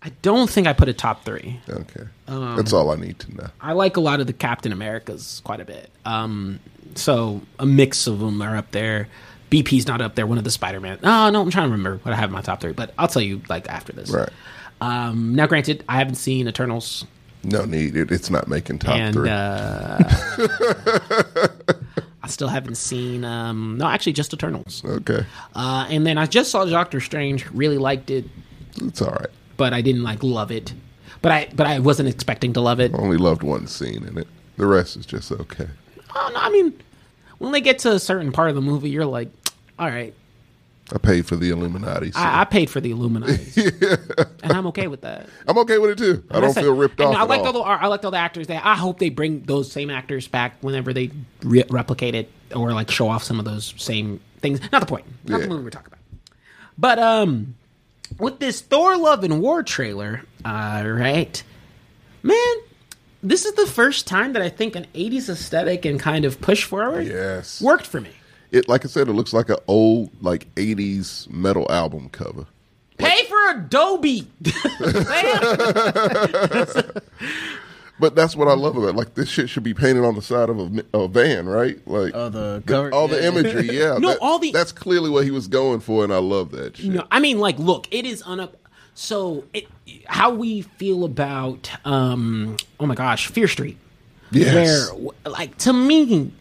S1: I don't think I put a top three.
S2: Okay,
S1: Um,
S2: that's all I need to know.
S1: I like a lot of the Captain Americas quite a bit. Um, so a mix of them are up there. BP's not up there. One of the Spider Man. Oh no, I'm trying to remember what I have in my top three, but I'll tell you like after this.
S2: Right.
S1: Um, now, granted, I haven't seen Eternals
S2: No need. It, it's not making top
S1: and
S2: three.
S1: uh, I still haven't seen. Um, no, actually, just Eternals.
S2: okay,
S1: Uh, and then I just saw Doctor Strange. Really liked it,
S2: it's all right.
S1: but I didn't like love it. But I but I wasn't expecting to love it.
S2: Only loved one scene in it. The rest is just okay.
S1: Oh no, I mean, when they get to a certain part of the movie, you're like, all right,
S2: I paid for the Illuminati. So
S1: I, I paid for the Illuminati, and I'm okay with that.
S2: I'm okay with it too. I don't
S1: That's it.
S2: feel ripped
S1: And
S2: off.
S1: I
S2: at
S1: liked
S2: all.
S1: all the I liked all the actors there. I hope they bring those same actors back whenever they re- replicate it or like show off some of those same things. Not the point. Not
S2: Yeah.
S1: the movie we're talking about. But um, with this Thor: Love and War trailer, all right, man. This is the first time that I think an 80s aesthetic and kind of push forward
S2: Yes.
S1: worked for me.
S2: it, like I said, it looks like an old like '80s metal album cover.
S1: Pay for Adobe. Sam.
S2: But that's what I love about it. like this shit should be painted on the side of a, mi- a van, right? Like
S3: Oh, the cover.
S2: all the imagery, yeah.
S1: No,
S2: that-
S1: all the-
S2: that's clearly what he was going for, and I love that shit.
S1: no, I mean, like, look, it is unup. So, it, how we feel about, um, oh my gosh, Fear Street,
S2: yes,
S1: where, like, to me,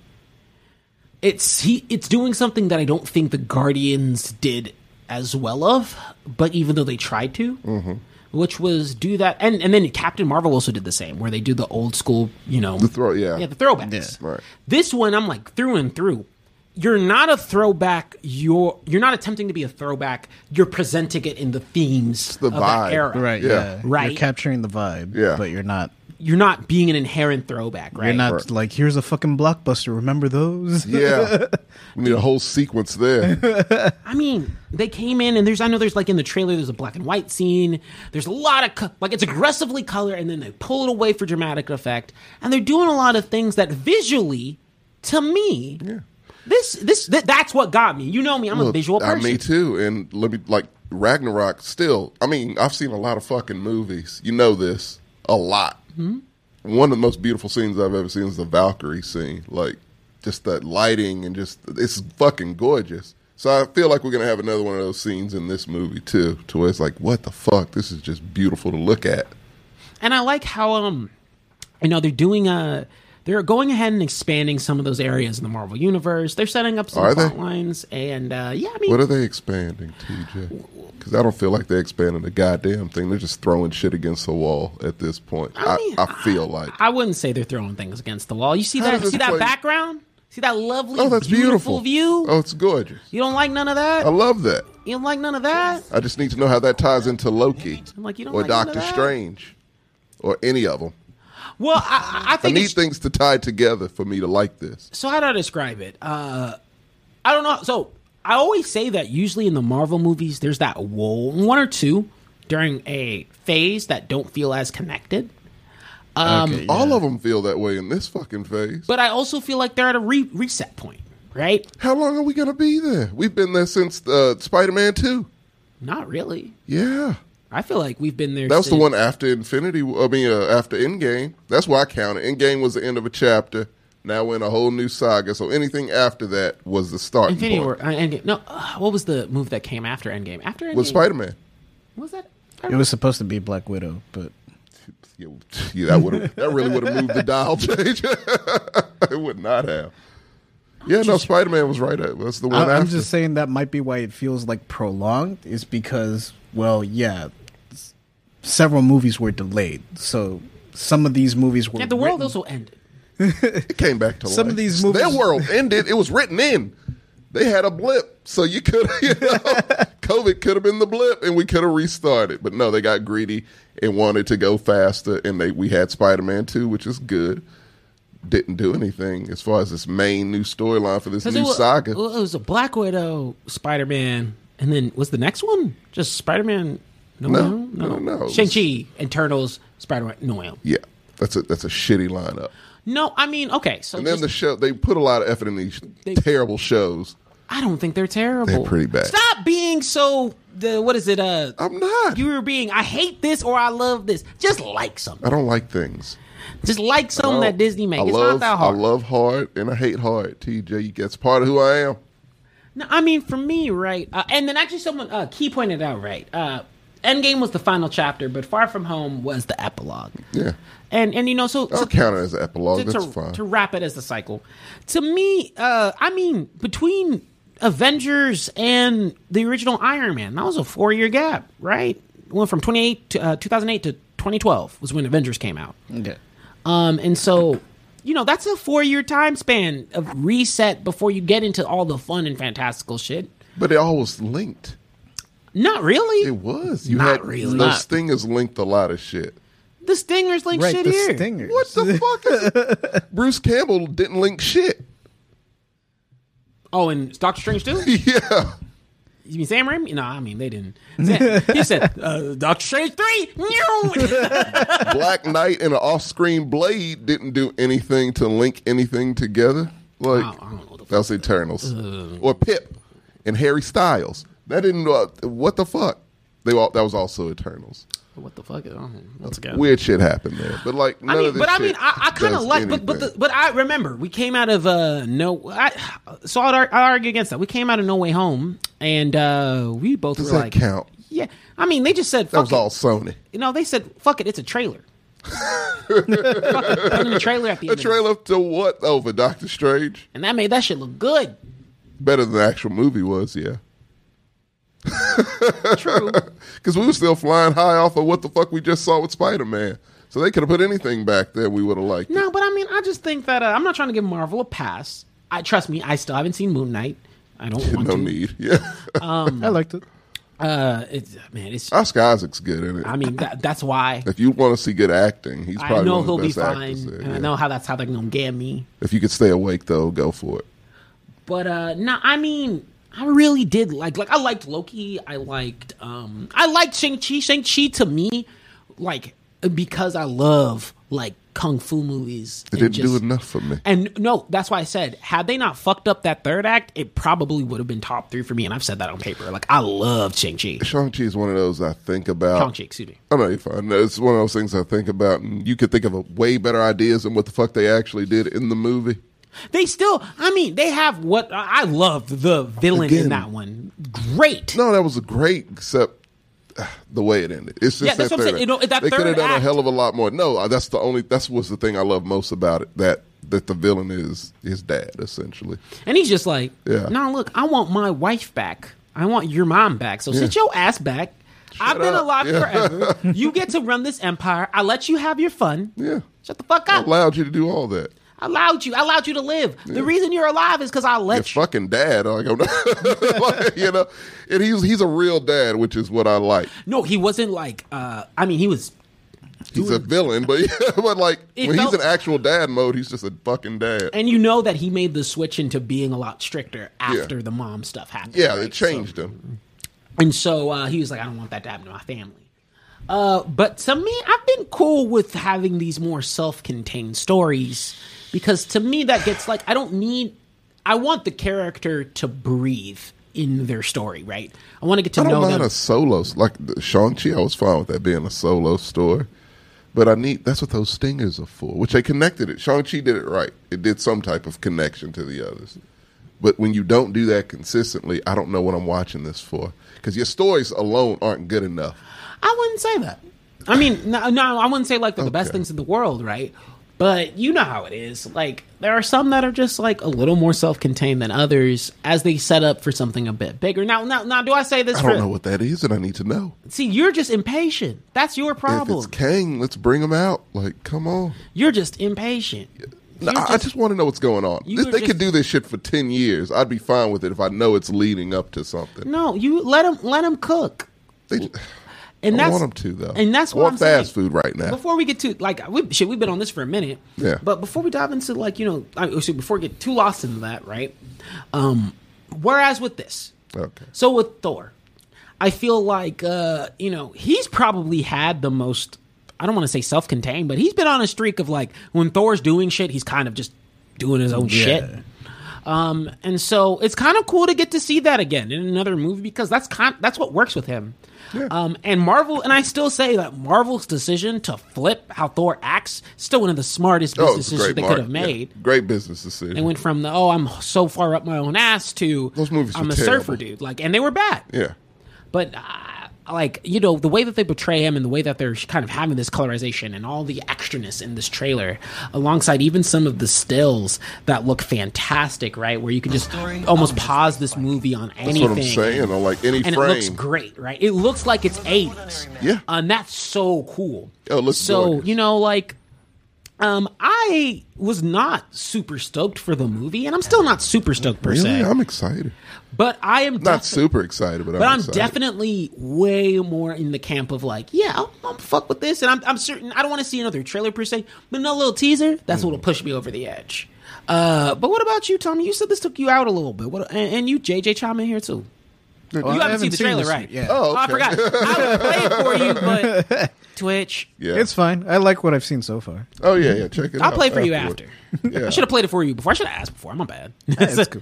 S1: it's he, it's doing something that I don't think the Guardians did as well of, but even though they tried to.
S2: Mm-hmm.
S1: Which was do that, and and then Captain Marvel also did the same, where they do the old school, you know,
S2: the throw, yeah,
S1: yeah, the throwbacks.
S2: Right.
S1: This one, I'm like through and through. You're not a throwback. You're you're not attempting to be a throwback. You're presenting it in the themes
S2: the
S1: of
S2: vibe.
S1: that era.
S3: Right.
S2: Yeah.
S3: Yeah.
S1: Right.
S3: You're capturing the vibe.
S2: Yeah.
S3: But you're not.
S1: You're not being an inherent throwback, right?
S3: You're not
S2: Right.
S3: like here's a fucking blockbuster. Remember those?
S2: yeah. we need a whole sequence there.
S1: I mean, they came in and there's I know there's like in the trailer there's a black and white scene. There's a lot of co- like it's aggressively color and then they pull it away for dramatic effect. And they're doing a lot of things that visually, to me, this this th- that's what got me. You know me, I'm a visual
S2: I,
S1: person.
S2: me too. And let me like Ragnarok. Still, I mean, I've seen a lot of fucking movies. You know this a lot. One of the most beautiful scenes I've ever seen is the Valkyrie scene. Like, just that lighting and just it's fucking gorgeous. So I feel like we're gonna have another one of those scenes in this movie too, to where it's like, what the fuck? This is just beautiful to look at.
S1: And I like how um you know they're doing a they're going ahead and expanding some of those areas in the Marvel universe. They're setting up some
S2: Are they?
S1: plot lines and uh yeah, I mean
S2: What are they expanding, TJ? Because I don't feel like they're expanding the goddamn thing. They're just throwing shit against the wall at this point. I,
S1: mean,
S2: I, feel like.
S1: I wouldn't say they're throwing things against the wall. You see
S2: How
S1: that
S2: does
S1: see
S2: this
S1: that
S2: play-
S1: background? See that lovely
S2: Oh, that's
S1: beautiful,
S2: beautiful.
S1: view?
S2: Oh, it's gorgeous.
S1: You don't like none of that?
S2: I love that.
S1: You don't like none of that?
S2: I just need to know how that ties into Loki
S1: I'm like, you don't
S2: or
S1: like none of
S2: Doctor
S1: that?
S2: Strange or any of them.
S1: Well, I, I- I
S2: I
S1: think
S2: need
S1: it's,
S2: things to tie together for me to like this.
S1: so. How do I describe it? Uh, I don't know. So I always say that usually in the Marvel movies, there's that whoa, one or two during a phase that don't feel as connected.
S3: Okay, yeah.
S2: All of them feel that way in this fucking phase.
S1: But I also feel like they're at a re- reset point, right?
S2: How long are we gonna be there? We've been there since uh, Spider-Man Two.
S1: Not really.
S2: Yeah,
S1: I feel like we've been there.
S2: that was the
S1: since-
S2: one after Infinity. I mean, uh, after Endgame. That's why I counted. Endgame was the end of a chapter. Now we're in a whole new saga. So anything after that was the starting
S1: Infinity War.
S2: point.
S1: Uh, Endgame. No, uh, what was the move that came after Endgame? After Endgame
S2: Was Spider-Man?
S1: was that?
S3: It was supposed to be Black Widow, but
S2: Yeah, yeah, that would that really would have moved the dial, JJ. it would not have. Yeah, no, Spider Man was right. Up. That's the one.
S3: I, am
S2: after.
S3: just saying that might be why it feels like prolonged. Is because well, yeah, s- several movies were delayed, so some of these movies were
S1: Yeah, the world
S3: written-
S1: also ended.
S2: it came back to
S3: some
S2: life.
S3: of these movies-
S2: Their world ended. It was written in. They had a blip, so you could, you know, COVID could have been the blip, and we could have restarted. But no, they got greedy and wanted to go faster, and they we had Spider Man Two, which is good. Didn't do anything as far as this main new storyline for this
S1: Because
S2: new
S1: it uh, was,
S2: saga.
S1: It was a Black Widow, Spider Man, and then was the next one just Spider Man? No,
S2: No,
S1: Way Home?
S2: no, no, it was-
S1: Shang Chi, Eternals, Spider Man, No Way Home.
S2: yeah, that's a that's a shitty lineup.
S1: No, I mean, okay, so
S2: And then
S1: just-
S2: the show, they put a lot of effort in these
S1: They-
S2: terrible shows.
S1: I don't think they're terrible.
S2: They're pretty bad.
S1: Stop being so the what is it? Uh,
S2: I'm not.
S1: you were being I hate this or I love this. Just like something.
S2: I don't like things.
S1: Just like something that Disney makes.
S2: I
S1: It's
S2: love,
S1: not that hard.
S2: I love hard and I hate hard. TJ, that's part of who I am.
S1: No, I mean for me, right? Uh, and then actually, someone uh, Key pointed out right. Uh, Endgame was the final chapter, but Far From Home was the epilogue.
S2: Yeah.
S1: And and you know, so, so
S2: I'll count it as an epilogue.
S1: to,
S2: That's
S1: to-
S2: fine.
S1: to wrap it as the cycle. To me, uh, I mean, between Avengers and the original Iron Man, that was a four year gap, right? Went from twenty eight to uh, two thousand eight to twenty twelve was when Avengers came out.
S3: Yeah.
S1: Um, and so, you know, that's a four year time span of reset before you get into all the fun and fantastical shit.
S2: but it all was linked.
S1: Not really.
S2: It was. You
S1: Not
S2: had
S1: really.
S2: The
S1: Not-
S2: Sting has linked a lot of shit.
S1: the Stinger's like
S3: Right,
S1: shit
S3: the
S1: here.
S3: stingers.
S2: What the fuck is Bruce Campbell didn't link shit.
S1: Oh, and Doctor Strange too.
S2: Yeah.
S1: You mean Sam Raimi? No, I mean they didn't. Sam- he said uh, Doctor Strange three. No.
S2: Black Knight and an off screen blade didn't do anything to link anything together. Like
S1: I don't know what the fuck
S2: that's Eternals or Pip and Harry Styles. That didn't. Uh, what the fuck? They all, that was also Eternals.
S1: what the fuck? I don't know. Let's go.
S2: Weird shit happened there, but like none
S1: I mean,
S2: of this.
S1: but I
S2: shit
S1: mean, I, I kind of
S2: does
S1: like, but but the,
S2: anything.
S1: but I remember we came out of uh no, I, so I'd, ar- I'd argue against that. We came out of No Way Home, and uh we both
S2: does
S1: were
S2: that
S1: like,
S2: count?
S1: yeah. I mean, they just said
S2: That
S1: fuck
S2: was
S1: it.
S2: all Sony.
S1: You know, they said fuck it. It's a trailer. fuck it. Put in a trailer at the end
S2: A
S1: of this.
S2: trailer to what over Doctor Strange?
S1: and that made that shit look good.
S2: Better than the actual movie was, yeah.
S1: True.
S2: Because we were still flying high off of what the fuck we just saw with Spider Man. So they could have put anything back there, we would have liked it.
S1: No, but I mean, I just think that uh, I'm not trying to give Marvel a pass. I trust me, I still haven't seen Moon Knight. I don't want
S2: No
S1: to.
S2: need. Yeah.
S1: Um,
S3: I liked it.
S1: Uh, it's, man, it's.
S2: Oscar Isaac's good in it.
S1: I mean, that, that's why
S2: if you want to see good acting, he's probably
S1: I know
S2: one of
S1: he'll
S2: the
S1: be
S2: best
S1: fine,
S2: actors. There,
S1: and I
S2: yeah.
S1: know how that's how they're gonna get me.
S2: If you could stay awake though, go for it.
S1: But uh, no, I mean, I really did like like I liked Loki. I liked um, I liked Shang Chi. Shang Chi to me, like because I love like kung fu movies.
S2: It didn't do enough for me.
S1: And no, that's why I said, had they not fucked up that third act, it probably would have been top three for me. And I've said that on paper. Like, I love Shang-Chi.
S2: Shang Chi is one of those I think about.
S1: Shang-Chi, excuse me.
S2: I know you're fine. No, It's one of those things I think about, and you could think of a way better ideas than what the fuck they actually did in the movie.
S1: They still, I mean, they have what I loved the villain in
S2: Again.
S1: that one. Great.
S2: No, that was a great, except uh, the way it ended. It's just
S1: Yeah,
S2: that
S1: that's what I'm
S2: third
S1: saying.
S2: act.
S1: You know, that
S2: they could
S1: third
S2: have done
S1: act-
S2: a hell of a lot more. No, uh, that's the only. That's was the thing I love most about it. That that the villain is his dad essentially.
S1: And he's just like,
S2: Yeah.
S1: no, look, I want my wife back. I want your mom back. So sit your ass back. I've been
S2: up.
S1: alive
S2: Yeah.
S1: forever. you get to run this empire. I let you have your fun.
S2: Yeah,
S1: Shut the fuck up.
S2: allowed you to do all that.
S1: I allowed you. I allowed you to live. The reason you're alive is because I
S2: Your
S1: let you.
S2: fucking dad, like, I'm not- like, you know, and he's he's a real dad, which is what I like.
S1: No, he wasn't like. uh I mean, he was.
S2: He's a villain, but but like
S1: It
S2: when
S1: felt-
S2: he's in actual dad mode, he's just a fucking dad.
S1: And you know that he made the switch into being a lot stricter after the mom stuff happened.
S2: yeah,
S1: right?
S2: it changed him.
S1: And so uh, he was like, I don't want that to happen to my family. Uh, but to me, I've been cool with having these more self contained stories because to me, that gets like, I don't need, I want the character to breathe in their story, right? I want to get to
S2: I don't
S1: know
S2: mind
S1: them.
S2: a solo like Shang Chi. I was fine with that being a solo story, but I need that's what those stingers are for. Which they connected it. Shang Chi did it right. It did some type of connection to the others. But when you don't do that consistently, I don't know what I'm watching this for because your stories alone aren't good enough.
S1: I wouldn't say that. I mean, no, no I wouldn't say like they're the best
S2: Okay.
S1: things in the world, right? But you know how it is. Like there are some that are just like a little more self-contained than others as they set up for something a bit bigger. Now, now, now, do I say this
S2: I
S1: for?
S2: don't know what that is, and I need to know.
S1: See, you're just impatient. That's your
S2: If
S1: problem.
S2: it's Kang, let's bring him out. Like, come on.
S1: You're just impatient.
S2: No, I- I just want to know what's going on.
S1: you
S2: This,
S1: were
S2: they
S1: just-
S2: could do this shit for ten years. I'd be fine with it if I know it's leading up to something.
S1: No, you let him let him cook.
S2: They j-
S1: And
S2: I
S1: that's
S2: want 'em to, though.
S1: And that's
S2: I
S1: what
S2: want
S1: I'm saying.
S2: fast food right now.
S1: Before we get to like we, shit, we've been on this for a minute.
S2: Yeah.
S1: But before we dive into like you know, I, oh, shit, before we get too lost into that, right? Um, whereas with this,
S2: Okay.
S1: so with Thor, I feel like uh, you know he's probably had the most. I don't want to say self-contained, but he's been on a streak of like when Thor's doing shit, he's kind of just doing his own shit. Um, and so it's kind of cool to get to see that again in another movie because that's kind that's what works with him. Um, and Marvel, and I still say that Marvel's decision to flip how Thor acts still one of the smartest
S2: Oh,
S1: business
S2: it's
S1: decisions
S2: great.
S1: they
S2: mark-
S1: could have
S2: yeah,
S1: made.
S2: great business decision.
S1: They went from the oh I'm so far up my own ass to
S2: Those movies
S1: I'm
S2: were
S1: a
S2: terrible.
S1: surfer dude like and they were bad
S2: yeah.
S1: but uh, like you know the way that they portray him and the way that they're kind of having this colorization and all the extraness in this trailer alongside even some of the stills that look fantastic right where you can just
S4: Story
S1: almost
S4: of
S1: pause this movie on
S2: That's
S1: anything
S2: what I'm saying. Or like any
S1: and it
S2: frame.
S1: looks great right it looks like it's 80s
S2: Yeah.
S1: and that's so cool
S2: Oh, it looks
S1: so
S2: gorgeous.
S1: you know like um i was not super stoked for the movie and i'm still not super stoked per
S2: really?
S1: se
S2: I'm excited.
S1: but i am
S2: Not
S1: defi-
S2: super excited, but,
S1: but I'm
S2: excited.
S1: definitely way more in the camp of like, yeah, I'm, I'm fuck with this, and I'm, I'm certain I don't want to see another trailer per se, but no little teaser that's what'll push me over the edge. Uh, but what about you, Tommy? You said this took you out a little bit. What and, and you, JJ, chime in here too. Oh,
S3: Well,
S1: you
S3: I
S1: haven't, seen the trailer,
S3: this-
S1: right?
S3: Yeah.
S2: Oh,
S1: I
S2: okay.
S1: forgot. I would play it for you, but Twitch.
S2: Yeah.
S3: It's fine. I like what I've seen so far.
S2: oh yeah, yeah. Check it
S1: I'll
S2: out.
S1: play for you
S2: afterward.
S1: after. I should have played it for you before. I should have asked before. I'm not bad.
S3: That's cool.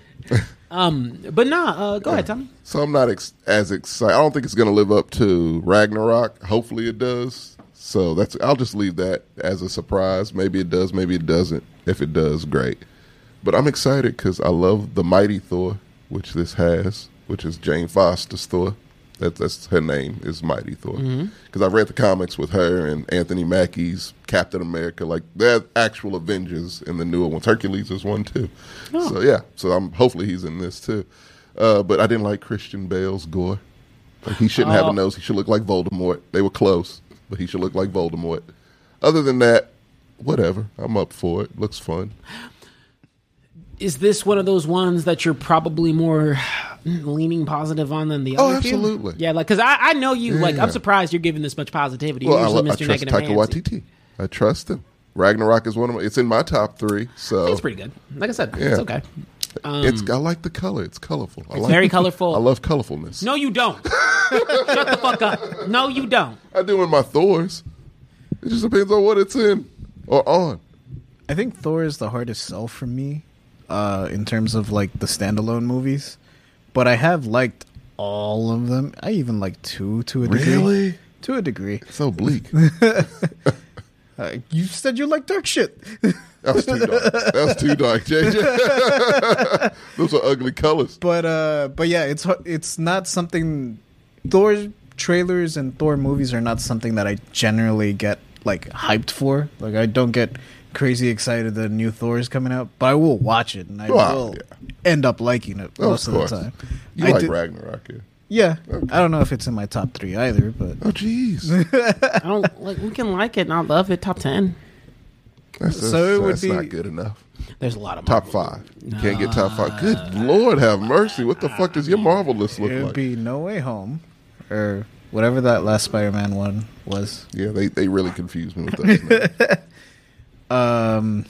S1: but nah, uh, go ahead, Tommy.
S2: So I'm not ex- as excited. I don't think it's going to live up to Ragnarok. Hopefully it does. So that's I'll just leave that as a surprise. Maybe it does, maybe it doesn't. If it does, great. But I'm excited cuz I love the mighty Thor, which this has, which is Jane Foster's Thor. That, that's her name is Mighty Thor.
S1: Mm-hmm.
S2: Cuz I've read the comics with her and Anthony Mackie's Captain America, like they're actual Avengers in the newer ones. Hercules is one too.
S1: Oh.
S2: So yeah, so I'm hopefully he's in this too. Uh, but I didn't like Christian Bale's gore. Like, he shouldn't
S1: Oh.
S2: have a nose. He should look like Voldemort. They were close, but he should look like Voldemort. Other than that, whatever. I'm up for it. Looks fun.
S1: Is this one of those ones that you're probably more leaning positive on than the
S2: Oh,
S1: other? few?
S2: absolutely.
S1: Yeah, like because I, I know you. Like I'm
S2: Yeah.
S1: surprised you're giving this much positivity.
S2: Well,
S1: You're
S2: I,
S1: usually
S2: lo- I
S1: Mr.
S2: trust
S1: Negative
S2: Taika
S1: Nancy.
S2: Waititi. I trust him. Ragnarok is one of my. It's in my top three. So
S1: It's pretty good. Like I said, it's okay.
S2: it's. I like the color. It's colorful. I like
S1: Um, very colorful.
S2: I love colorfulness.
S1: No, you don't. Shut the fuck up. No, you don't.
S2: I do in my Thors. It just depends on what it's in or on.
S3: I think Thor is the hardest sell for me uh, in terms of like the standalone movies, but I have liked all of them. I even like two to a degree.
S2: Really?
S3: To a degree.
S2: So bleak.
S3: Uh, you said you like dark shit.
S2: That was too dark. that was too dark, JJ. Those are ugly colors.
S3: But uh, but yeah, it's hu- it's not something. Thor trailers and Thor movies are not something that I generally get like hyped for. Like I don't get crazy excited that a new Thor is coming out, but I will watch it and I
S2: Well,
S3: will
S2: yeah.
S3: end up liking it
S2: Oh,
S3: most
S2: of
S3: of,
S2: course.
S3: the time.
S2: You
S3: I
S2: like
S3: did-
S2: Ragnarok, yeah?
S3: Yeah, I don't know if it's in my top three either, but
S2: Oh, jeez.
S1: I don't like. We can like it and I love it. Top ten.
S2: That's, that's,
S3: So it would
S2: that's
S3: be-
S2: not good enough.
S1: There's a lot of
S2: Top five. You can't get top five. Good Lord, have mercy. What the fuck does your Marvel list look
S3: it would
S2: like?
S3: be No Way Home or whatever that last Spider-Man one was.
S2: Yeah, they, they really confused me with that.
S3: Um,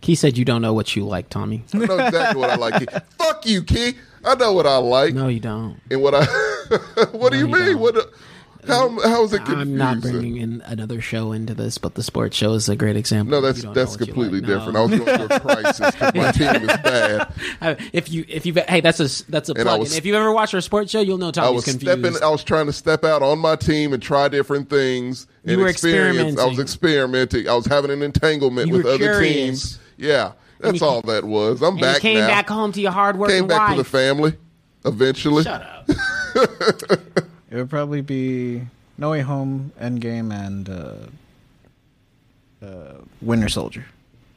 S1: He said you don't know what you like, Tommy.
S2: I know exactly what I like. Key. Fuck you, Key. I know what I like
S1: No, you don't.
S2: and what I. what do you
S1: you
S2: mean?
S1: don't.
S2: What? the- How how is it confusing?
S1: I'm not bringing in another show into this, but the sports show is a great example.
S2: No,
S1: You
S2: that's
S1: don't know
S2: that's
S1: what you
S2: completely
S1: like. No.
S2: different. I was going through a crisis because my team was bad.
S1: I- Uh, if you if you hey, that's a s- that's a
S2: I
S1: plug.
S2: was-
S1: if you have ever watched our sports show, you'll know
S2: I
S1: Tommy's
S2: was
S1: confused.
S2: stepping. I was trying to step out on my team and try different things. And
S1: You were
S2: experience. I was
S1: experimenting.
S2: experimenting. I was having an entanglement
S1: You
S2: with
S1: were
S2: other
S1: curious.
S2: teams. Yeah, that's
S1: you-
S2: all that was. I'm
S1: and
S2: back
S1: you came
S2: now.
S1: back home to your hard work
S2: came
S1: and
S2: back
S1: wife.
S2: to the family. Eventually,
S1: Shut up.
S3: it would probably be No Way Home, Endgame, and uh, uh, Winter Soldier.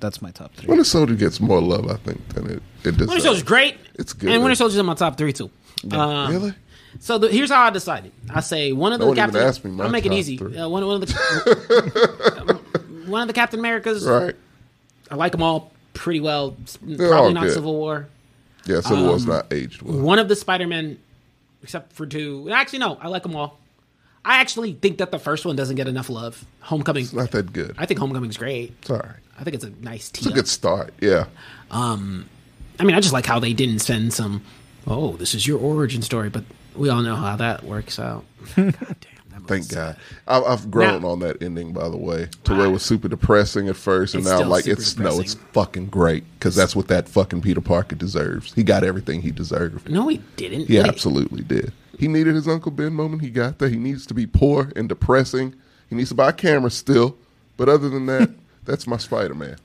S3: That's my top three.
S2: Winter Soldier gets more love, I think, than it it does.
S1: Winter Soldier's great.
S2: It's good.
S1: And Winter Soldier's in my top three too. Um,
S2: Really?
S1: So the, here's how I decided. I say one of the
S2: No one even
S1: Captain.
S2: asked me my
S1: I'll make it
S2: top
S1: easy.
S2: three.
S1: Uh, one, one of the one of the Captain Americas.
S2: Right?
S1: I like them all pretty well. S-
S2: all
S1: Probably not
S2: good.
S1: Civil War.
S2: Yeah,
S1: Um,
S2: Civil War's not aged well.
S1: One of the Spider Men, except for two. Actually, no, I like them all. I actually think that the first one doesn't get enough love. Homecoming.
S2: Not that good.
S1: I think Homecoming's great.
S2: Sorry.
S1: I think it's a nice
S2: It's
S1: team.
S2: a good start. Yeah.
S1: I mean, I just like how they didn't send some. Oh, this is your origin story, but we all know how that works out. God damn, that
S2: Thank
S1: movie's-
S2: God. I, I've grown
S1: Now-
S2: on that ending, by the way, to where it was super depressing at first, and
S1: It's
S2: now I'm
S1: still
S2: like
S1: super
S2: it's no,
S1: depressing.
S2: it's fucking great because that's what that fucking Peter Parker deserves. He got everything he deserved.
S1: No, he didn't.
S2: He
S1: Wait,
S2: absolutely did. He needed his Uncle Ben moment. He got that. He needs to be poor and depressing. He needs to buy a camera still. But other than that, that's my Spider Man.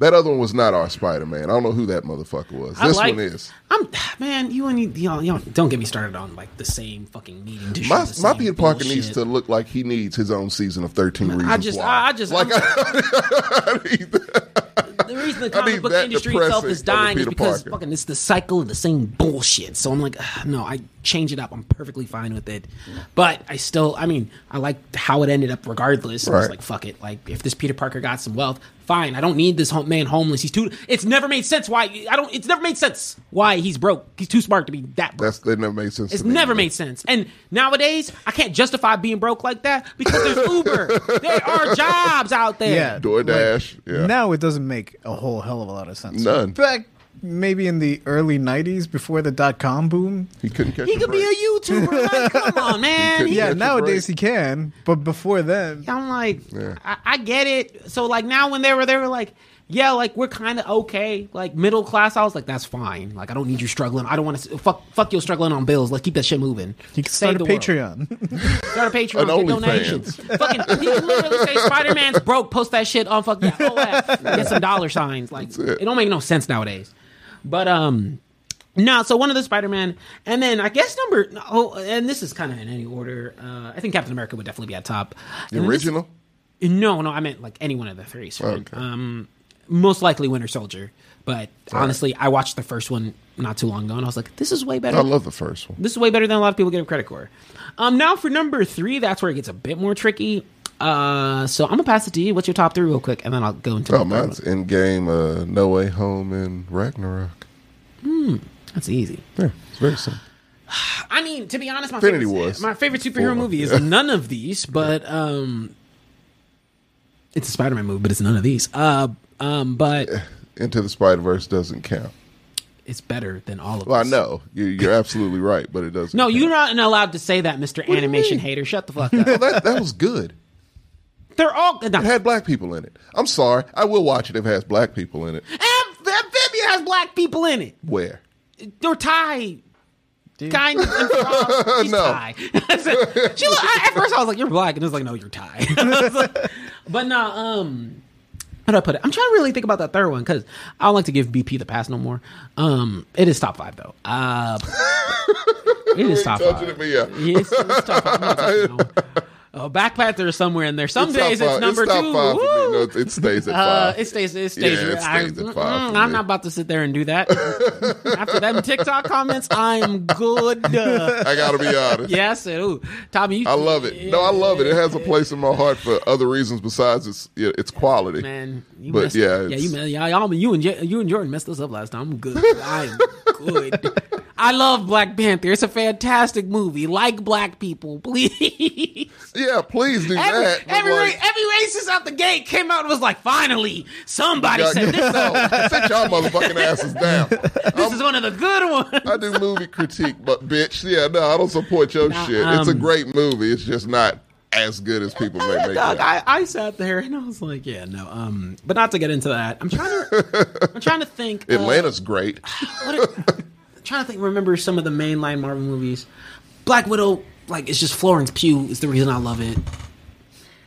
S2: That other one was not our Spider Man. I don't know who that motherfucker was.
S1: I
S2: this
S1: like-
S2: one is.
S1: I'm man. You and you, y'all, y'all don't get me started on like the same fucking meeting. To
S2: My,
S1: show the
S2: my
S1: same
S2: Peter Parker
S1: bullshit.
S2: needs to look like he needs his own season of 13 Reasons
S1: I just,
S2: Why.
S1: I, I just,
S2: like,
S1: I'm-
S2: need
S1: the reason the
S2: need
S1: comic book
S2: that
S1: industry itself
S2: depressing
S1: is dying
S2: of a
S1: is
S2: Peter
S1: because
S2: Parker.
S1: fucking it's the cycle of the same bullshit. So I'm like, "Ugh, no, I change it up. I'm perfectly fine with it. But I still, I mean, I like how it ended up regardless. I was
S2: Right.
S1: like, fuck it. Like, if this Peter Parker got some wealth, fine. I don't need this home, man homeless. He's too, it's never made sense why, I don't, it's never made sense why he's broke. He's too smart to be that broke.
S2: That's that never made sense.
S1: It's
S2: to me.
S1: never made sense. And nowadays, I can't justify being broke like that because there's Uber. there are jobs out there.
S3: Yeah.
S2: DoorDash. yeah.
S3: Now it doesn't make a whole hell of a lot of sense.
S2: None.
S3: Back maybe in the early '90s, before the dot com boom.
S2: he couldn't catch.
S1: He
S2: a
S1: could be
S2: break.
S1: a YouTuber. Like, come on, man.
S2: could-
S1: He-
S3: Yeah,
S2: That's a
S3: nowadays
S2: break.
S3: he can, but before then,
S1: I'm like,
S2: Yeah.
S1: I, I get it. So like now when they were, they were like, yeah, like we're kind of okay, like middle class. I was like, that's fine. Like I don't need you struggling. I don't want to fuck fuck you struggling on bills. Let's keep that shit moving.
S3: he can
S1: Save
S3: start a
S1: the world.
S3: Patreon.
S1: Start a Patreon.
S2: An
S1: Get
S2: OnlyFans.
S1: donations. Fucking he literally say Spider Man's broke. Post that shit on fucking OF. Get some dollar signs. Like it. don't make no sense nowadays. But um. No, so one of the Spider Man, and then I guess number oh, and this is kind of in any order. Uh, I think Captain America would definitely be at top.
S2: The original.
S1: No, no, I meant like any one of the three. So,
S2: Okay.
S1: um, most likely Winter Soldier. But honestly, I watched the first one not too long ago, and I was like, "This is way better.
S2: I love the first one.
S1: this is way better than a lot of people give it credit for." Um, now for number three, that's where it gets a bit more tricky. Uh, so I'm gonna pass it to you. What's your top three, real quick, and then I'll go into
S2: Oh,
S1: my third
S2: mine's
S1: one.
S2: in game. Uh, no way home and Ragnarok.
S1: That's easy.
S2: Yeah, it's very simple.
S1: I mean, to be honest, my
S2: Infinity
S1: favorite,
S2: Wars.
S1: my favorite superhero
S2: Four.
S1: movie is none of these, but um, it's a Spider-Man movie, but it's none of these. Uh, um, but
S2: Into the Spider Verse doesn't count.
S1: it's better than all of.
S2: Well, I
S1: this.
S2: know you, you're absolutely right, but it doesn't.
S1: No,
S2: count.
S1: you're not allowed to say that, Mr.
S2: you
S1: Animation
S2: mean?
S1: Hater. Shut the fuck up.
S2: That, that was good.
S1: They're all good.
S2: It had black people in it. I'm sorry. I will watch it if it has black people in it.
S1: Amphibia has black people in it.
S2: Where?
S1: They're Thai
S3: dude.
S1: kind and from, she's
S2: No.
S1: Thai. I said- she look, I, at first I was like, "You're black," and it was like, "No, you're Thai." I was like- but no, um, how do I put it? I'm trying to really think about that third one because I don't like to give BP the pass no more. Um, it is top five though. Uh, it is top five.
S2: touching it, but yeah.
S1: Yes, it's top five. I'm not touching it no more. Oh, Back Panther is somewhere in there. Some
S2: It's top
S1: days
S2: five-
S1: it's number
S2: top
S1: two.
S2: five for me.
S1: Woo!
S2: No, it- it stays at
S1: Uh,
S2: five.
S1: it stays. It stays.
S2: Yeah, it
S1: I,
S2: stays at
S1: mm,
S2: five for
S1: I'm
S2: me.
S1: not about to sit there and do that. After them TikTok comments, I'm good.
S2: I gotta be honest.
S1: yes, and, ooh, Tommy. You,
S2: I love it. No, I love it. It has a place in my heart for other reasons besides its yeah, its quality.
S1: man. You
S2: But
S1: messed,
S2: yeah,
S1: yeah,
S2: it's-
S1: you, man, y'all, y'all, you and J- you and Jordan messed us up last time. I'm good. I am good. I love Black Panther. It's a fantastic movie. Like black people, please.
S2: Yeah, please
S1: Every,
S2: do that. but
S1: every,
S2: like-
S1: ra- every racist out the gate came out and was like, "Finally, somebody
S2: God,
S1: said this.
S2: no, sit y'all motherfucking asses down.
S1: This is one of the good ones."
S2: I do movie critique, but bitch, yeah, no, I don't support your
S1: Nah,
S2: shit. It's a
S1: um,
S2: great movie. It's just not as good as people may make it.
S1: Dog,
S2: out.
S1: I, I sat there and I was like, yeah, no, um, but not to get into that. I'm trying to, I'm trying to think. uh,
S2: Atlanta's great.
S1: what are- I'm trying to think. Remember some of the mainline Marvel movies? Black Widow, like it's just Florence Pugh is the reason I love it.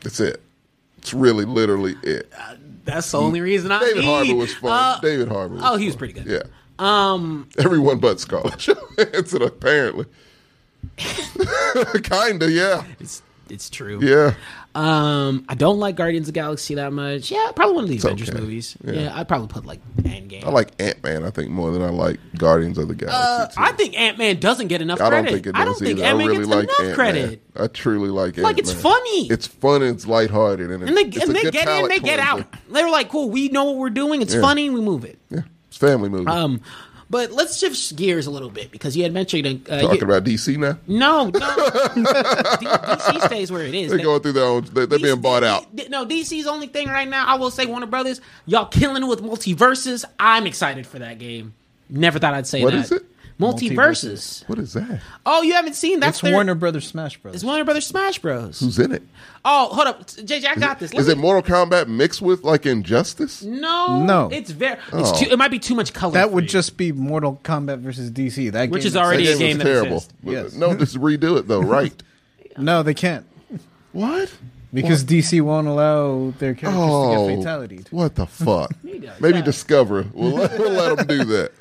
S2: That's it. It's really literally it.
S1: That's the only reason I.
S2: David
S1: need.
S2: Harbour was fun.
S1: Uh,
S2: David Harbour. Was
S1: oh, he was
S2: fun.
S1: pretty good.
S2: Yeah. Um. Everyone but Scarlett Johansson, apparently. Kinda, yeah,
S1: It's, it's true.
S2: yeah.
S1: Um, I don't like Guardians of the Galaxy that much. Yeah, probably one of the Avengers
S2: okay.
S1: movies. Yeah. I'd probably put like Endgame.
S2: I like Ant Man. I think more than I like Guardians of the
S1: Uh,
S2: Galaxy. too.
S1: I think Ant Man doesn't get enough
S2: I
S1: credit.
S2: don't think it does
S1: I don't think
S2: either. I
S1: Ant Man
S2: really
S1: gets
S2: like
S1: enough
S2: Ant-Man.
S1: credit.
S2: I truly like Ant-Man.
S1: Like, it's funny.
S2: It's fun. It's lighthearted, and, it-
S1: And they,
S2: it's
S1: and
S2: a
S1: they
S2: good
S1: get in,
S2: palate
S1: they get out.
S2: cleanser.
S1: They were like, "Cool, we know what we're doing. It's funny. We move it."
S2: Yeah, it's a family movie.
S1: Um, but let's shift gears a little bit because you had mentioned. Uh,
S2: Talking
S1: you-
S2: about DC now.
S1: no, no, D- DC stays where it is.
S2: They're going through their own. They, they're being bought out.
S1: D- No, DC's only thing right now. I will say, Warner Brothers, y'all killing with multiverses. I'm excited for that game. Never thought I'd say
S2: What
S1: that.
S2: is it?
S1: Multiverses.
S2: What is that?
S1: Oh, you haven't seen that's
S4: It's
S1: their-
S4: Warner Brothers Smash Bros.
S1: It's Warner Brothers Smash Bros.
S2: Who's in it?
S1: Oh, hold up, JJ, I got this. Let
S2: Is
S1: me-
S2: it Mortal Kombat mixed with like Injustice?
S1: No,
S3: No.
S1: It's very.
S2: Oh.
S1: It's too, it might be too much color.
S3: that
S1: for
S3: would
S1: you.
S3: just be Mortal Kombat versus DC. That
S1: Which
S3: game
S1: is already
S2: that
S1: a game
S2: was
S1: that
S2: terrible.
S1: exists.
S3: Yes.
S2: No, just redo it though. Right?
S3: no, they can't
S2: what?
S3: because DC won't allow their characters to get
S2: Oh,
S3: fatality.
S2: what the fuck?
S1: does
S2: Maybe
S1: that.
S2: Discover. We'll let, we'll let them do that.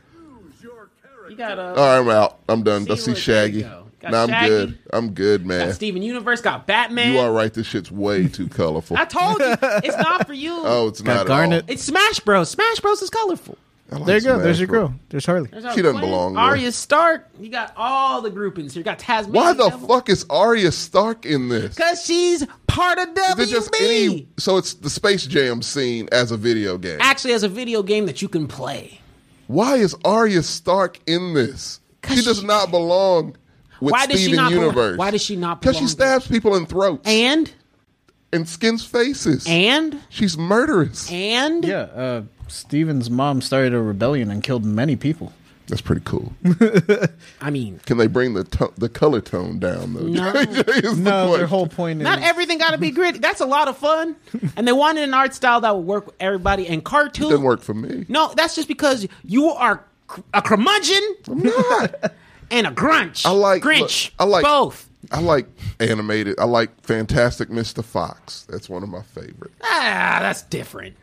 S1: You got uh,
S2: All right, I'm out. I'm done. I
S1: See
S2: see
S1: what- there you
S2: Shaggy.
S1: go. Got
S2: Nah, I'm
S1: Shaggy.
S2: good. I'm good, man.
S1: got Steven Universe, got Batman.
S2: You are right. This shit's way too colorful.
S1: I told you, it's not for you.
S2: oh, it's
S3: Got
S2: not
S3: Garnet.
S1: It's Smash Bros. Smash Bros. is colorful.
S2: At all. I like
S3: There you go. There's
S2: Smash
S3: your
S2: Bros.
S3: girl. There's Harley.
S1: There's our
S2: She doesn't
S1: plan.
S2: belong there.
S1: Arya Stark. You got all the groupings. You got Tasmanian.
S2: Why the fuck is Arya Stark in this?
S1: Because she's part of
S2: Is
S1: WB.
S2: it just any? So it's the Space Jam scene as a video game.
S1: Actually, as a video game that you can play.
S2: Why is Arya Stark in this?
S1: 'Cause
S2: She does
S1: she-
S2: not belong with
S1: Why does she
S2: Steven
S1: not belong-
S2: Universe.
S1: why does she not
S2: Because she
S1: belong
S2: stabs people in throats and,
S1: And
S2: skins faces.
S1: and
S2: She's murderous.
S1: and
S3: Yeah, uh, Steven's mom started a rebellion and killed many people.
S2: That's pretty cool.
S1: I mean,
S2: Can they bring the to- the color tone down though?
S1: No.
S2: Is the
S3: No, their
S2: question.
S3: whole point is
S1: not everything got to be gritty. That's a lot of fun, and they wanted an art style that would work with everybody. And cartoon
S2: didn't work for me.
S1: No, that's just because you are cr- a curmudgeon and a grunch.
S2: I like
S1: Grinch.
S2: look, I like
S1: both.
S2: I like animated. I like Fantastic Mr. Fox. That's one of my favorite.
S1: Ah, that's different.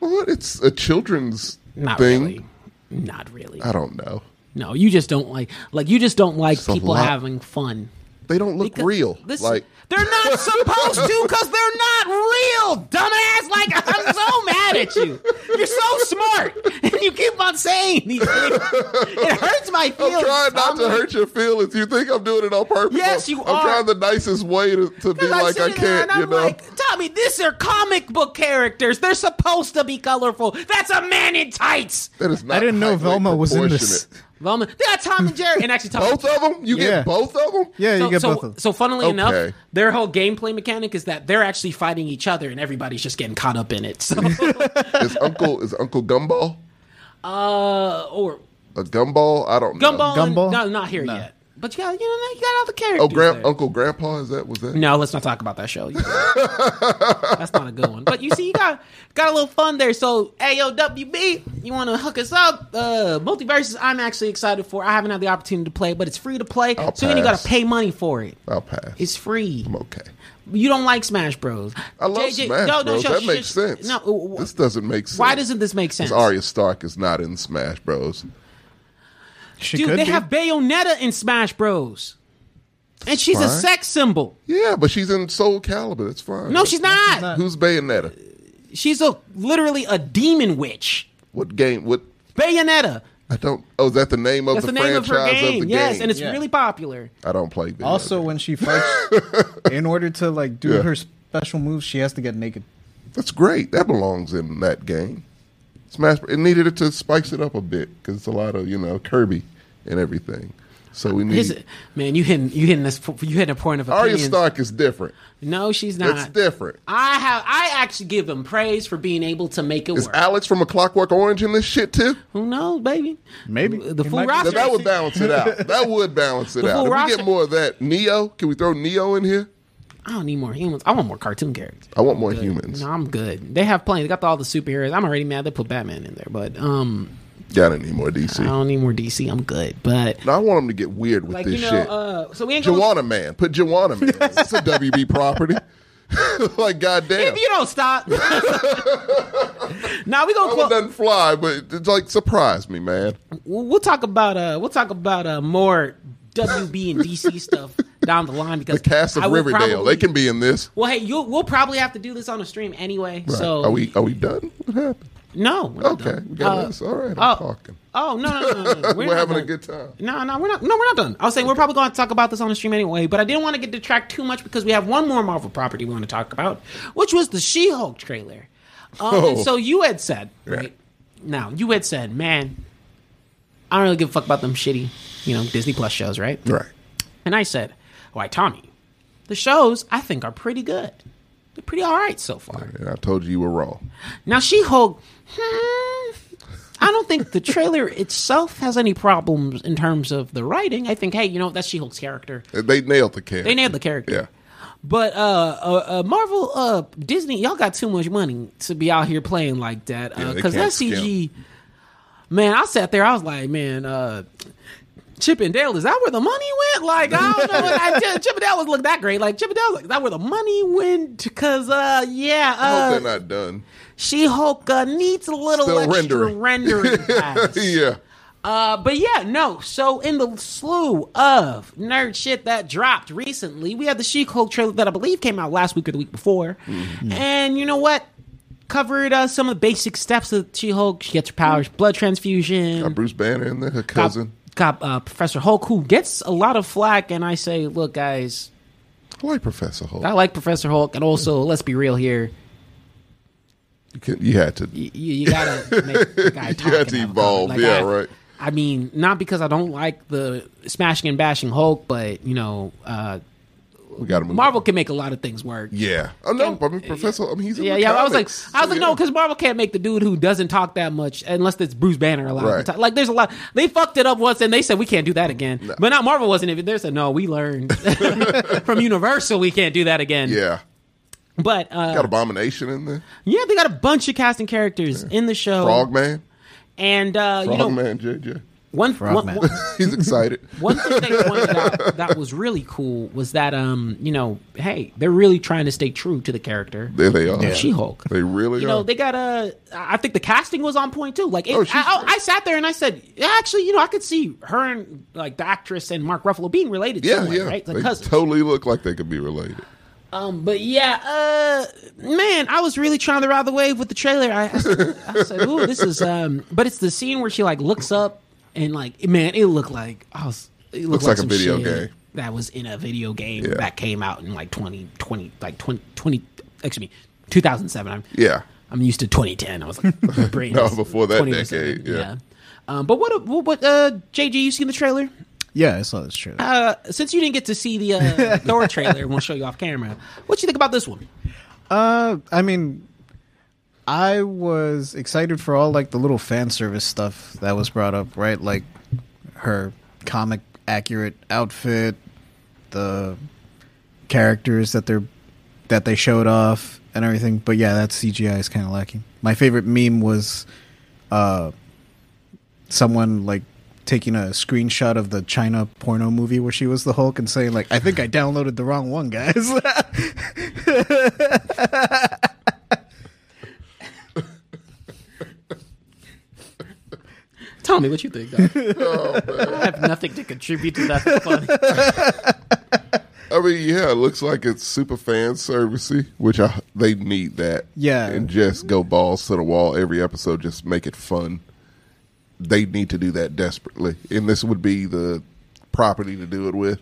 S2: Well, it's a children's
S1: Not
S2: thing.
S1: really. Not really.
S2: I don't know.
S1: No, you just don't like like you just don't like
S2: a
S1: people
S2: lot.
S1: having fun.
S2: They don't look real.
S1: Listen,
S2: like
S1: they're not supposed to because they're not real, dumbass. Like I'm so mad at you. You're so smart, and you keep on saying these things. It hurts my feelings.
S2: I'm trying not to
S1: Tommy.
S2: hurt your feelings. You think I'm doing it on purpose?
S1: Yes,
S2: I'm-
S1: you
S2: I'm
S1: are.
S2: trying the nicest way to, to be
S1: Because
S2: like I
S1: sit there and
S2: can't.
S1: I'm
S2: You know,
S1: like, Tommy, these are comic book characters. They're supposed to be colorful. That's a man in tights.
S2: that is not.
S3: I didn't know
S2: highly
S3: Velma was in this.
S2: proportionate.
S1: Velma, they got Tom and Jerry, and actually Tom.
S2: Both of them? You
S3: Yeah.
S2: get both of them?
S3: Yeah,
S1: so,
S3: you get
S1: so,
S3: both of them.
S1: so funnily enough,
S2: Okay.
S1: their whole gameplay mechanic is that they're actually fighting each other, and everybody's just getting caught up in it. So,
S2: Is Uncle is Uncle Gumball
S1: uh, or
S2: a gumball? I don't know.
S1: uh, Gumball, and-
S3: Gumball?
S1: no, not here
S3: No.
S1: yet. But you got you know you got all the characters.
S2: Oh, grand,
S1: there.
S2: Uncle Grandpa is that? Was that?
S1: No, let's not talk about that show. That's not a good one. But you see, you got got a little fun there. So, AOWB, you want to hook us up? Uh, Multiverses, I'm actually excited for. I haven't had the opportunity to play, but it's free to play.
S2: I'll
S1: so then you got
S2: pass.
S1: to pay money for it.
S2: I'll pass.
S1: It's free.
S2: I'm okay.
S1: You don't like Smash Bros.
S2: I love Smash Bros.
S1: show-
S2: that
S1: show-
S2: makes
S1: show-
S2: sense.
S1: No, uh,
S2: this doesn't make sense.
S1: why doesn't this make sense?
S2: 'Cause Arya Stark is not in Smash Bros.
S3: She
S1: Dude,
S3: could
S1: they
S3: be.
S1: have Bayonetta in Smash Bros. And she's a
S2: Fine.
S1: sex symbol.
S2: Yeah, but she's in Soul Calibur. That's fine.
S1: No, she's not.
S3: not.
S2: Who's Bayonetta?
S1: She's a literally a demon witch.
S2: What game? What?
S1: Bayonetta.
S2: I don't. Oh, is that the name of
S1: That's the,
S2: the,
S1: name of
S2: franchise
S1: her game.
S2: the
S1: yes,
S2: game?
S1: and it's
S3: Yeah.
S1: really popular.
S2: I don't play. Bayonetta.
S3: Also, when she fights, in order to like do
S2: Yeah.
S3: her special moves, she has to get naked.
S2: That's great. That belongs in that game. Smash. It needed it to spice it up a bit because it's a lot of you know Kirby and everything. So we need.
S1: His, man, you hitting you hitting this you hitting a point of
S2: Arya
S1: opinions.
S2: Stark is different.
S1: No, she's
S2: It's
S1: not.
S2: different.
S1: I have I actually give them praise for being able to make it
S2: Is
S1: work.
S2: Alex from A Clockwork Orange in this shit too?
S1: Who knows, baby?
S3: Maybe.
S1: the
S3: It
S1: full
S3: might be-
S2: That,
S1: roster.
S2: that would balance it out. That would balance it
S1: The
S2: out.
S1: full
S2: If we
S1: roster-
S2: get more of that, Neo. Can we throw Neo in here?
S1: I don't need more humans. I want more cartoon characters.
S2: I want more humans.
S1: No, I'm good. They have plenty. They got all the superheroes. I'm already mad they put Batman in there, but um,
S2: Yeah, I don't need more
S1: I
S2: DC.
S1: don't need more DC. I'm good. But
S2: No, I want them to get weird with
S1: like
S2: this
S1: you know,
S2: shit.
S1: uh, so we ain't going.
S2: Joanna Man. Put Joanna Man. It's a WB property. like goddamn.
S1: If you don't stop, now we gonna
S2: That one
S1: close.
S2: doesn't fly, but it's like surprise me, man.
S1: we'll we'll talk about uh we'll talk about uh more WB and DC stuff down the line because
S2: The cast of
S1: I will
S2: Riverdale.
S1: probably-
S2: they can be in this.
S1: Well, hey, you we'll probably have to do this on a stream anyway.
S2: Right.
S1: So
S2: are we are we done? What happened?
S1: No. we're not
S2: Okay.
S1: done.
S2: We got
S1: Uh,
S2: this. All right, I'm
S1: oh,
S2: talking.
S1: Oh no no no! no, no.
S2: We're,
S1: not
S2: having a
S1: done.
S2: good time.
S1: No, no, we're not. No, we're not done. I was saying we're probably going to talk about this on the stream anyway, but I didn't want to get detract too much because we have one more Marvel property we want to talk about, which was the She-Hulk trailer. Um, and
S2: Oh.
S1: so you had said,
S2: Yeah.
S1: right? Now you had said, man, I don't really give a fuck about them shitty, you know, Disney Plus shows, right?
S2: Right.
S1: And I said, why, Tommy, the shows I think are pretty good. They're pretty all right so far.
S2: And I told you you were wrong.
S1: Now She Hulk, hmm, I don't think the trailer itself has any problems in terms of the writing. I think, hey, you know that's She Hulk's character.
S2: They nailed the character.
S1: They nailed the character.
S2: Yeah.
S1: But uh, uh, uh, Marvel, uh, Disney, y'all got too much money to be out here playing like that.
S2: Yeah, they
S1: Because
S2: can't
S1: that CG, man, I sat there, I was like, man, uh, Chip and Dale, is that where the money went? Like, I don't know. I, Chip- Chip and Dale was look that great. Like, Chip and Dale, was like, is that where the money went? Because, uh, yeah,
S2: I
S1: uh,
S2: hope they're not done.
S1: She Hulk uh, needs a little
S2: Still
S1: extra
S2: rendering.
S1: rendering. guys.
S2: yeah.
S1: Uh, but yeah, no. So in the slew of nerd shit that dropped recently, we had the She Hulk trailer that I believe came out last week or the week before,
S2: Mm-hmm.
S1: and you know what? Covered uh, some of the basic steps of She Hulk. She gets her powers, blood transfusion.
S2: Mm-hmm. Got Bruce Banner in there, her cousin.
S1: Got uh, Professor Hulk, who gets a lot of flack, and I say, look, guys,
S2: I like Professor Hulk.
S1: I like Professor Hulk, and also let's be real here.
S2: You, can, you had to.
S1: you, you you gotta make the guy
S2: You
S1: talk.
S2: had
S1: and
S2: to
S1: have a
S2: evolve,
S1: comment.
S2: yeah,
S1: I,
S2: right.
S1: I mean, not because I don't like the smashing and bashing Hulk, but you know, uh,
S2: We got to move.
S1: Marvel can make a lot of things work.
S2: Yeah. Oh no, I mean Professor. I mean he's in
S1: Yeah,
S2: the
S1: yeah. I was like,
S2: comics,
S1: I was
S2: so
S1: like, no,
S2: yeah.
S1: because Marvel can't make the dude who doesn't talk that much unless it's Bruce Banner a lot of
S2: Right.
S1: the time. Like, there's a lot. They fucked it up once, and they said we can't do that again. But not Marvel wasn't even. They said no, we learned from Universal we can't do that again.
S2: yeah,
S1: But uh,
S2: got Abomination in there.
S1: yeah, they got a bunch of casting characters in the show,
S2: Frogman,
S1: and uh, you know,
S2: Frogman, JJ.
S1: one,
S3: Frogman.
S1: one, one
S2: He's excited.
S1: One thing they pointed out that was really cool was that um, you know, hey, they're really trying to stay true to the character.
S2: There they are.
S1: She Hulk.
S2: They really
S1: You
S2: are.
S1: know, they got a. I think the casting was on point too. Like, it,
S2: Oh,
S1: I,
S2: she's
S1: I,
S2: great.
S1: I sat there and I said, yeah, actually, you know, I could see her and like the actress and Mark Ruffalo being related.
S2: yeah,
S1: somewhat,
S2: yeah.
S1: right? Like
S2: they
S1: cousins.
S2: totally look like they could be related.
S1: Um, but yeah, uh, man, I was really trying to ride the wave with the trailer. I, I, said- I said, "Ooh, this is." Um, but it's the scene where she like looks up and like, man, it looked like I was. It looked
S2: Looks like a
S1: some
S2: video
S1: shit
S2: game.
S1: that was in a video game
S2: Yeah.
S1: that came out in like 2020, like 20, 20 excuse me, two thousand seven. I'm
S2: Yeah.
S1: I'm used to 2010. I was like, my brain
S2: No,
S1: is
S2: before that
S1: 2007.
S2: decade, yeah.
S1: Um, but what? What? what uh, JG, you seen the trailer?
S3: Yeah, I saw this trailer.
S1: Uh, since you didn't get to see the uh, Thor trailer, we'll show you off camera. What you think about this one?
S3: Uh, I mean, I was excited for all like the little fan service stuff that was brought up, right? Like her comic accurate outfit, the characters that they're that they showed off and everything. But yeah, that CGI is kind of lacking. My favorite meme was uh, someone like taking a screenshot of the China porno movie where she was the Hulk and saying like, "I think I downloaded the wrong one, guys."
S1: Tell me what you think. Doc. I have nothing to contribute to that. That's funny.
S2: I mean, yeah, it looks like it's super fan servicey, which I, they need that.
S3: Yeah.
S2: and just go balls to the wall every episode, just make it fun. They need to do that desperately, and this would be the property to do it with.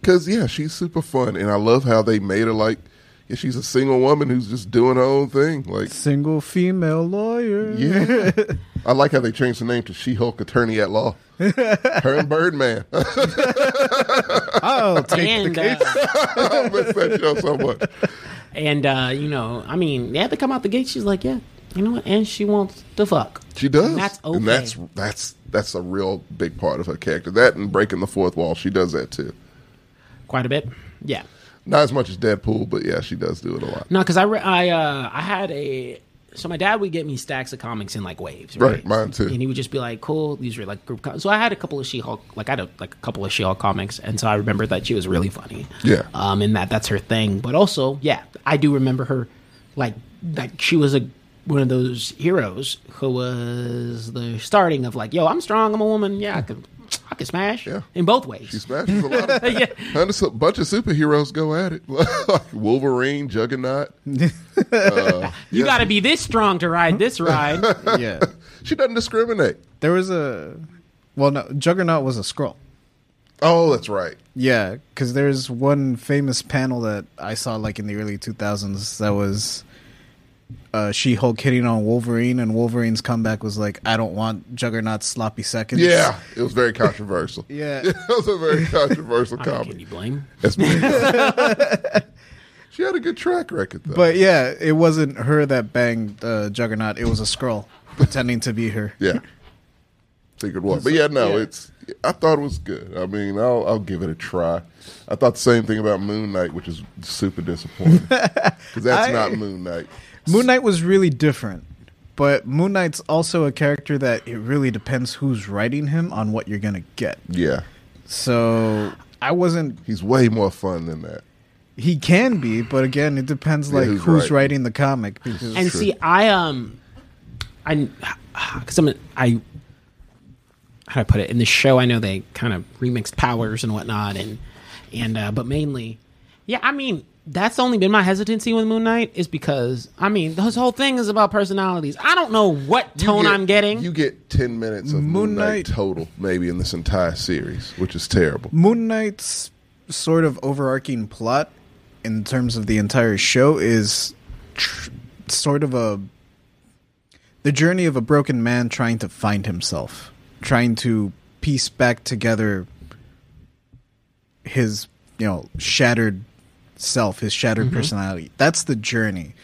S2: Because yeah, she's super fun, and I love how they made her like yeah, she's a single woman who's just doing her own thing. Like,
S3: Single female lawyer.
S2: yeah, I like how they changed the name to She Hulk Attorney at Law. Her and Birdman.
S3: I'll take the
S1: And,
S3: case.
S1: uh,
S2: I miss that show so much.
S1: and uh, you know, I mean, they had to come out the gate. She's like, yeah, you know what? And she wants to fuck.
S2: She does.
S1: And that's okay.
S2: And that's that's that's a real big part of her character. That and breaking the fourth wall, she does that too.
S1: Quite a bit. Yeah.
S2: Not as much as Deadpool, but yeah, she does do it a lot.
S1: No, because I re- I uh, I had a so my dad would get me stacks of comics in like waves, right?
S2: Right, mine too.
S1: And he would just be like, "Cool, these are like group." Com-. So I had a couple of She-Hulk, like I had a, like a couple of She-Hulk comics, and so I remember that she was really funny.
S2: Yeah.
S1: Um, and that that's her thing. But also, yeah, I do remember her, like like she was a one of those heroes who was the starting of like, "Yo, I'm strong. I'm a woman. Yeah, I can I can smash.
S2: Yeah.
S1: in both ways.
S2: She smashes a lot. Of,
S1: yeah.
S2: And it's A bunch of superheroes go at it, like Wolverine, Juggernaut.
S1: You got to be this strong to ride this ride.
S3: yeah.
S2: She doesn't discriminate.
S3: There was a well, no, Juggernaut was a scroll.
S2: Oh, that's right.
S3: Yeah, because there's one famous panel that I saw like in the early 2000s that was uh, She Hulk hitting on Wolverine, and Wolverine's comeback was like, "I don't want Juggernaut's sloppy seconds."
S2: Yeah, it was very controversial.
S3: Yeah.
S2: it was a very controversial
S1: Can you
S2: comedy.
S1: blame?
S2: That's me. she had a good track record, though.
S3: but yeah, it wasn't her that banged uh, Juggernaut; it was a scroll pretending to be her.
S2: Yeah. Figured what. But yeah, no,
S3: yeah.
S2: it's I thought it was good. I mean, I'll I'll give it a try. I thought the same thing about Moon Knight, which is super disappointing. Because that's
S3: I-
S2: not Moon Knight.
S3: Moon Knight was really different, but Moon Knight's also a character that it really depends who's writing him on what you're gonna get.
S2: Yeah.
S3: So I wasn't
S2: He's way more fun than that.
S3: He can be, but again, it depends like
S2: who's
S3: who's,
S2: right.
S3: writing the comic because
S1: and
S2: True.
S1: see i um i because i'm a, i how do i put it in the show i know they kind of remixed powers and whatnot and and uh but mainly yeah i mean that's only been my hesitancy with Moon Knight is because I mean this whole thing is about personalities. I don't know what
S2: You
S1: tone
S2: get-
S1: I'm getting.
S2: You get ten minutes of Moon,
S3: Moon
S2: Knight
S3: Knight-
S2: total, maybe in this entire series, which is terrible.
S3: Moon Knight's sort of overarching plot in terms of the entire show is tr- sort of a the journey of a broken man trying to find himself, trying to piece back together his, you know, shattered self, his shattered
S1: Mm-hmm.
S3: personality. That's the journey.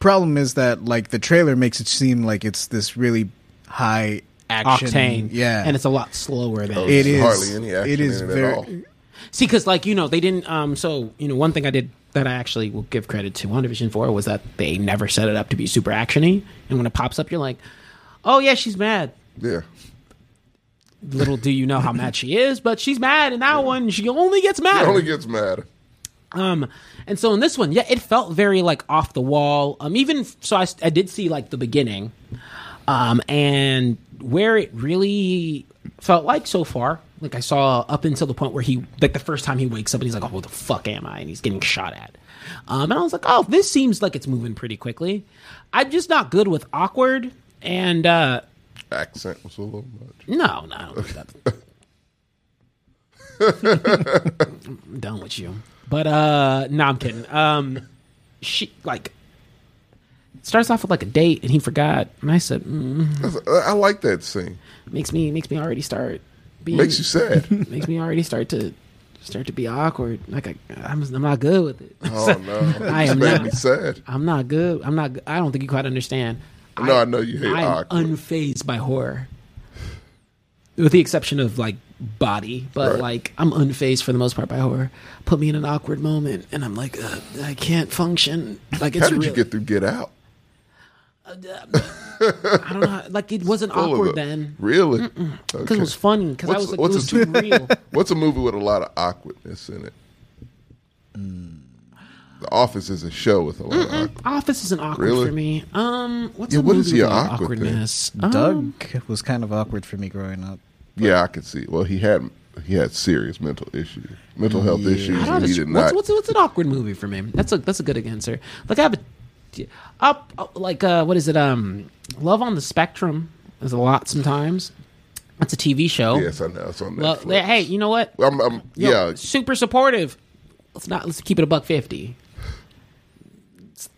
S3: Problem is that like the trailer makes it seem like it's this really high action
S1: Octane,
S3: Yeah.
S1: and it's a lot slower than
S2: Oh,
S3: it
S2: There's
S3: is
S2: hardly any action
S3: it is
S2: in it at
S3: very
S2: all.
S1: See, because like you know, they didn't. Um, so you know, one thing I did that I actually will give credit to One Division for was that they never set it up to be super actiony, and when it pops up, you're like, oh yeah, she's mad.
S2: Yeah.
S1: Little do you know how mad she is, but she's mad in that one. She only gets mad.
S2: It only gets madder.
S1: Um, and so in this one, yeah, it felt very like off the wall. Um, even so, I, I did see like the beginning, um, and where it really felt like so far, like I saw up until the point where he, like the first time he wakes up and he's like, "Oh, what the fuck am I?" and he's getting shot at. Um, and I was like, "Oh, this seems like it's moving pretty quickly." I'm just not good with awkward, and uh,
S2: Accent was a little much.
S1: no, no, I don't think that's. I'm done with you. But uh no, I'm kidding. Um she like starts off with like a date and he forgot. And I said, mm,
S2: That's- I I like that scene.
S1: makes me makes me already start being
S2: Makes you sad.
S1: makes me already start to start to be awkward. Like I, I'm I'm not good with it.
S2: Oh no! It
S1: I
S2: just
S1: am
S2: made
S1: not-
S2: me sad.
S1: I'm not good. I'm not. g- I don't think you quite understand.
S2: No, I know you hate
S1: I'm
S2: awkward.
S1: unfazed by horror, with the exception of like body, but
S2: Right.
S1: like I'm unfazed for the most part by horror. Put me in an awkward moment, and I'm like, uh, I can't function. Like it's
S2: How did
S1: real. Uh,
S2: you get through Get Out?
S1: I don't know. how- Like it wasn't
S2: All of
S1: awkward
S2: it.
S1: then
S2: Really?
S1: because
S2: Okay.
S1: it was funny because I
S2: What's-
S1: was like, it
S2: what's
S1: was
S2: a-
S1: too real.
S2: What's a movie with a lot of awkwardness in it?
S1: Mm.
S2: The Office is a show with a lot of awkward.
S1: Office isn't awkward
S2: Really?
S1: for me. Um, what's
S2: Yeah,
S1: a
S2: what is
S1: movie
S2: the
S1: with
S2: awkward thing?
S1: awkwardness? Um,
S3: Doug was kind of awkward for me growing up.
S2: Yeah, I could see. Well, he had he had serious mental issues, mental health
S1: I
S2: issues,
S1: don't
S2: and he
S1: understand-
S2: did
S1: what's,
S2: not.
S1: what's what's an awkward movie for me? That's a that's a good answer. Like I have a up up- like uh, what is it? Um, Love on the Spectrum is a lot sometimes. That's a TV show.
S2: yes, I know it's on
S1: Well,
S2: Netflix.
S1: hey, you know what?
S2: I'm, I'm,
S1: Yo,
S2: yeah,
S1: super supportive. Let's not let's keep it a buck fifty.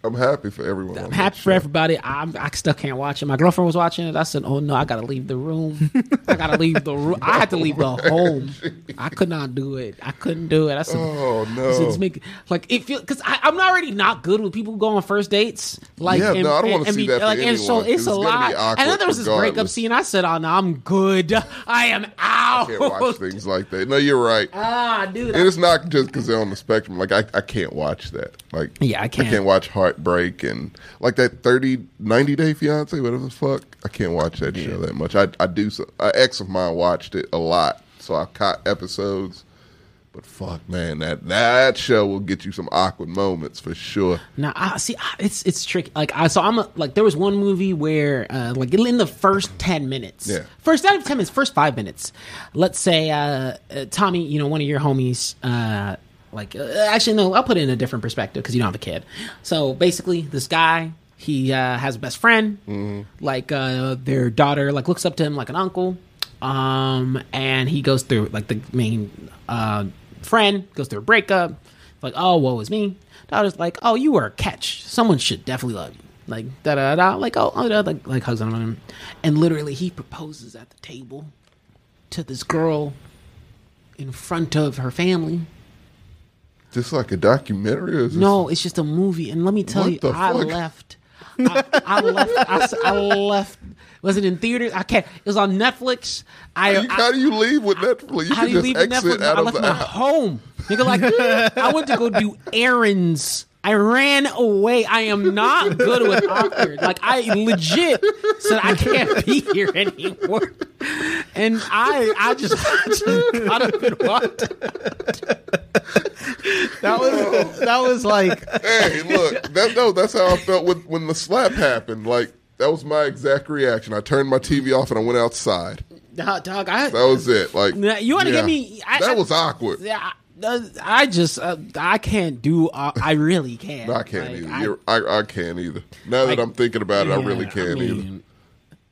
S2: I'm happy for everyone.
S1: I'm happy for everybody. I'm, I still can't watch it. My girlfriend was watching it. I said, "Oh no, I gotta leave the room. I gotta leave the room. I had to leave the home. I could not do it. I couldn't do it." I said,
S2: Oh
S1: I said, "It's
S2: no!
S1: make like it feel because I'm already not good with people who go on first dates. Like
S2: Yeah, no, I don't wanna
S1: and
S2: see that for
S1: and so
S2: anyone, 'cause
S1: it's
S2: it's
S1: a
S2: gonna be
S1: lot.
S2: awkward
S1: And then there was this breakup
S2: regardless.
S1: scene. I said, "Oh no, I'm good. I am out."
S2: I can't watch things like that. No, you're right.
S1: ah, dude.
S2: And it's not just because they're on the spectrum. Like I, I can't watch that. Like
S1: Yeah, I can't.
S2: I can't watch Heartbreak and like that 30, 90 Day Fiance, whatever the fuck. I can't watch that show that much. I, I do. So, an ex of mine watched it a lot, so I caught episodes. But fuck, man, that that show will get you some awkward moments for sure.
S1: Now, I see I- it's it's tricky. Like I saw, I'm a, like there was one movie where uh, like in the first ten minutes,
S2: Yeah.
S1: first out of ten minutes, first five minutes, let's say uh, uh, Tommy, you know, one of your homies. Uh, like uh, actually no i'll put it in a different perspective because you don't have a kid so basically this guy he uh, has a best friend like uh, their daughter like looks up to him like an uncle um, and he goes through like the main uh, friend goes through a breakup like, oh, woe is me. I was like, oh, you were a catch. Someone should definitely love you. Like, da da da. Like, oh, oh da, like, like hugs on him. And literally, he proposes at the table to this girl in front of her family.
S2: Just like a documentary. Or is this-
S1: No, it's just a movie. And let me tell
S2: What
S1: you,
S2: the
S1: I
S2: fuck?
S1: left. I, I left. I, s- I left. Was it in theaters? I can't. It was on Netflix. I,
S2: How, you,
S1: I-
S2: how do you leave with Netflix? You
S1: how
S2: can
S1: do you
S2: just
S1: leave
S2: exit
S1: Netflix?
S2: out
S1: I
S2: of
S1: left
S2: the
S1: my
S2: app.
S1: home. Nigga, like I went to go do errands. I ran away. I am not good with awkward. Like I legit said, I can't be here anymore. And I, I just, I just got up and walked.
S3: That was that was like
S2: hey, look, that no, that's how I felt with, when the slap happened. Like that was my exact reaction. I turned my TV off and I went outside.
S1: Dog, dog, I,
S2: That was it. Like
S1: Nah, you wanna get me- I-
S2: that
S1: I-
S2: was awkward.
S1: yeah, I, I just, uh, I can't do. Uh, I really can't.
S2: No, I can't
S1: Like,
S2: either.
S1: I-
S2: You're, I, I can't either. Now that
S1: I-
S2: I'm thinking about it, I
S1: yeah,
S2: really can't either.
S1: mean,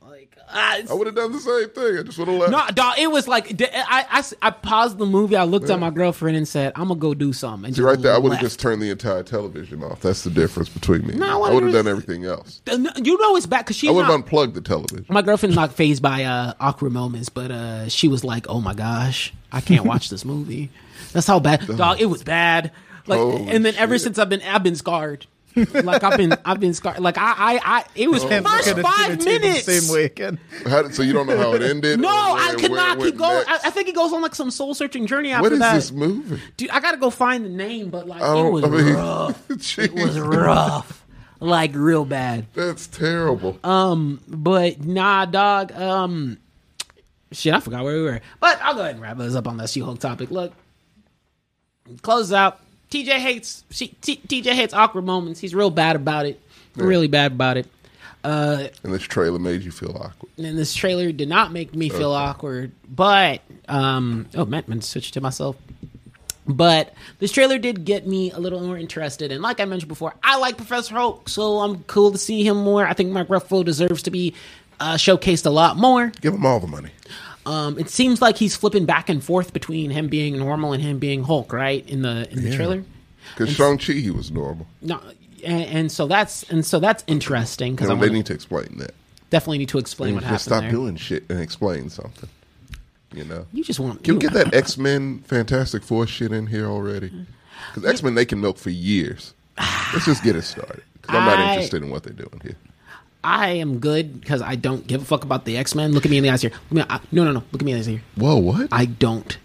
S1: Like, I-
S2: I would have done the same thing. I just would have left.
S1: No, dog, it was like d- I, I s- I paused the movie. I looked at my girlfriend and said, "I'm gonna go do something." And
S2: See, right there, I would
S1: left.
S2: have just turned the entire television off. That's the difference between me. and
S1: No, I
S2: you. I
S1: would've
S2: would have
S1: just-
S2: done everything else.
S1: Uh, no, You know it's bad because she's
S2: I would have
S1: not.
S2: unplugged the television.
S1: My girlfriend's not phased by uh, awkward moments, but uh, she was like, "Oh my gosh, I can't watch this movie." That's how bad, dog. It was bad. Like,
S2: Holy
S1: and then ever
S2: shit.
S1: since I've been, I've been scarred. like I've been, I've been scarred. Like I, I, I it was
S2: Oh
S3: Can't look
S1: first
S3: at a dinner
S1: five
S3: table
S1: minutes.
S3: The same way again.
S2: How did, so you don't know how it ended?
S1: No,
S2: or
S1: I
S2: where-
S1: could
S2: Oh where it
S1: not
S2: went
S1: keep going. I,
S2: next?
S1: I think it goes on like some soul searching journey after
S2: what is
S1: that.
S2: this movie?
S1: Dude, I gotta go find the name, but like
S2: I
S1: it
S2: don't.
S1: was
S2: I mean,
S1: rough. It
S2: jeez,
S1: was rough, like real bad.
S2: that's terrible.
S1: Uh, But nah, dog. Um, shit, I forgot where we were. But I'll go ahead and wrap us up on that She-Hulk topic. Look, close out. TJ hates she, T, TJ hates awkward moments. He's real bad about it. Really bad about it. Uh,
S2: and this trailer made you feel awkward.
S1: and this trailer did not make me feel awkward, but um, oh, meant meant to switch to myself. But this trailer did get me a little more interested, and like I mentioned before, I like Professor Hulk, so I'm cool to see him more. I think Mark Ruffalo deserves to be uh, showcased a lot more.
S2: Give them all the money.
S1: Um, it seems like he's flipping back and forth between him being normal and him being Hulk, right? In the in the trailer,
S2: Because Shang Chi, he was normal.
S1: no, and, and so that's and so that's interesting because
S2: You
S1: I
S2: know, they
S1: wanna-
S2: need to explain that.
S1: definitely need to explain what happened
S2: Just stop
S1: there.
S2: doing shit and explain something. You know,
S1: You just want
S2: can
S1: you
S2: we get that X Men Fantastic Four shit in here
S1: Mm.
S2: already? Because X Men they can milk for years. Let's just get it started. Because I'm not
S1: I-
S2: interested in what they're doing here.
S1: I am good because I don't give a fuck about the X Men. Look at me in the eyes here. Look at me- I- no, no, no. Look at me in the eyes here.
S2: Whoa, what?
S1: I don't.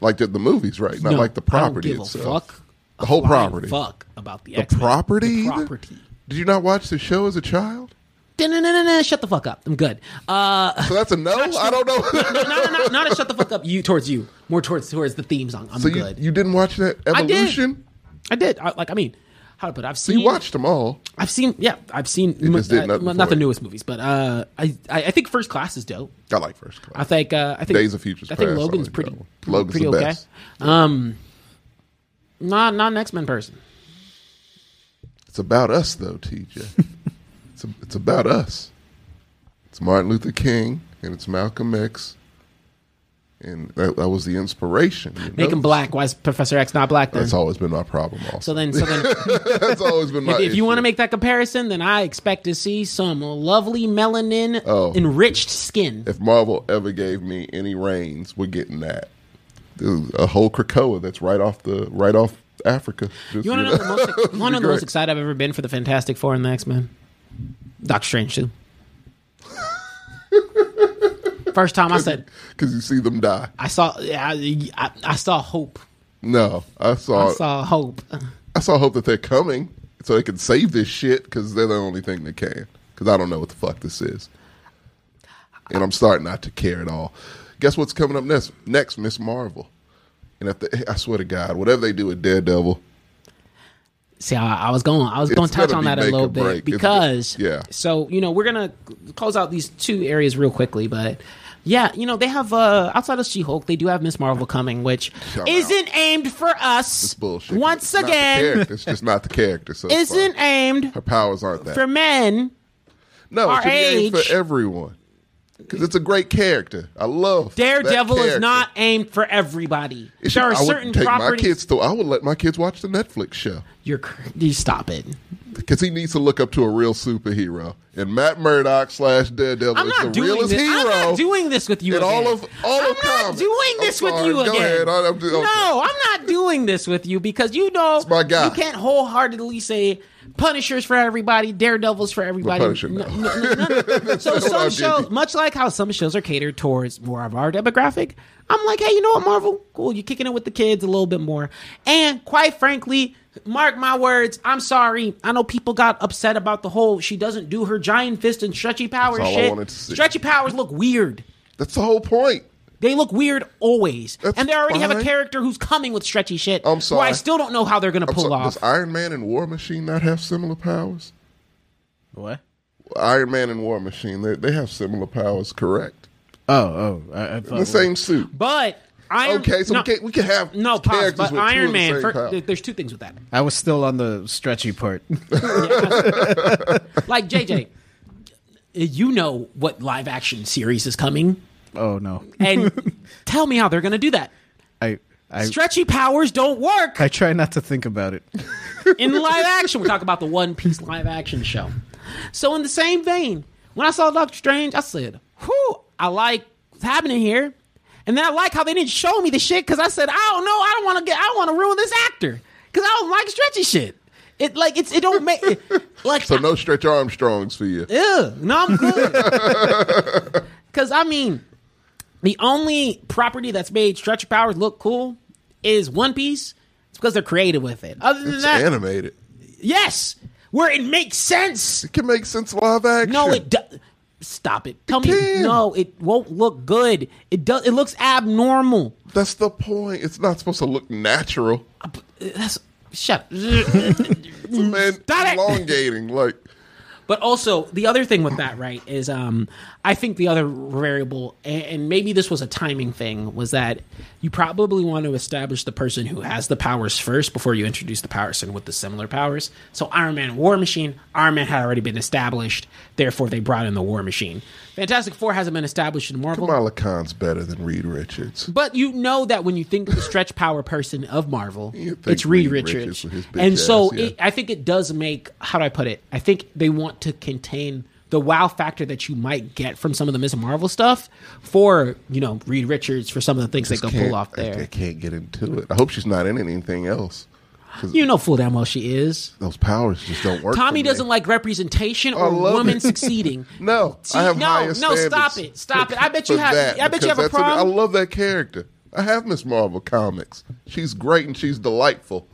S2: like the, the movies, right? Not
S1: no,
S2: like the property
S1: I don't give a
S2: itself.
S1: fuck.
S2: The whole
S1: a flying
S2: property.
S1: Fuck about the,
S2: The
S1: X-Men.
S2: property?
S1: The property.
S2: Did you not watch the show as a child?
S1: Da-na-na-na-na, Shut the fuck up. I'm good. Uh,
S2: So that's a no. I don't know.
S1: no, no, no, not a shut the fuck up. You towards you, more towards towards the theme song. I'm
S2: so you,
S1: good.
S2: you didn't watch that
S1: I did.
S2: evolution?
S1: I did. I, like I mean, how to put? It? I've
S2: So you
S1: seen.
S2: watched them all.
S1: I've seen. Yeah, I've seen.
S2: just did
S1: uh,
S2: nothing
S1: not
S2: for
S1: the
S2: you.
S1: newest movies, but uh, I, I I think First Class is dope.
S2: I like First Class.
S1: I think uh, I think
S2: Days of Futures
S1: I think
S2: Past, I
S1: Logan's
S2: like
S1: pretty
S2: that one. Logan's
S1: pretty
S2: the
S1: okay.
S2: best.
S1: Um, not not an X Men person.
S2: It's about us, though, TJ. it's, it's about us. It's Martin Luther King and it's Malcolm X. And that, that was the inspiration. you
S1: Make
S2: know?
S1: him black. Why is Professor X not black then?
S2: That's always been my problem. Also.
S1: So then, so then,
S2: that's always been my.
S1: if, if you want to
S2: issue.
S1: make that comparison, then I expect to see some lovely melanin
S2: Oh.
S1: enriched skin.
S2: if Marvel ever gave me any reins, we're getting that. There's a whole Krakoa that's right off the right off Africa. Just,
S1: You want to know the most? You want to know the
S2: great.
S1: most excited I've ever been for the Fantastic Four and the X Men? Doctor Strange too. First time I said
S2: because you see them die.
S1: I saw I, I, I saw hope.
S2: No, I saw
S1: I saw hope.
S2: I saw hope that they're coming so they can save this shit because they're the only thing that can. Because I don't know what the fuck this is, and I'm starting not to care at all. Guess what's coming up next? Next, Miss Marvel, and if they, I swear to God, whatever they do with Daredevil,
S1: See, I, I was going. I was going to touch
S2: gonna
S1: on that a
S2: be make or
S1: little bit
S2: break, isn't it?
S1: because
S2: Yeah.
S1: So you know we're gonna close out these two areas real quickly, but yeah, you know they have uh outside of She Hulk, they do have Miss Marvel coming, which
S2: Shout
S1: isn't aimed for us.
S2: it's bullshit.
S1: Once
S2: It's not the
S1: again,
S2: character. it's just not the character. So it's fine.
S1: isn't aimed
S2: her powers aren't that
S1: for men.
S2: No,
S1: Our
S2: it should be aimed
S1: age.
S2: for everyone. Because it's a great character. I love that
S1: Daredevil is
S2: character.
S1: not aimed for everybody.
S2: It should-
S1: there are
S2: I would
S1: certain
S2: take
S1: properties.
S2: My kids to, I would let my kids watch the Netflix show
S1: You're cr- you stop it.
S2: because he needs to look up to a real superhero. And Matt Murdock slash Daredevil
S1: I'm
S2: is the
S1: not doing
S2: realest
S1: this.
S2: hero.
S1: I'm not doing this with you
S2: in
S1: again.
S2: all of- all
S1: I'm
S2: of
S1: not
S2: comics.
S1: doing
S2: I'm
S1: this with
S2: sorry.
S1: you
S2: Go
S1: again.
S2: ahead. I- I'm just- okay.
S1: No, I'm not doing this with you because you know
S2: my guy.
S1: you can't wholeheartedly say Punisher's for everybody, Daredevil's for everybody.
S2: Punisher,
S1: N-
S2: no.
S1: n- n- n- n- so
S2: That's what
S1: some
S2: I did.
S1: shows, much like how some shows are catered towards more of our demographic, I'm like, hey, you know what, Marvel? Cool, you're kicking it with the kids a little bit more. And quite frankly, mark my words, I'm sorry. I know people got upset about the whole she doesn't do her giant fist and stretchy powers
S2: That's all I
S1: shit.
S2: wanted to see.
S1: Stretchy powers look weird.
S2: That's the whole point.
S1: They look weird always.
S2: That's
S1: and they already have a
S2: fine.
S1: character who's coming with stretchy shit.
S2: I'm
S1: Who I
S2: sorry.
S1: still don't know how they're going to
S2: I'm
S1: pull
S2: sorry,
S1: off.
S2: does Iron Man and War Machine not have similar powers?
S3: What?
S2: Iron Man and War Machine, they, they have similar powers, correct?
S3: Oh, oh, I, I thought.
S2: The same suit.
S1: but Iron
S2: Okay, so
S1: no,
S2: we, can, we can have
S1: no, pause,
S2: characters
S1: but
S2: with two of
S1: Iron
S2: the
S1: Man.
S2: same
S1: fir-
S2: power.
S1: there- there's two things with that.
S3: I was still on the stretchy part.
S1: Like JJ, you know what live action series is coming,
S3: oh no,
S1: and tell me how they're going to do that.
S3: I, I,
S1: Stretchy powers don't work
S3: I try not to think about it.
S1: in live action. We're talking about the One Piece live action show. So, in the same vein, when I saw Doctor Strange, I said, whew, I like what's happening here. And then I like how they didn't show me the shit because I said, I don't know, I don't want to get, I want to ruin this actor because I don't like stretchy shit. It like it's it don't make it, like
S2: So no Stretch Armstrongs for you.
S1: Ew, no, I'm good. Because I mean, the only property that's made stretch powers look cool is One Piece. It's because they're creative with it. Other than
S2: It's
S1: that,
S2: animated.
S1: yes, where it makes sense.
S2: It can make sense live action.
S1: No, it do- stop it. Tell me,
S2: can.
S1: no, it won't look good. It does. It looks abnormal. Uh,
S2: That's the point. It's not supposed to look natural.
S1: That's shut.
S2: It's a man
S1: Mm, Stop it.
S2: elongating. Like
S1: But also, the other thing with that, right, is um, I think the other variable, and, and maybe this was a timing thing, was that you probably want to establish the person who has the powers first before you introduce the person with the similar powers. So, Iron Man, War Machine, Iron Man had already been established, therefore they brought in the War Machine. Fantastic Four hasn't been established in Marvel.
S2: Kamala Khan's better than Reed Richards.
S1: But you know that when you think of the stretch power person of Marvel,
S2: You think
S1: it's Reed
S2: Reed
S1: Richards.
S2: Richards with his bitch
S1: and so
S2: ass, yeah.
S1: it, I think it does make, how do I put it? I think they want to contain the wow factor that you might get from some of the Miss Marvel stuff for, you know, Reed Richards for some of the things they
S2: Just
S1: can
S2: can't-
S1: pull off
S2: I, I
S1: there.
S2: can't get into it. I hope she's not in anything else.
S1: You know full damn well she is.
S2: Those powers just don't work.
S1: Tommy
S2: for me.
S1: doesn't like representation
S2: I
S1: or
S2: love
S1: women
S2: it.
S1: succeeding.
S2: No,
S1: See,
S2: I have
S1: no,
S2: higher
S1: no,
S2: standards
S1: stop it, stop it. I bet
S2: for
S1: you have-
S2: that
S1: I bet you
S2: because
S1: have a
S2: that's I
S1: problem.
S2: love that character. I have Miss Marvel comics. She's great and she's delightful,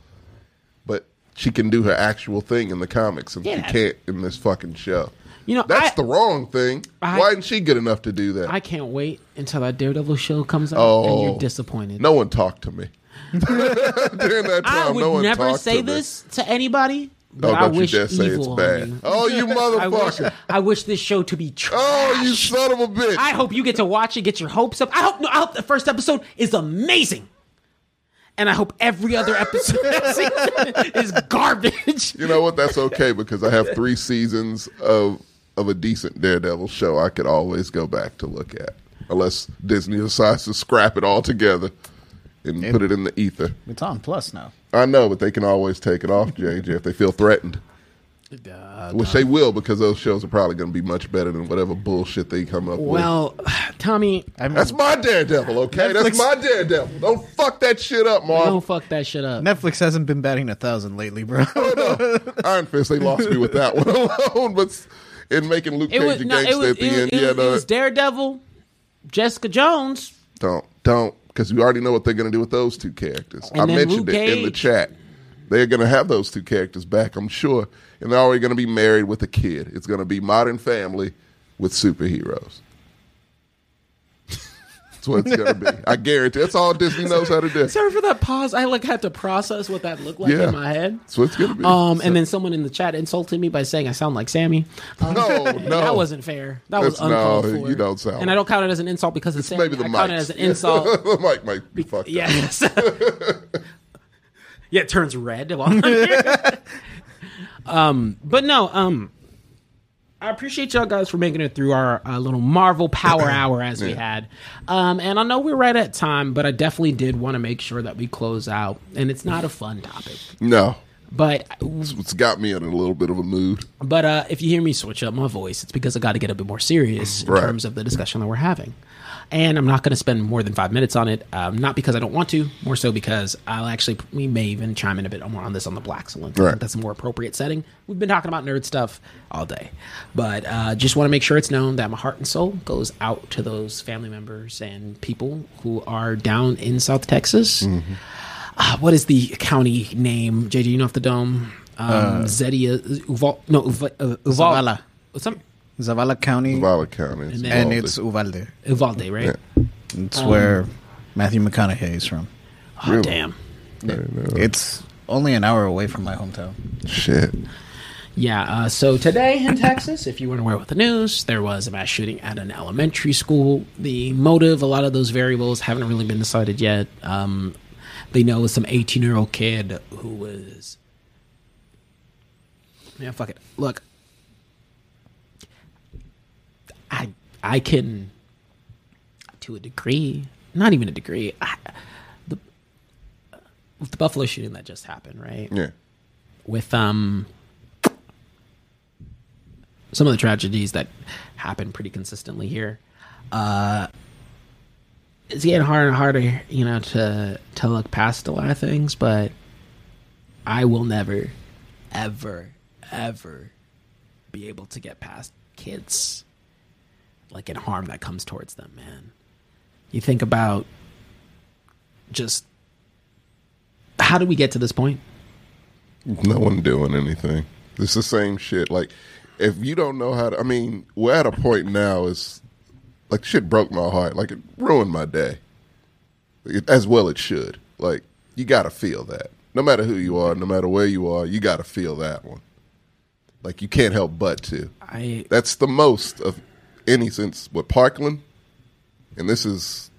S2: but she can do her actual thing in the comics, and
S1: Yeah.
S2: she can't in this fucking show.
S1: You know,
S2: that's
S1: I-
S2: the wrong thing.
S1: I-
S2: Why isn't she good enough to do that?
S1: I can't wait until that Daredevil show comes out and
S2: oh,
S1: you're disappointed.
S2: No one talked to me during that time.
S1: I would
S2: no one
S1: never
S2: talked
S1: say
S2: to me.
S1: this to anybody, but
S2: Oh,
S1: I
S2: don't
S1: wish
S2: you dare say it's
S1: evil on
S2: bad.
S1: you.
S2: Oh, you
S1: I wish,
S2: motherfucker!
S1: I wish this show to be trash.
S2: Oh, you son of a bitch!
S1: I hope you get to watch it, get your hopes up. I hope no, I hope the first episode is amazing. And I hope every other episode of season is garbage.
S2: You know what? That's okay because I have three seasons of of a decent Daredevil show I could always go back to look at, unless Disney decides to scrap it all together and put it in the ether.
S3: It's on Plus now.
S2: I know, but they can always take it off, JJ, if they feel threatened. Which they will because those shows are probably going to be much better than whatever bullshit they come up with.
S1: Well, Tommy,
S3: I mean,
S2: That's my Daredevil, okay?
S3: Netflix-
S2: That's my Daredevil. Don't fuck that shit up,
S1: don't
S2: Mark.
S1: fuck that shit up.
S3: Netflix hasn't been batting a thousand lately, bro.
S2: Oh, Iron Fist, they lost me with that one alone, but s- in making Luke
S1: It
S2: Cage
S1: was
S2: a
S1: no,
S2: gangster
S1: it was,
S2: at the
S1: it, was-
S2: end.
S1: it
S2: yeah,
S1: was-
S2: no,
S1: it was Daredevil, Jessica Jones,
S2: Don't don't because we already know what they're going to do with those two characters.
S1: And
S2: I
S1: then
S2: mentioned
S1: Luke
S2: it in the
S1: Cage.
S2: chat. They're going to have those two characters back, I'm sure, and they're already going to be married with a kid. It's going to be Modern Family with superheroes. That's what it's going to be. I guarantee. That's all Disney knows how to do.
S1: Sorry for that pause. I like had to process what that looked like
S2: Yeah.
S1: in my head.
S2: That's what it's going to be.
S1: Um, and then someone in the chat insulted me by saying I sound like Sammy. Um,
S2: no, no,
S1: that wasn't fair. That was
S2: That's-
S1: uncalled
S2: no,
S1: for.
S2: you don't sound
S1: And I don't count it as an insult because it's Sammy.
S2: Maybe the
S1: I
S2: mic.
S1: count it as an insult.
S2: the mic might be fucked. up.
S1: yes. yeah, it turns red while I'm here. um, but no. Um, I appreciate y'all guys for making it through our uh, little Marvel Power Hour as we had. Um, and I know we're right at time, but I definitely did want to make sure that we close out. And it's not a fun topic,
S2: No,
S1: but
S2: it's what's got me in a little bit of a mood.
S1: But uh, if you hear me switch up my voice, it's because I got to get a bit more serious in
S2: Right.
S1: terms of the discussion that we're having. And I'm not going to spend more than five minutes on it. Um, not because I don't want to, more so because I'll actually, we may even chime in a bit more on this on the Black Salon. I
S2: Right.
S1: think That's a more appropriate setting. We've been talking about nerd stuff all day. But uh, just want to make sure it's known that my heart and soul goes out to those family members and people who are down in South Texas.
S2: Mm-hmm.
S1: Uh, what is the county name? JJ, you know off the dome. Um, Zedia, Uval, no, Uval, uh, Uval,
S3: Zavala.
S1: Some,
S3: Zavala County,
S2: Violet County,
S1: And
S2: Uvalde.
S3: and it's Uvalde.
S1: Uvalde, right?
S3: It's
S1: Um,
S3: where Matthew McConaughey is from.
S1: Oh,
S2: Really?
S1: damn.
S3: It's only an hour away from my hometown.
S2: shit.
S1: Yeah, uh, so today in Texas, if you weren't aware with the news, there was a mass shooting at an elementary school. The motive, a lot of those variables haven't really been decided yet. Um, they know it's some 18 year old kid who was. Yeah, fuck it. Look, I I can, to a degree, not even a degree. I, the, with the Buffalo shooting that just happened, right?
S2: Yeah.
S1: with um some of the tragedies that happen pretty consistently here. Uh, it's getting harder and harder, you know, to to look past a lot of things, but I will never, ever, ever be able to get past kids, like and harm that comes towards them. Man, you think about just how do we get to this point?
S2: No one doing anything. It's the same shit. Like, if you don't know how to, I mean, we're at a point now. Is like shit broke my heart. Like it ruined my day. It, as well, it should. Like you got to feel that. No matter who you are, no matter where you are, you got to feel that one. Like you can't help but to.
S1: I
S2: That's the most of any since with Parkland. And this is,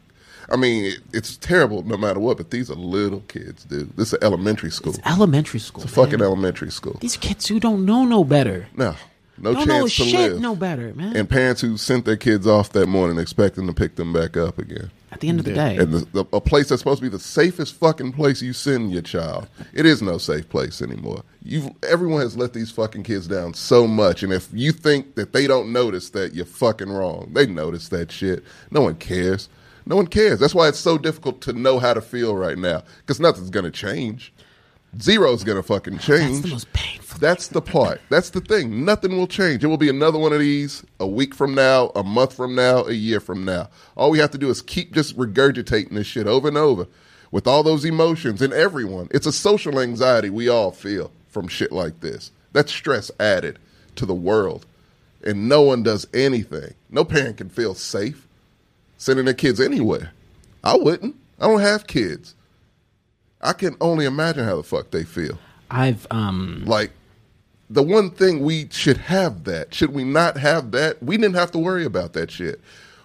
S2: I mean, it, it's terrible no matter what. But these are little kids, dude. This is elementary school.
S1: elementary school. man.
S2: fucking elementary school.
S1: These kids who don't know no better.
S2: No, no
S1: don't
S2: chance
S1: know
S2: to
S1: shit
S2: live.
S1: no better, man.
S2: and parents who sent their kids off that morning expecting to pick them back up again.
S1: At the end of the day.
S2: And the, the, a place that's supposed to be the safest fucking place you send your child. It is no safe place anymore. You've everyone has let these fucking kids down so much, and if you think that they don't notice that, you're fucking wrong. They notice that shit. No one cares. No one cares. That's why it's so difficult to know how to feel right now because nothing's gonna change. Zero's gonna fucking change.
S1: That's the most painful.
S2: That's the part. That's the thing. Nothing will change. It will be another one of these a week from now, a month from now, a year from now. All we have to do is keep just regurgitating this shit over and over with all those emotions in everyone. It's a social anxiety we all feel from shit like this. That's stress added to the world. And no one does anything. No parent can feel safe sending their kids anywhere. I wouldn't. I don't have kids. I can only imagine how the fuck they feel.
S1: I've um
S2: Like the one thing we should have that. Should we not have that? We didn't have to worry about that shit.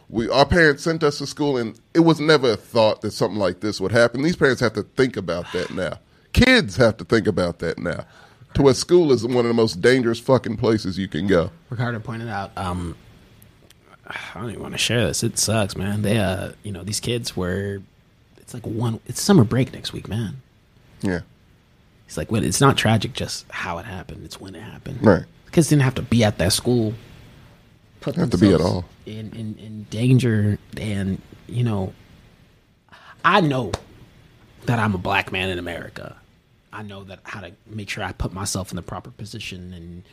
S2: We our parents sent us to school and it was never a thought that something like this would happen. These parents have to think about that now. Kids have to think about that now. To where school is one of the most dangerous fucking places you can go.
S1: Ricardo pointed out. Um, I don't even want to share this. It sucks, man. They uh, you know, these kids were. It's like one. It's summer break next week, man.
S2: Yeah.
S1: He's like, wait, it's not tragic, just how it happened. It's when it happened.
S2: Right.
S1: Kids didn't have to be at that school. Put
S2: Have to be at
S1: themselves
S2: all.
S1: in, in in danger, and you know, I know that I'm a black man in America. I know that how to make sure I put myself in the proper position and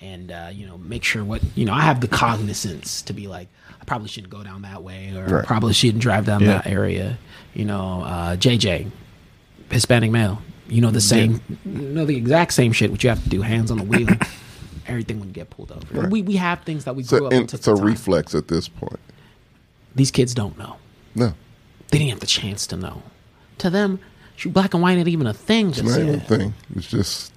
S1: and uh, you know make sure what you know I have the cognizance to be like I probably shouldn't go down that way or I
S2: Right.
S1: probably shouldn't drive down
S3: Yeah.
S1: that area. You know, uh, JJ, Hispanic male. You know the same, you know the exact same shit. What you have to do, hands on the wheel, everything would get pulled over. We we have things that we
S2: It's a,
S1: grew up.
S2: and
S1: and took
S2: it's a
S1: for time.
S2: reflex at this point.
S1: These kids don't know.
S2: No.
S1: They didn't have the chance to know. To them, shoot, black and white ain't even a thing. Just
S2: It's not even a
S1: yet.
S2: thing. It's just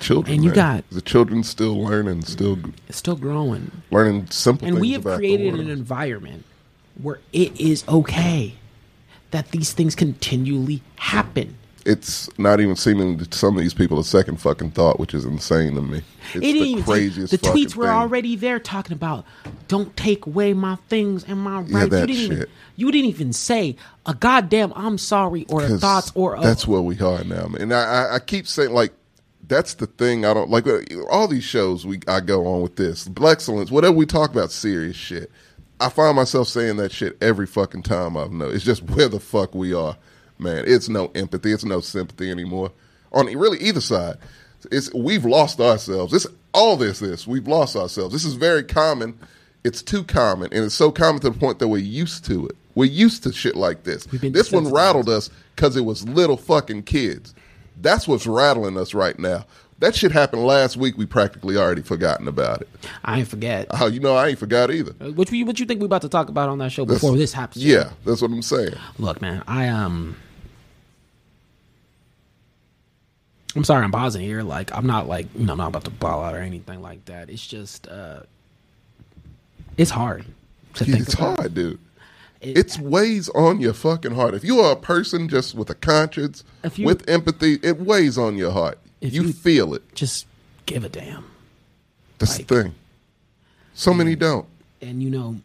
S2: children.
S1: And you
S2: man.
S1: got-
S2: the children still learning, still g-
S1: It's still growing.
S2: learning simple
S1: And
S2: things.
S1: we have
S2: about the
S1: created
S2: world.
S1: an environment where it is okay that these things continually happen.
S2: it's not even seeming to some of these people a second fucking thought, which is insane to me. It's
S1: It
S2: the
S1: ain't even-
S2: craziest.
S1: The
S2: fucking
S1: tweets were
S2: thing.
S1: already there talking about don't take away my things and my rights. you
S2: that
S1: didn't even
S2: shit.
S1: you didn't even say a goddamn I'm sorry or a
S2: 'Cause
S1: thoughts or a
S2: that's where we are now, man. And I, I, I keep saying like that's the thing I don't like. uh, All these shows we I go on with this excellence, whatever we talk about, serious shit. I find myself saying that shit every fucking time I've known. It's just where the fuck we are, man. It's no empathy, it's no sympathy anymore on e, really either side. It's we've lost ourselves. It's all this this we've lost ourselves. This is very common. It's too common, and it's so common to the point that we're used to it. We're used to shit like this.
S1: been
S2: This one
S1: desensitized.
S2: rattled us because it was little fucking kids. That's what's rattling us right now. That shit happened last week. We practically already forgotten about it.
S1: I ain't forget. Uh,
S2: Oh, you know, I ain't forgot either.
S1: What you what you think we about to talk about on that show before this happens?
S2: Yeah, that's what I'm saying.
S1: Look, man, I um I'm sorry I'm pausing here. Like I'm not like you know, I'm not about to ball out or anything like that. It's just uh it's hard. To
S2: Dude,
S1: think
S2: it's
S1: about.
S2: hard, dude.
S1: It-
S2: it's weighs on your fucking heart. If you are a person just with a conscience,
S1: If you-
S2: with empathy, it weighs on your heart.
S1: If
S2: you,
S1: you-
S2: feel it.
S1: Just give a damn.
S2: That's the thing. So many don't,
S1: And you know,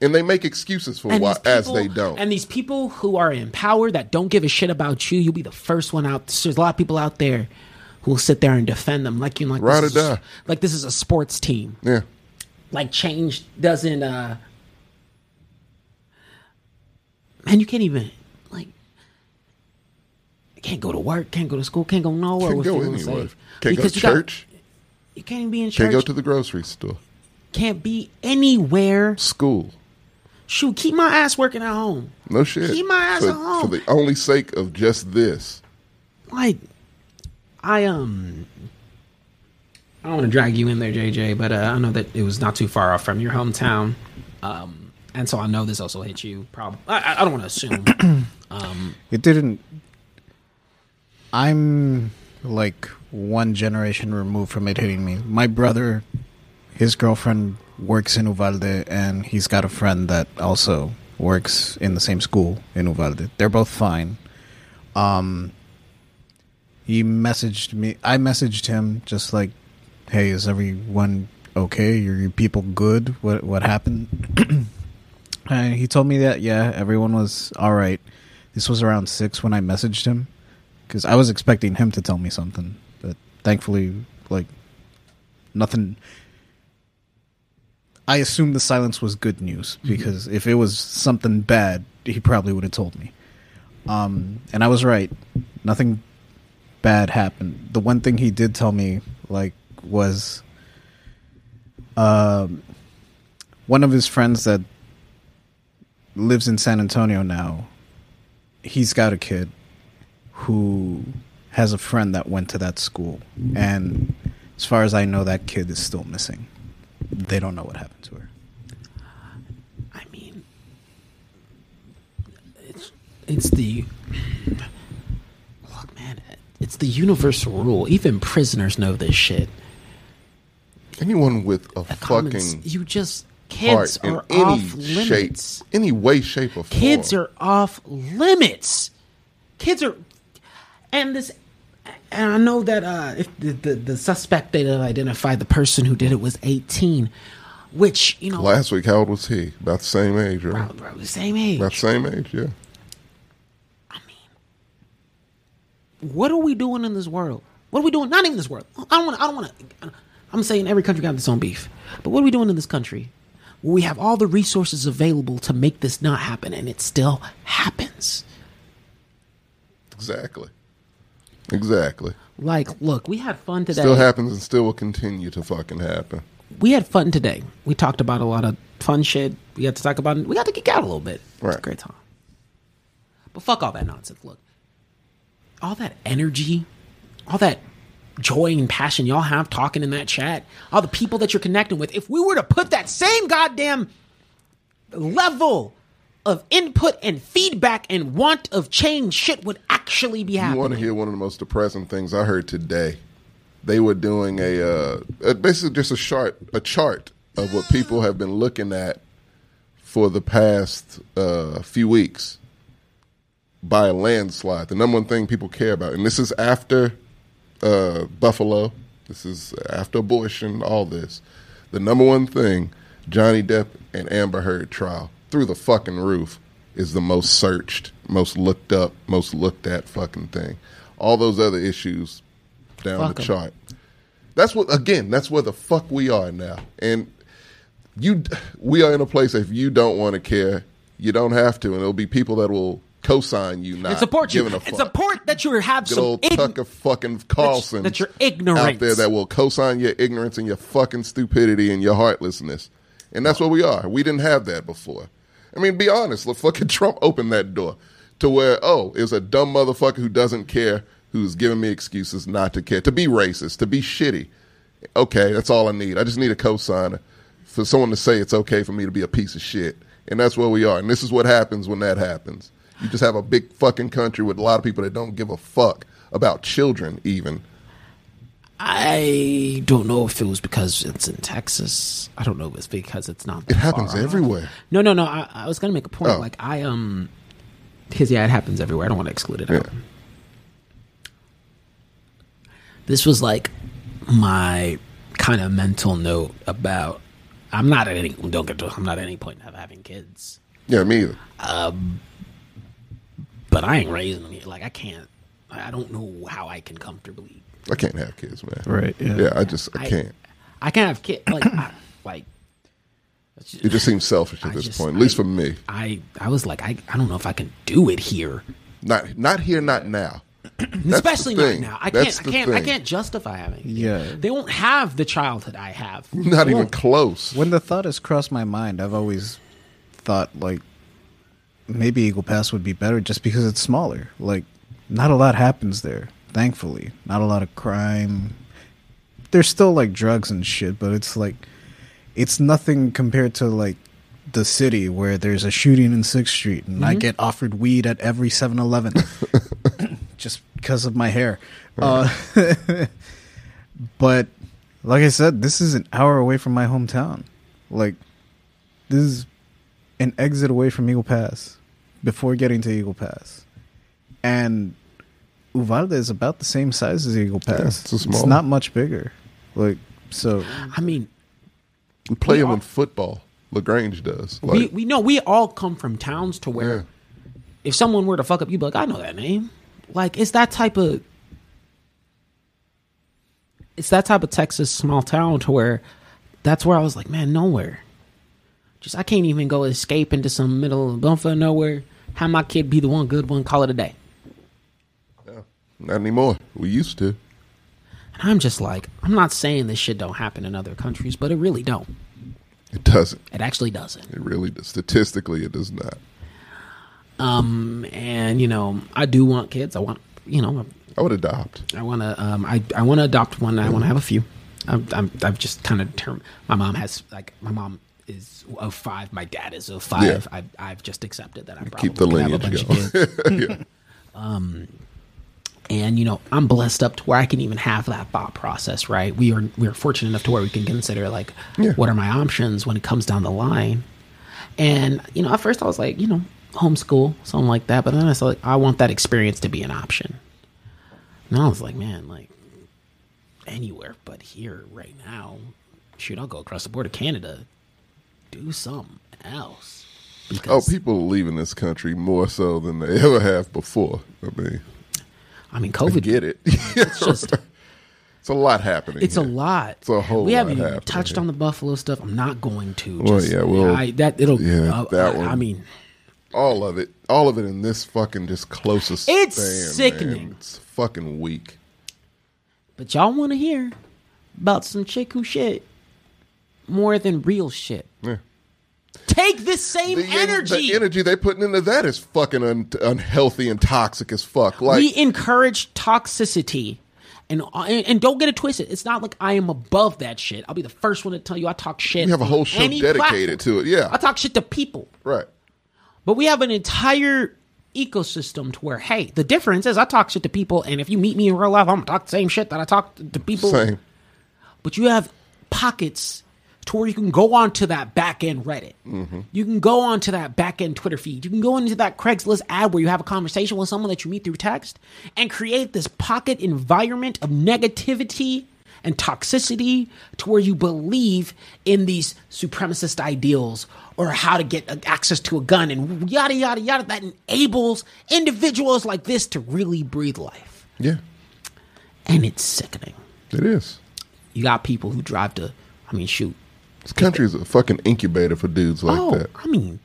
S2: and they make excuses for why
S1: these
S2: as
S1: people-
S2: they don't.
S1: And these people who are in power that don't give a shit about you, you'll be the first one out. There's a lot of people out there who will sit there and defend them like you like
S2: Ride
S1: this
S2: or
S1: is-
S2: die.
S1: like this is a sports team.
S2: yeah,
S1: Like change doesn't uh Man, you can't even like can't go to work, can't go to school, can't go nowhere.
S2: can't
S1: with
S2: go
S1: feeling
S2: anywhere.
S1: safe.
S2: Can't go
S1: Because
S2: to
S1: you got-
S2: church.
S1: you can't even be in church.
S2: can't go to the grocery store.
S1: can't be anywhere.
S2: School.
S1: Shoot, keep my ass working at home.
S2: No shit.
S1: Keep my ass
S2: for,
S1: at home.
S2: for the only sake of just this.
S1: like I um I don't want to drag you in there, JJ, but uh, I know that it was not too far off from your hometown, um, and so I know this also hit you. Probably, I, I don't want to assume. um,
S3: It didn't. I'm like one generation removed from it hitting me. My brother, his girlfriend works in Uvalde, and he's got a friend that also works in the same school in Uvalde. They're both fine. Um, he messaged me. I messaged him just like, "Hey, is everyone okay? Are your people good? What what happened?" And he told me that yeah, everyone was all right. This was around six when I messaged him because I was expecting him to tell me something, but thankfully, like nothing. I assumed the silence was good news because if it was something bad, he probably would have told me. Um, and I was right. Nothing bad happened. The one thing he did tell me like was um one of his friends that lives in San Antonio now. He's got a kid who has a friend that went to that school and as far as I know that kid is still missing. They don't know what happened to her.
S1: I mean, it's it's the look, man. It's the universal rule. Even prisoners know this shit.
S2: Anyone with a,
S1: The
S2: fucking
S1: comments, you just
S2: heart
S1: kids
S2: in
S1: are
S2: any
S1: off
S2: shape,
S1: limits.
S2: any way, shape, or form.
S1: Kids are off limits. Kids are, and this, and I know that uh, if the, the the suspect they did identify the person who did it was eighteen, which you know,
S2: Last week, how old was he? About the same age, right?
S1: bro, bro, the same age.
S2: About the same age, yeah.
S1: what are we doing in this world? What are we doing? Not even this world. I don't want. I don't want to. I'm saying every country got its own beef. But what are we doing in this country? Well, we have all the resources available to make this not happen, and it still happens.
S2: Exactly. Exactly.
S1: Like, look, we had fun today.
S2: Still happens and still will continue to fucking happen.
S1: we had fun today. We talked about a lot of fun shit. We got to talk about. We got to geek out a little bit. It was a
S2: Right.
S1: great time. But fuck all that nonsense. Look, all that energy, all that joy and passion y'all have talking in that chat, all the people that you're connecting with. If we were to put that same goddamn level of input and feedback and want of change, shit would actually be
S2: You want
S1: happening.
S2: to hear one of the most depressing things I heard today? They were doing a uh, uh, basically just a chart, a chart of what people have been looking at for the past uh, few weeks by a landslide. The number one thing people care about, and this is after uh, Buffalo, this is after abortion, all this. The number one thing Johnny Depp and Amber Heard trial through the fucking roof is the most searched, most looked up, most looked at fucking thing. All those other issues down
S1: Fuck
S2: the
S1: 'em.
S2: chart. That's what again. That's where the fuck we are now, and you we are in a place if you don't want to care you don't have to and there'll be people that will co-sign you not
S1: And support you.
S2: giving a
S1: And
S2: fuck.
S1: support that you have
S2: Good
S1: some
S2: old
S1: ign-
S2: Tucker fucking Carlson
S1: that you're ignorant.
S2: out there that will co-sign your ignorance and your fucking stupidity and your heartlessness, and that's what we are. We didn't have that before. I mean, be honest. Look, fucking Trump opened that door to where oh, it's a dumb motherfucker who doesn't care, who's giving me excuses not to care, to be racist, to be shitty. Okay, that's all I need. I just need a co-signer for someone to say it's okay for me to be a piece of shit, and that's where we are. And this is what happens when that happens. You just have a big fucking country with a lot of people that don't give a fuck about children, even.
S1: I don't know if it was because it's in Texas. I don't know if it's because it's not.
S2: It happens
S1: far off.
S2: everywhere.
S1: No, no, no. I, I was gonna make a point.
S2: Oh.
S1: Like I um, because yeah, it happens everywhere. I don't want to exclude it. out. This was like my kind of mental note about. I'm not at any. Don't get. To, I'm not at any point of having kids,
S2: Yeah, me either.
S1: but I ain't raising them. yet. Like I can't. I I don't know how I can comfortably
S2: I can't have kids, man.
S3: Right, yeah.
S2: Yeah, I just I, can't.
S1: I can't have kids. Like, I, like it's ju-
S2: It just seems selfish at
S1: I
S2: this
S1: just-
S2: point, at least
S1: I-
S2: for me.
S1: I, I was like, I, I don't know if I can do it here,
S2: Not not here, not now.
S1: especially not
S2: thing.
S1: now. I
S2: That's
S1: can't, I
S2: the
S1: can't, I
S2: thing.
S1: can't justify having. kids.
S3: Yeah.
S1: they won't have the childhood I have.
S2: Not
S1: They
S2: even
S1: won't.
S2: close.
S3: When the thought has crossed my mind, I've always thought like maybe Eagle Pass would be better just because it's smaller. Like not a lot happens there, thankfully. Not a lot of crime. There's still like drugs and shit, but it's like it's nothing compared to like the city where there's a shooting in 6th Street and I get offered weed at every 7-Eleven just because of my hair. Uh, but like I said, this is an hour away from my hometown. Like this is an exit away from Eagle Pass before getting to Eagle Pass. And Uvalde is about the same size as Eagle Pass.
S2: it's a small-
S3: not much bigger. Like so
S1: I mean,
S2: We play
S1: We
S2: them
S1: all-
S2: in football. Lagrange does.
S1: we,
S2: Like,
S1: we know we all come from towns to where
S2: yeah.
S1: if someone were to fuck up, you'd be like, I know that name. Like, it's that type of. It's that type of Texas small town to where that's where I was like, man, nowhere. Just, I can't even go escape into some middle of bumfuck nowhere, have my kid be the one good one, call it a day.
S2: Not anymore. We used to.
S1: And I'm just like, I'm not saying this shit don't happen in other countries, but it really don't.
S2: It doesn't.
S1: It actually doesn't.
S2: It really does. Statistically, it does not.
S1: Um, and you know, I do want kids. I want, you know,
S2: I would adopt.
S1: I want to, um, I, I want to adopt one. I want to have a few. I'm, I'm, I've just kind of determined. My mom has like, my mom is of five. My dad is of five.
S2: Yeah.
S1: I've, I've just accepted that. I probably
S2: Keep the
S1: could have a
S2: lineage
S1: bunch of kids.
S2: going. yeah.
S1: and you know i'm blessed up to where i can even have that thought process right we are we're fortunate enough to where we can consider like
S2: Yeah.
S1: what are my options when it comes down the line and you know at first i was like you know homeschool something like that but then i was like i want that experience to be an option and i was like man like anywhere but here right now shoot i'll go across the border canada do something else
S2: Oh,
S1: because
S2: people are leaving this country more so than they ever have before. I mean,
S1: i mean covid
S2: get it.
S1: it's just
S2: it's a lot happening.
S1: It's a
S2: here.
S1: lot.
S2: It's a whole
S1: We haven't
S2: lot
S1: even
S2: happening
S1: touched
S2: here.
S1: on the Buffalo stuff. I'm not going to.
S2: Well,
S1: Just,
S2: yeah, well,
S1: I, that it'll.
S2: yeah,
S1: uh,
S2: that
S1: I,
S2: one.
S1: I mean,
S2: All of it. All of it in this fucking just closest.
S1: It's
S2: span, man.
S1: sickening.
S2: It's fucking weak.
S1: but y'all want to hear about some chick who shit more than real shit.
S2: Yeah.
S1: Take this same
S2: The en-
S1: energy.
S2: the energy they putting into that is fucking un- unhealthy and toxic as fuck. Like
S1: we encourage toxicity. And, uh, and and don't get it twisted. It's not like I am above that shit. I'll be the first one to tell you I talk shit.
S2: we have a
S1: on
S2: whole show
S1: any platform.
S2: dedicated to it. Yeah,
S1: I talk shit to people.
S2: right.
S1: But we have an entire ecosystem to where, hey, the difference is I talk shit to people, and if you meet me in real life, I'm gonna talk the same shit that I talk to people.
S2: Same.
S1: But you have pockets to where you can go onto that back end Reddit. You can go onto that back end Twitter feed. You can go into that Craigslist ad where you have a conversation with someone that you meet through text and create this pocket environment of negativity and toxicity to where you believe in these supremacist ideals or how to get uh, access to a gun and yada, yada, yada. That enables individuals like this to really breathe life.
S2: Yeah,
S1: And it's sickening.
S2: it is.
S1: You got people who drive to, I mean, shoot,
S2: This country is a fucking incubator for dudes like
S1: oh,
S2: that.
S1: I mean,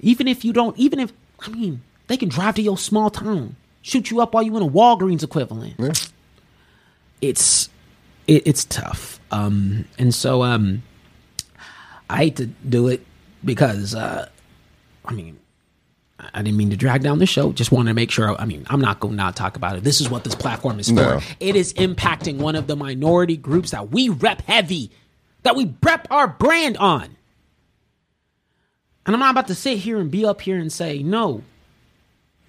S1: even if you don't, even if I mean, they can drive to your small town, shoot you up while you in a Walgreens equivalent.
S2: Yeah.
S1: It's it, it's tough, um, and so um, I hate to do it because uh, I mean. I- I didn't mean to drag down the show. Just wanted to make sure. I mean, I'm not going to not talk about it. This is what this platform is for.
S2: No.
S1: It is impacting one of the minority groups that we rep heavy, that we rep our brand on. And I'm not about to sit here and be up here and say, no.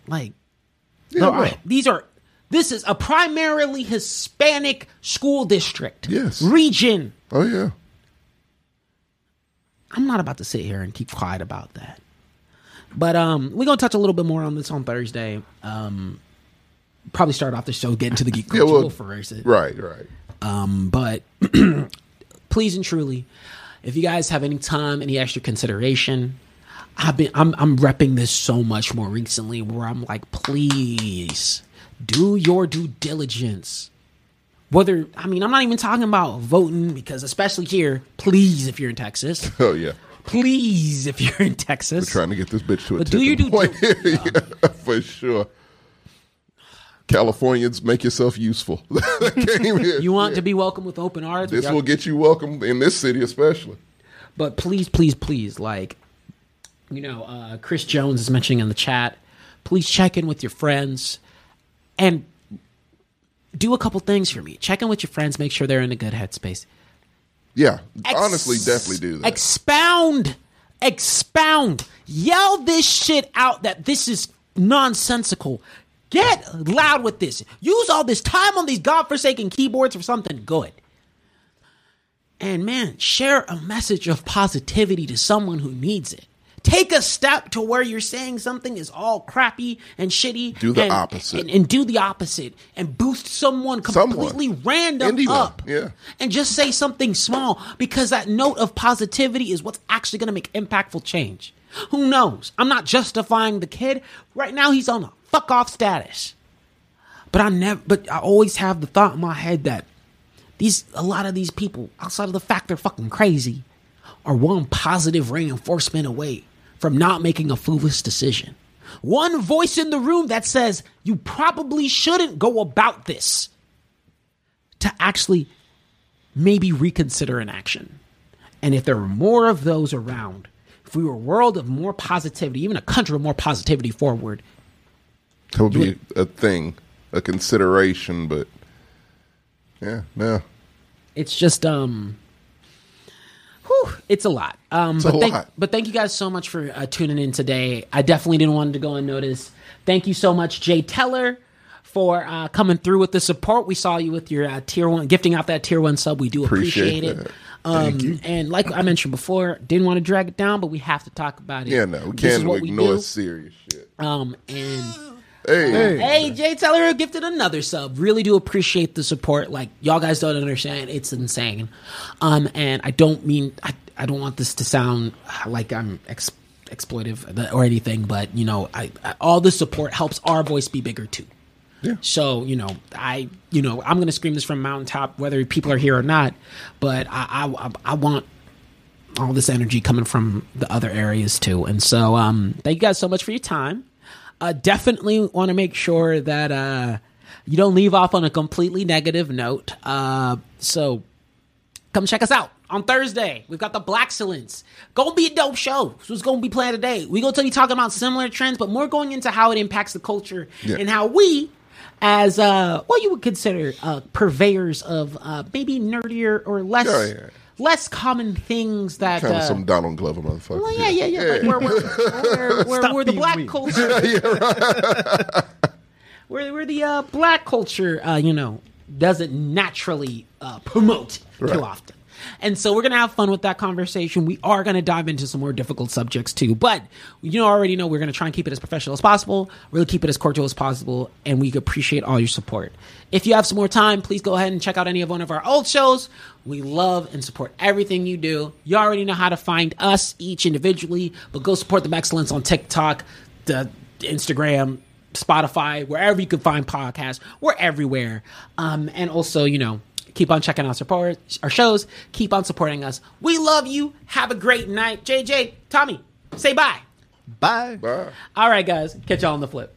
S1: Like, no,
S2: no.
S1: I- these are, this is a primarily Hispanic school district,
S2: Yes.
S1: region.
S2: Oh yeah.
S1: I'm not about to sit here and keep quiet about that. But um, we're gonna touch a little bit more on this on Thursday. Um, probably start off the show getting to the geek
S2: Yeah,
S1: culture
S2: well,
S1: first.
S2: Right, right.
S1: Um, but please and truly, if you guys have any time, any extra consideration, I've been I'm I'm repping this so much more recently where I'm like, please do your due diligence. Whether I mean, I'm not even talking about voting because especially here, please if you're in Texas,
S2: Oh yeah.
S1: please if you're in Texas.
S2: Trying to get this bitch to a
S1: But do you
S2: tipping
S1: do-
S2: point. Yeah, for sure. Californians, make yourself useful. They came here.
S1: You want to be welcome with open arms.
S2: this will get you welcome in this city, especially.
S1: but please, please, please, like, you know, uh, Chris Jones is mentioning in the chat. Please check in with your friends and do a couple things for me. Check in with your friends, make sure they're in a good headspace.
S2: Yeah,
S1: Ex-
S2: honestly, definitely do that.
S1: Expound, expound, yell this shit out that this is nonsensical. Get loud with this. Use all this time on these godforsaken keyboards for something good. And man, share a message of positivity to someone who needs it. Take a step to where you're saying something is all crappy and shitty.
S2: Do the
S1: and-
S2: opposite.
S1: And, and do the opposite. And boost someone
S2: Someone.
S1: completely random
S2: Anyone.
S1: up
S2: Yeah.
S1: and just say something small because that note of positivity is what's actually going to make impactful change. Who knows? I'm not justifying the kid. Right now, he's on a fuck off status. But I never. But I always have the thought in my head that these a lot of these people, outside of the fact they're fucking crazy, are one positive reinforcement away from not making a foolish decision, one voice in the room that says you probably shouldn't go about this to actually maybe reconsider an action. And if there were more of those around, if we were a world of more positivity, even a country of more positivity forward,
S2: That would be a thing, a consideration, but yeah, no.
S1: it's just um whew, it's a lot um
S2: a
S1: but, thank,
S2: lot.
S1: but thank you guys so much for uh, tuning in today i definitely didn't want to go unnoticed thank you so much jay teller for uh, coming through with the support we saw you with your uh, tier one gifting out that tier one sub we do appreciate,
S2: Appreciate
S1: it
S2: that.
S1: um and like i mentioned before didn't want to drag it down but we have to talk about it
S2: Yeah, no. We
S1: This is
S2: can't
S1: what we
S2: ignore
S1: do.
S2: serious shit.
S1: um and
S2: Hey,
S1: Hey, Jay Teller gifted another sub. Really do appreciate the support. Like y'all guys don't understand. It's insane. Um, and I don't mean I, I don't want this to sound uh, like I'm ex- exploitive or anything, but you know, I, I all the support helps our voice be bigger too.
S2: Yeah.
S1: So you know, I you know I'm gonna scream this from mountaintop whether people are here or not, but I I, I- I want all this energy coming from the other areas too. And so um, thank you guys so much for your time. Uh, definitely want to make sure that uh, you don't leave off on a completely negative note. Uh, so come check us out on Thursday. We've got the Black Excellence. Gonna be a dope show. This is gonna be planned today. We gonna be talking about similar trends, but more going into how it impacts the culture
S2: Yeah.
S1: and how we, as uh, what you would consider uh, purveyors of uh, maybe nerdier or less
S2: Yeah, yeah, yeah.
S1: less common things that.
S2: kind of
S1: uh,
S2: some Donald Glover motherfucker.
S1: well, yeah, yeah, yeah. Like we're, we're, we're, we're, we're the
S3: being
S1: black
S3: weak.
S1: culture. we're, we're the uh, black culture, uh, you know, doesn't naturally uh, promote
S2: Right.
S1: too often. And so we're going to have fun with that conversation. We are going to dive into some more difficult subjects too. But you already know we're going to try and keep it as professional as possible, really keep it as cordial as possible. And we appreciate all your support. If you have some more time, please go ahead and check out any of one of our old shows. We love and support everything you do. You already know how to find us each individually, but go support the excellence on TikTok, the Instagram, Spotify, wherever you can find podcasts. We're everywhere. Um, and also, you know, keep on checking out support our shows. Keep on supporting us. We love you. Have a great night. JJ, Tommy, say bye.
S3: Bye.
S2: Bye.
S1: All right, guys. Catch y'all on the flip.